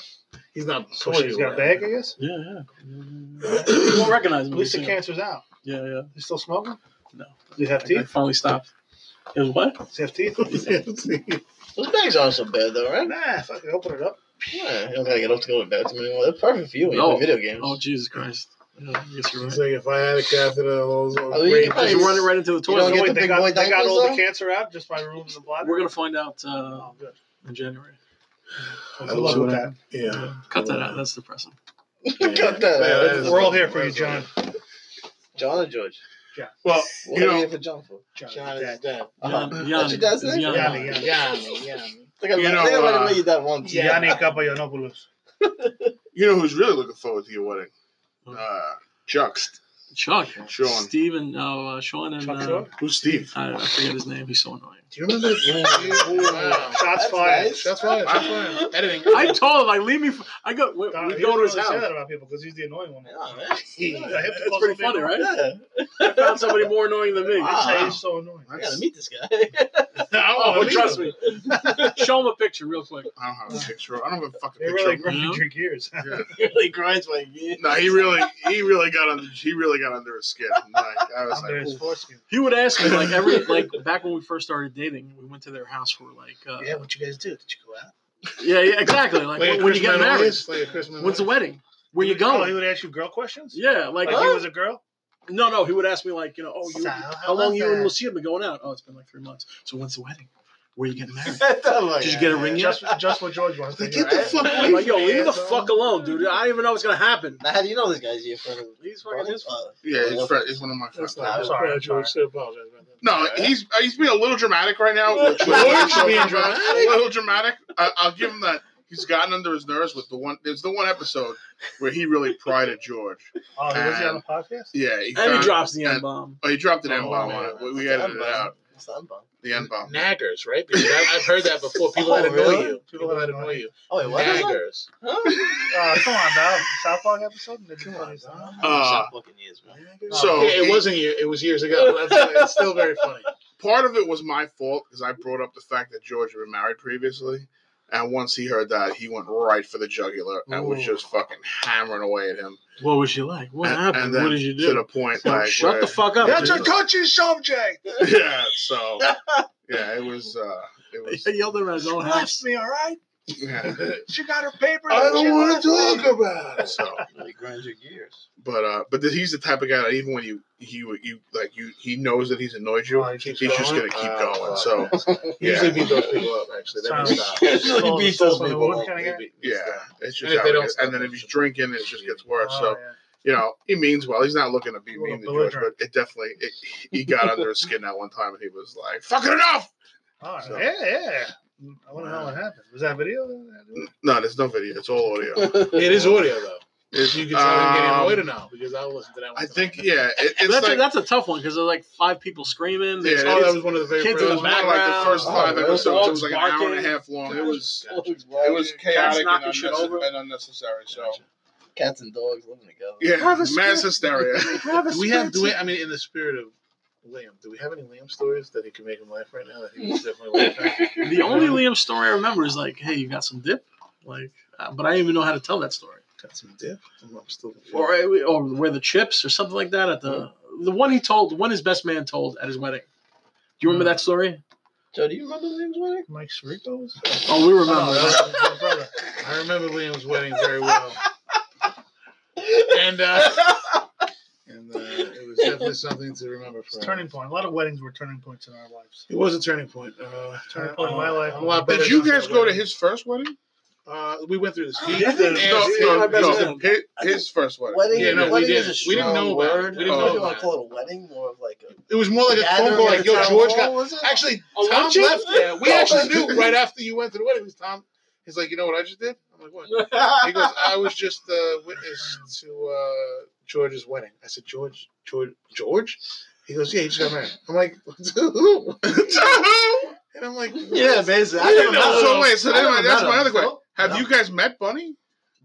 E: He's not
C: So what,
E: pushing.
C: he's
E: you
C: got
E: away.
C: bag, I guess.
F: Yeah, yeah. You won't recognize me.
C: At least the
D: Mm-hmm.
F: Yeah.
C: cancer's out.
F: Yeah, yeah.
C: You still smoking?
F: No.
C: Do you have
F: I, I
C: teeth?
F: finally stopped. It was what?
C: Do you have teeth?
D: Those bags aren't so bad though, right?
C: Nah, fuck it. Open it up.
D: Yeah, you don't gotta get up to go to the bathroom anymore. They're perfect for you when you
F: No.
D: play video games.
F: Oh, Jesus Christ. Yeah, I guess you're right.
E: He's like, if I had a catheter,
B: Oh,
E: all those
D: mean, you
E: great
D: can probably
F: Just run it right into the
D: You don't
F: toilet.
D: get
C: Wait,
D: the
C: they
D: big
C: got,
D: boy
C: they got all the
D: diapers, though?
C: cancer out just by removing the bladder.
F: We're gonna find out uh,
C: Oh, good.
F: in January.
C: Good luck with that.
E: Yeah.
F: Cut that out. That's depressing.
D: Cut that out.
E: Yeah, that
C: We're all here for you, John.
D: John or George?
B: Well,
D: What
B: You
D: are
B: know-
D: you here for John for? John is dead.
F: Yan-
D: Uh-huh.
F: Yanni.
D: What's your dad's
F: It's
D: name?
F: Yanni.
C: Yanni, Yanni.
E: Yanni, Yanni.
D: They gotta
B: You
D: let-
B: know,
D: they gotta let him
B: uh,
D: know you died once.
C: Yanni Kapayanopoulos.
B: you know who's really looking forward to your wedding? Uh, Chuck.
F: Chuck.
B: Sean.
F: Steve and oh, uh, Sean and
C: Chuck
F: uh,
C: Shaw?
B: Who's Steve?
F: I, I forget his name. He's so annoying.
E: Do you remember that? wow.
C: Shots
D: That's
C: fired.
D: nice.
E: That's why. That's why. Editing.
F: I told him I leave me. f I I go. We,
C: Don,
F: we
C: you
F: go
C: don't
F: to his
C: really say
F: house.
C: that about people because he's the annoying one.
D: Yeah, man.
C: Yeah, hip
F: That's
C: toss
F: pretty
C: will be
F: funny, right?
D: Yeah.
F: I found somebody more annoying than me.
C: That's how
D: Ah.
C: he's so annoying.
D: I gotta meet this guy.
F: Oh, trust me. Show him a picture real quick.
B: I don't have a picture. I don't have a fucking
C: They
B: picture.
C: really
B: of
C: grind
F: Yeah.
C: your gears.
D: really grinds my gears.
B: him. no, he really, he really got under, he really got under his skin. Like I was
C: Under his
B: like, oof.
C: foreskin.
F: He would ask me like every like back when we first started dating. We went to their house for like uh,
D: Yeah, what you guys do? Did you go out?
F: yeah, yeah exactly like,
E: Like a
F: when, when you
E: Christmas
F: get married.
E: noise, Like a Christmas
F: When's the
E: noise.
F: wedding? Where you
C: Oh, he
F: going?
C: would ask you girl questions?
F: Yeah, like,
C: Like he was a girl?
F: no, no. He would ask me like, you know, oh, you,
D: So,
F: how long you and Lucia been going out? Oh, it's been like three months. So when's the wedding? Where you getting married? Did you get a ring yet?
C: Just, just what George wants. to
E: Get
C: hear,
E: the
C: right?
E: fuck
F: I'm
E: away
F: like, yo,
E: from me,
F: leave the
E: asshole.
F: fuck alone, dude. I don't even know what's gonna happen.
D: Now, how do you know this guy's your friend? of-
F: He's fucking his.
D: Uh,
B: yeah, he's, fr- he's one of my friends.
E: That's not.
C: I'm
E: his
C: sorry,
E: bad,
C: I'm
E: George. I apologize about that.
B: No, he's uh, he's being a little dramatic right now. Which was
E: George being
B: a little dramatic. I, I'll give him that. He's gotten under his nerves with the one. There's the one episode where he really prided George.
C: Oh, he was he on the podcast?
B: Yeah, he,
F: And
B: found-
F: he drops the
B: and-
F: M bomb.
B: Oh, he dropped an M bomb on it. We, we edited it out.
D: It's the unbond.
B: The N bomb.
E: Naggers, right? Because I, I've heard that before. People
D: Oh,
E: that annoy
D: really?
E: you. People that annoy you.
D: Oh, wait, what? is that?
E: Naggers.
C: Oh, come on, Dom. South Park episode? Maybe it's not.
B: Uh,
D: Stop fucking years, man.
B: So
E: yeah, it
B: he-
E: wasn't. Year, it was years ago. That's, it's still very funny.
B: part of it was my fault because I brought up the fact that George had been married previously. And once he heard that, he went right for the jugular and was
F: Ooh.
B: just fucking hammering away at him.
F: What was she like? What
B: And-
F: happened?
B: and then
F: what did you
B: To
F: do?
B: the point,
F: No,
B: like,
F: shut
B: where-
F: the fuck up.
B: That's
F: dude.
B: a touchy subject. yeah. So yeah, it was. uh It was.
F: I yelled at him at his own house.
B: me, all right. Yeah.
C: She got her paper.
B: I
C: she
B: don't want
C: left
B: to
C: me.
B: talk about it. So,
D: Really grinds your gears.
B: but uh, but th- he's the type of guy that even when you you you like you he knows that he's annoyed you,
C: Oh, he
B: he's
C: keeps
B: just gonna
C: going?
B: keep
E: Oh,
B: going.
E: fuck.
B: So
E: He usually
B: yeah,
E: beat those people up. Actually, they don't
C: Sorry.
F: uh,
E: stop.
C: Usually
E: Sold-
C: beats
E: sold
C: those
E: some
C: people
E: of
C: up.
E: them.
C: Kinda
E: They beat-
B: yeah, it's just
E: And if
B: how
E: they
B: it
E: don't
B: is.
E: stop,
B: and then if
E: they
B: he's
E: should-
B: drinking, it just gets worse.
C: Oh,
B: so
C: yeah.
B: you know he means well. He's not looking to be
C: A little
B: mean to George, but
C: belligerent.
B: it definitely it, he got under his skin that one time, and he was like, "Fucking enough!"
C: Oh,
B: So-
C: yeah, yeah. I wonder how it happened. Was that video?
B: No, there's no video. It's all audio.
E: It is audio though.
B: It's-
E: You can tell him getting
B: um,
E: annoyed or not because I listened to that. One
B: I
E: time.
B: think yeah, it, it's
F: That's,
B: like,
F: a, that's a tough one because there's like five people screaming.
B: Yeah,
F: There's
B: it
E: Oh, that
B: is-
E: was one of the
F: Kids
E: favorite.
F: in
B: It
F: the
B: was more like the
F: background.
B: first five
D: Oh,
B: episodes. It was like an hour and
F: barking.
B: a half long. It was it
D: It
B: was chaotic and,
F: knocking shit
B: unnecess-
F: over.
B: and unnecessary. So
D: cats and dogs living together.
B: yeah,
F: Have a
B: mass
F: script.
B: hysteria.
E: Do we have? Do we? I mean, in the spirit of Liam, do we have any Liam stories that he can make him laugh right now? That he was definitely laughing.
F: The only Liam story I remember is like, "Hey, you got some dip," like, uh, but I didn't even know how to tell that story,
E: Got some dip. I'm, I'm still.
F: or I- or where the chips or something like that at the the one he told, the one his best man told at his wedding. Do you remember that story?
D: Joe, do you remember the name's wedding?
C: Mike Cerritos?
F: Oh, we remember.
E: Oh,
F: that.
E: that was my brother. I remember Liam's wedding very well, and uh, and uh, it was definitely something to remember
C: It's
E: for.
C: a turning point. A lot of weddings were turning points in our lives.
E: It was a turning point. Uh,
C: Turning point in my life.
E: I'm a lot better
B: Did you
E: than
B: guys
E: that
B: go to
E: wedding.
B: his first wedding?
E: Uh, we went through this.
D: Oh.
E: He,
F: Yeah,
E: the-
F: yeah,
B: No,
F: yeah,
B: no,
F: my best
B: no.
F: friend.
B: His, his first wedding.
D: Wedding,
E: Yeah, no, we
D: wedding
E: did.
D: is a strong
E: We didn't know about it.
D: word.
E: We didn't
D: I
B: know
D: don't
E: about
D: want to call it a wedding, more of like a
E: it was more like a phone
D: gathering
E: call,
D: at
E: like,
D: a
E: "Yo,
D: town
E: George
D: hall,
E: got."
D: was it?
E: Actually,
D: Oh,
E: Tom
D: what you-
E: left there. We actually knew right after you went to the wedding. It was Tom. He's like, "You know what I just did?" I'm like, "What?" He goes, "I was just uh, witness to uh, George's wedding." I said, "George, George, George." He goes, "Yeah, he just got married." I'm like, "To who?" And I'm like,
D: yeah, basically. I
B: You didn't
D: never
B: know.
D: met
B: So
D: him.
B: wait, so
D: I never
B: anyway, that's
D: met
B: my
D: him.
B: other question.
D: No.
B: Have
D: No.
B: you guys met Bunny?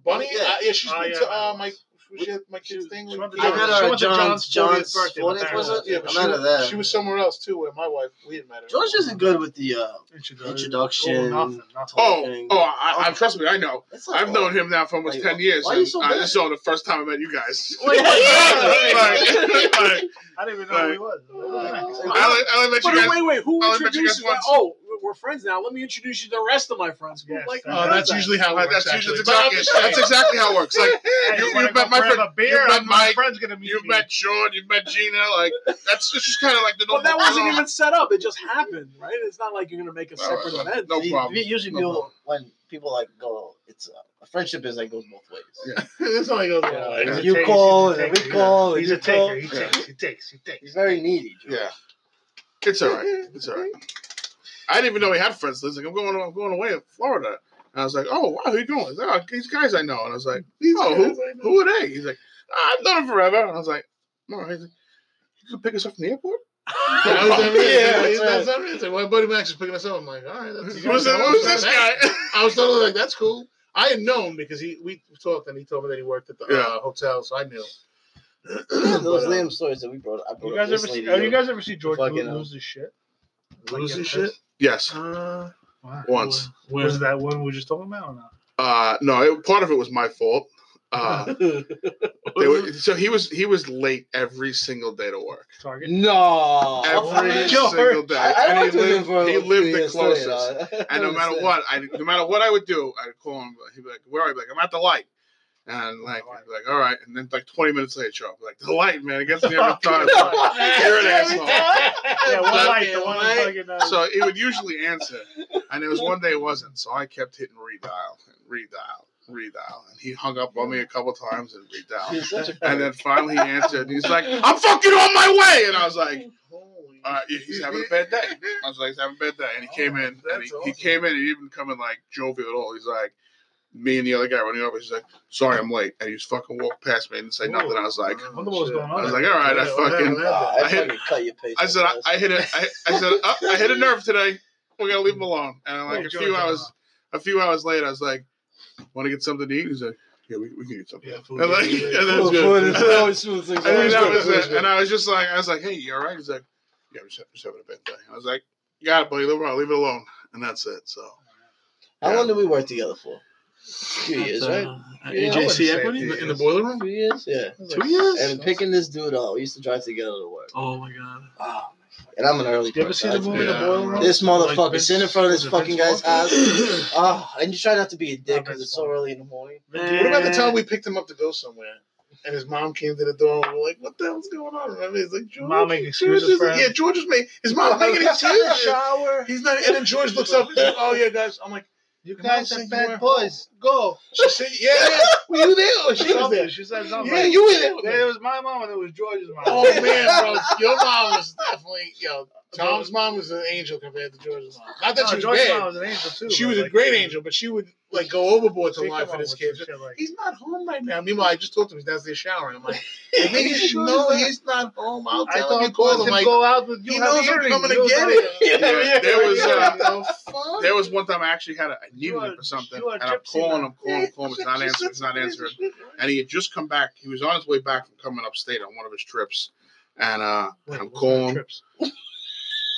E: Bunny,
D: Yeah.
E: uh, yeah, she's
C: Oh,
E: been
C: yeah, I
E: to uh,
C: know.
E: my. She had my kid's
C: She-
E: thing.
C: she went to
D: I
C: John's-
D: met
C: she
D: her
C: went
D: at
C: to John's
D: John's.
C: 40th
D: John's
C: birthday in
D: 40th, was
C: Paris.
D: it?
E: Yeah, but
D: I
E: she,
D: met her there.
E: she was somewhere else too. Where my wife, we had met her.
D: George isn't good with the uh, introduction.
C: Oh, nothing. Nothing.
B: Oh,
D: Fucking-
B: oh, I, I trust me, I know.
D: It's like-
B: I've known him now for almost
D: Wait,
B: ten years,
D: why are you
B: and
D: so
B: I
D: mad?
B: just saw the first time I met you guys.
D: Wait, wait, wait,
B: Like, like,
C: I didn't even know who he was.
D: oh,
C: What the heck?
B: I only, I only met
F: But
B: you guys.
F: wait, wait, who
B: I'll bet you
F: introduces?
B: guys once.
F: Oh, we're friends now. Let me introduce you to the rest of my friends.
C: Yes,
F: like,
C: Oh,
E: Oh,
F: who
E: that's
F: does that?
E: usually how. It
B: Uh,
E: works,
B: that's usually
E: actually.
B: that's exactly, that's exactly how it works. Like
C: Hey,
B: you,
C: you wanna
B: you
C: go
B: met my
C: grab
B: friend,
C: a beer?
B: you met
C: my
B: Mike,
C: friend's gonna meet
B: you
C: me.
B: met Sean, you met Gina. Like that's it's just kind of like the normal.
F: But that wasn't
B: flow.
F: even set up. It just happened, right? It's not like you're gonna make a
B: All right,
F: separate
B: well, uh,
F: event.
B: No
D: See,
B: problem.
D: we- Usually,
B: No
D: people when people like go, it's uh, a friendship is like goes both ways.
E: That's only goes
C: Yeah,
E: one
C: he's
E: way.
C: a
D: You
C: taker,
D: call,
C: he's a
D: and we
C: taker,
D: call,
C: He's
D: and
C: a
D: you call.
C: taker. He takes. He takes. He
D: He's
C: takes.
D: very needy. George.
B: Yeah, it's all right. It's all right. I didn't even know he had friends. He's like, I'm going, I'm going away to Florida. And I was like, Oh, wow, who you going? He's like, oh, these guys I know. And I was like, Oh, who, who are they? He's like, "Ah, I've known them forever. And I was like, All right. He's like, you can pick us up from the airport.
E: That was the reason.
D: Yeah, that's
E: that's the reason. My buddy Max was picking us up. I'm like, all right, that's
B: Who's, this- who's this guy?
E: I was totally like, that's cool. I had known because he we talked and he told me that he worked at the
B: Yeah.
E: uh, hotel, so I knew.
D: Yeah, those
E: But, uh,
D: Liam stories that we brought. I brought
C: You
D: up
C: guys
D: this
C: ever? See,
D: lady,
C: oh, you guys ever see George
D: Fucking, uh,
C: lose his shit?
E: Lose his
C: Like,
E: shit?
B: yes,
E: Uh,
C: Wow.
B: once.
F: Where-
C: Was that one we were just talking about or not?
B: Uh, no, it, part of it was my fault. Uh, they were, so he was he was late every single day to work.
C: Target.
D: No,
B: Every single day.
D: Oh, I, I
B: And he
D: worked with
B: lived-
D: him for
B: he
D: a
B: lived
D: few
B: the
D: years, so, you
B: closest.
D: know, I
B: And no matter
D: understand.
B: what, I no matter what I would do, I'd call him. He'd be like, "Where are you?" I'd be Like, I'm at the light. And like, I'd be like, all right. And then like 20 minutes later, show up. Like the light, man. It gets me
C: Oh,
B: every time. You're an asshole.
C: Yeah, one
B: Fucking
C: light, the one
D: light.
C: fucking. Uh,
B: So he would usually answer, and there was one day it wasn't. So I kept hitting redial and redial, redial, and he hung up on me a couple times and redial.
D: He's such a
B: And then finally he answered, and he's like, "I'm fucking on my way," and I was like,
E: holy Oh,
B: uh, yeah, "He's having a bad day." I was like, "He's having a bad day," and he came in, and he,
E: That's
B: he
E: awesome.
B: came in, and he didn't come in like jovial at all. He's like, me and the other guy running over. He's like, "Sorry, I'm late," and he just fucking walked past me and said nothing. I was like,
C: I wonder what was going on.
B: I was like, all right, I fucking-
D: Nah, I
B: I hit-
D: fucking cut your pay.
B: I said, I, I hit a, I, I said, oh, I hit a nerve today. We're gonna leave him alone. And like
C: Oh,
B: a
C: George,
B: few
C: I
B: hours,
C: don't
B: a few hours later, I was like, "Want to get something to eat?" He's like, "Yeah, we, we can get something."
E: Yeah,
B: And like, and that's
D: Food-
B: good. And
D: food is
B: then-
D: always smooth,
B: and
D: things
B: then
D: always
B: that
D: good.
B: was it. And I was just like, I was like, "Hey, you all right?" He's like, "Yeah, I'm just, just having a bad day." I was like, "You got it, buddy. Leave it alone. Leave it alone." And that's it. So
D: How
B: Yeah.
D: long did we work together for? Two years,
F: But,
D: right?
F: uh,
B: Yeah, I wouldn't
F: AJC
B: say
F: equity
B: two
F: in the, in the
B: years.
F: boiler room.
D: Two years, yeah.
F: Two years.
D: And picking this dude up, we used to drive together to work.
F: oh my god.
D: And I'm an early
C: You ever see
D: person.
C: the
D: I-
C: movie
B: Yeah.
C: The Boiler Room?
D: This motherfucker
C: Like Vince-
D: sitting in front of this
C: was it
D: fucking
C: Vince
D: guy's
C: Vaughn?
D: house. Oh, and you try not to be a dick
C: Not
D: because
C: Vince
D: it's so
C: Vaughn.
D: early in the morning.
E: What about the time we picked him up to go somewhere? And his mom came to the door and we we're like, what the hell's going on? Remember? He's like, George.
C: Mom making excuses
E: George is-
C: for him?
E: Yeah, George was making his mom making excuses.
D: shower.
E: He's not and then George looks up and says, Oh yeah, guys. I'm like,
C: You
E: Your
C: guys
E: mom
C: are
E: said you were
C: bad boys. Go.
E: she said, Yeah, yeah. Were you there? Or she was there.
C: She said something.
E: Yeah, you were there. with
C: Yeah,
E: me.
C: it was my mom and it was George's mom.
E: Oh man, bro, your mom was definitely you know Tom's mom was an angel compared to George's mom. Not that
C: No,
E: she was
C: George's
E: bad.
C: mom was an angel too.
E: she
C: but,
E: was a
C: like,
E: great
C: she-
E: angel, but she would like go overboard to
C: she
E: lie
C: come
E: for
C: up
E: this
C: with
E: kid.
C: some shit like-
E: He's not home right now. Meanwhile, I just told him he's downstairs showering. I'm like,
D: Are
E: "Nigga,
D: you sure
E: no,
D: he's not-
E: he's not home. I'll
C: I
E: tell him
C: thought
E: you called him. Like,
C: go out with you.
E: he
C: have
E: knows I'm
C: earrings.
E: coming
C: You
E: to
C: know
E: get
C: something.
E: it.
D: Yeah, yeah.
B: There was uh,
E: What the
B: there was one time I actually had a, I needed
C: You are-
B: him for something,
C: you are
B: and I'm
C: gypsy
B: calling
C: man.
B: him, calling him, calling him. It's not answering. It's not answering. And he had just come back. He was on his way back from coming upstate on one of his trips, and uh,
C: Wait,
B: I'm
C: what's
B: calling.
C: that trips?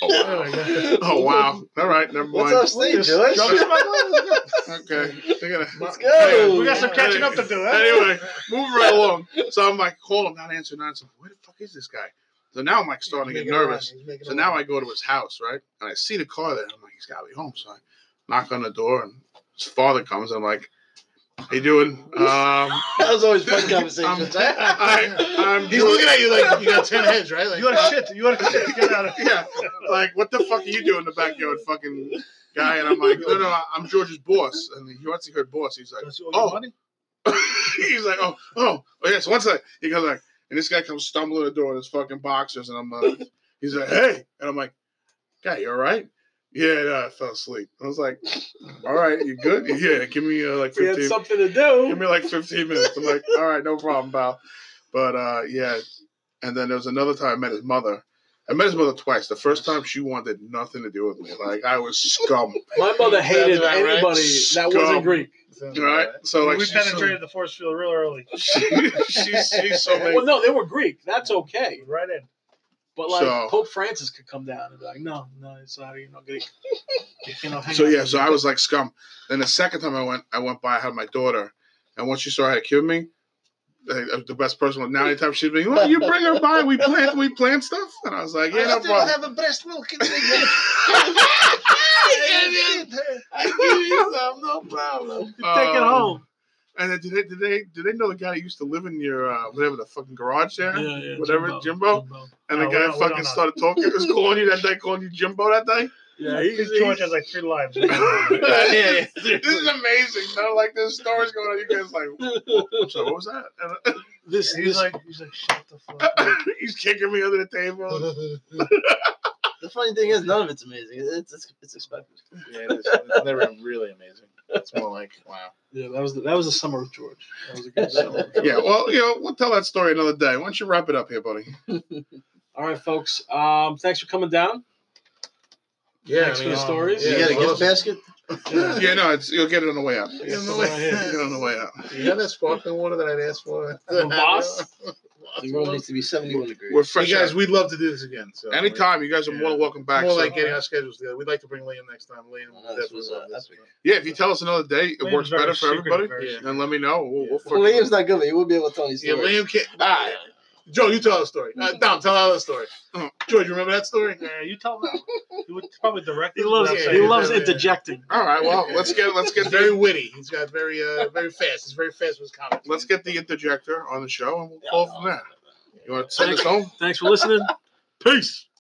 B: Oh, wow. Oh, wow. All right, never
D: What's
B: mind.
D: up, stage, George?
B: Okay, they're gonna-
D: Let's
B: Anyway,
D: go.
C: We got some catching up to do. huh?
B: anyway, moving right along. So I'm like, call him, not answering, not answering. Where the fuck is this guy? So now I'm like starting to get nervous. So now I go to his house, right? And I see the car there. I'm like, he's got to be home. So I knock on the door, and his father comes. I'm like, how you doing? Um, I'm,
D: That was always fun
B: I'm,
D: conversations. right?
B: I'm
E: He's
B: doing-
E: looking at you like you got ten heads, right? Like,
C: You want shit? You want shit? Get out of here.
B: yeah, like what the fuck are you doing in the backyard, fucking guy? And I'm like, no, no, I'm George's boss. And he once he heard boss, he's like,
C: Does he owe you
B: Oh.
C: money?
B: he's like, oh, oh, oh yes. One second, he goes like, and this guy comes stumbling to the door in his fucking boxers, and I'm like, he's like, hey, and I'm like, guy, you all right? Yeah, no, I fell asleep. I was like, all right, you good? Yeah, give me uh, like
F: We had
B: 15.
F: something to do.
B: Give me like 15 minutes. I'm like, all right, no problem, pal. But uh, yeah, and then there was another time I met his mother. I met his mother twice. The first time she wanted nothing to do with me. Like I was scum,
F: My mother hated
E: Sounds about right.
F: anybody that wasn't
B: Scum.
F: Greek.
B: right? So like
C: we
B: she, she,
C: penetrated the force field real early.
B: she, she so made
F: Well, no, they were Greek. That's okay.
C: Right in.
F: But like
B: So-
F: Pope Francis could come down and be like, no, no, sorry, you're not Greek.
C: You know, hang
B: So
C: out
B: yeah,
C: with
B: so
C: me.
B: I was like scum. Then the second time I went, I went by, I had my daughter, and once she saw how to kill me, I, I was the best person. was- Now anytime she'd be, well, you bring her by, we plant, we plant stuff, and I was like, yeah, no problem.
E: have a breast milk. In
B: I
E: I give you some, no problem.
F: Take it home.
B: Um, And then did they, did they did they know the guy that used to live in your uh, whatever the fucking garage there?
F: yeah.
B: Whatever, Jimbo? And the
C: No, we
B: guy
C: don't- we don't
B: fucking
C: know.
B: started talking, was calling you that day, calling you Jimbo that day.
F: Yeah,
C: I
F: he's,
C: think George has like three lives. Wait,
B: yeah, This is amazing. Not like this story's going on. You guys like,
F: he's-
B: so what was that? And,
F: this,
C: he's
F: this
C: like, he's like, shut the fuck up.
B: he's kicking me under the table.
D: The funny thing is, none of it's amazing. It's it's, it's expected.
E: Yeah, it is. It's never really amazing. It's more like wow.
F: yeah, that was the, that was the summer of George. That was a good summer. of George.
B: Yeah, well, you know, we'll tell that story another day. Why don't you wrap it up here, buddy?
F: All right, folks. Um, thanks for coming down.
E: Yeah,
F: Thanks for the stories.
E: yeah,
D: you got a
E: well,
D: gift basket?
B: Yeah, no, it's, you'll get it on the way out. Get
E: Yeah, on the way-
B: it on the way out.
E: You got that sparkling water that I'd asked for?
F: The boss?
D: The room needs to be 71 degrees.
B: We're fresh.
E: you guys,
B: out.
E: we'd love to do this again. So
B: anytime, you guys are more than welcome
E: It's
B: back.
E: more
B: so-
E: like getting our schedules together. We'd like to bring Liam next time. Liam
D: Oh,
E: will
D: this
E: definitely
D: was,
E: love
D: uh,
E: this.
D: epic.
B: yeah, if you tell us another day, it
C: Liam's
B: works
C: very
B: better for
C: secretive,
B: everybody.
C: very secretive.
B: Then let me know. We'll, we'll
D: Well,
B: fucking-
D: Liam's not good, but he will be able to tell you
E: Yeah,
D: stories.
E: Liam can't. Ah, Joe, you tell us a story. Uh, Dom, tell another story.
B: Mm.
E: George, you remember that story?
C: Yeah, you tell him. He would probably direct.
F: He
C: us
F: loves
C: without
F: he
C: saying
F: loves
C: anything.
F: interjecting.
B: All right. Well, let's get let's
E: He's
B: get
E: very
B: very
E: witty. He's got very, uh, very fast. He's very fast with his comments.
B: let's get the interjector on the show, and we'll call from there. You want to send us home?
F: Thanks for listening. Peace.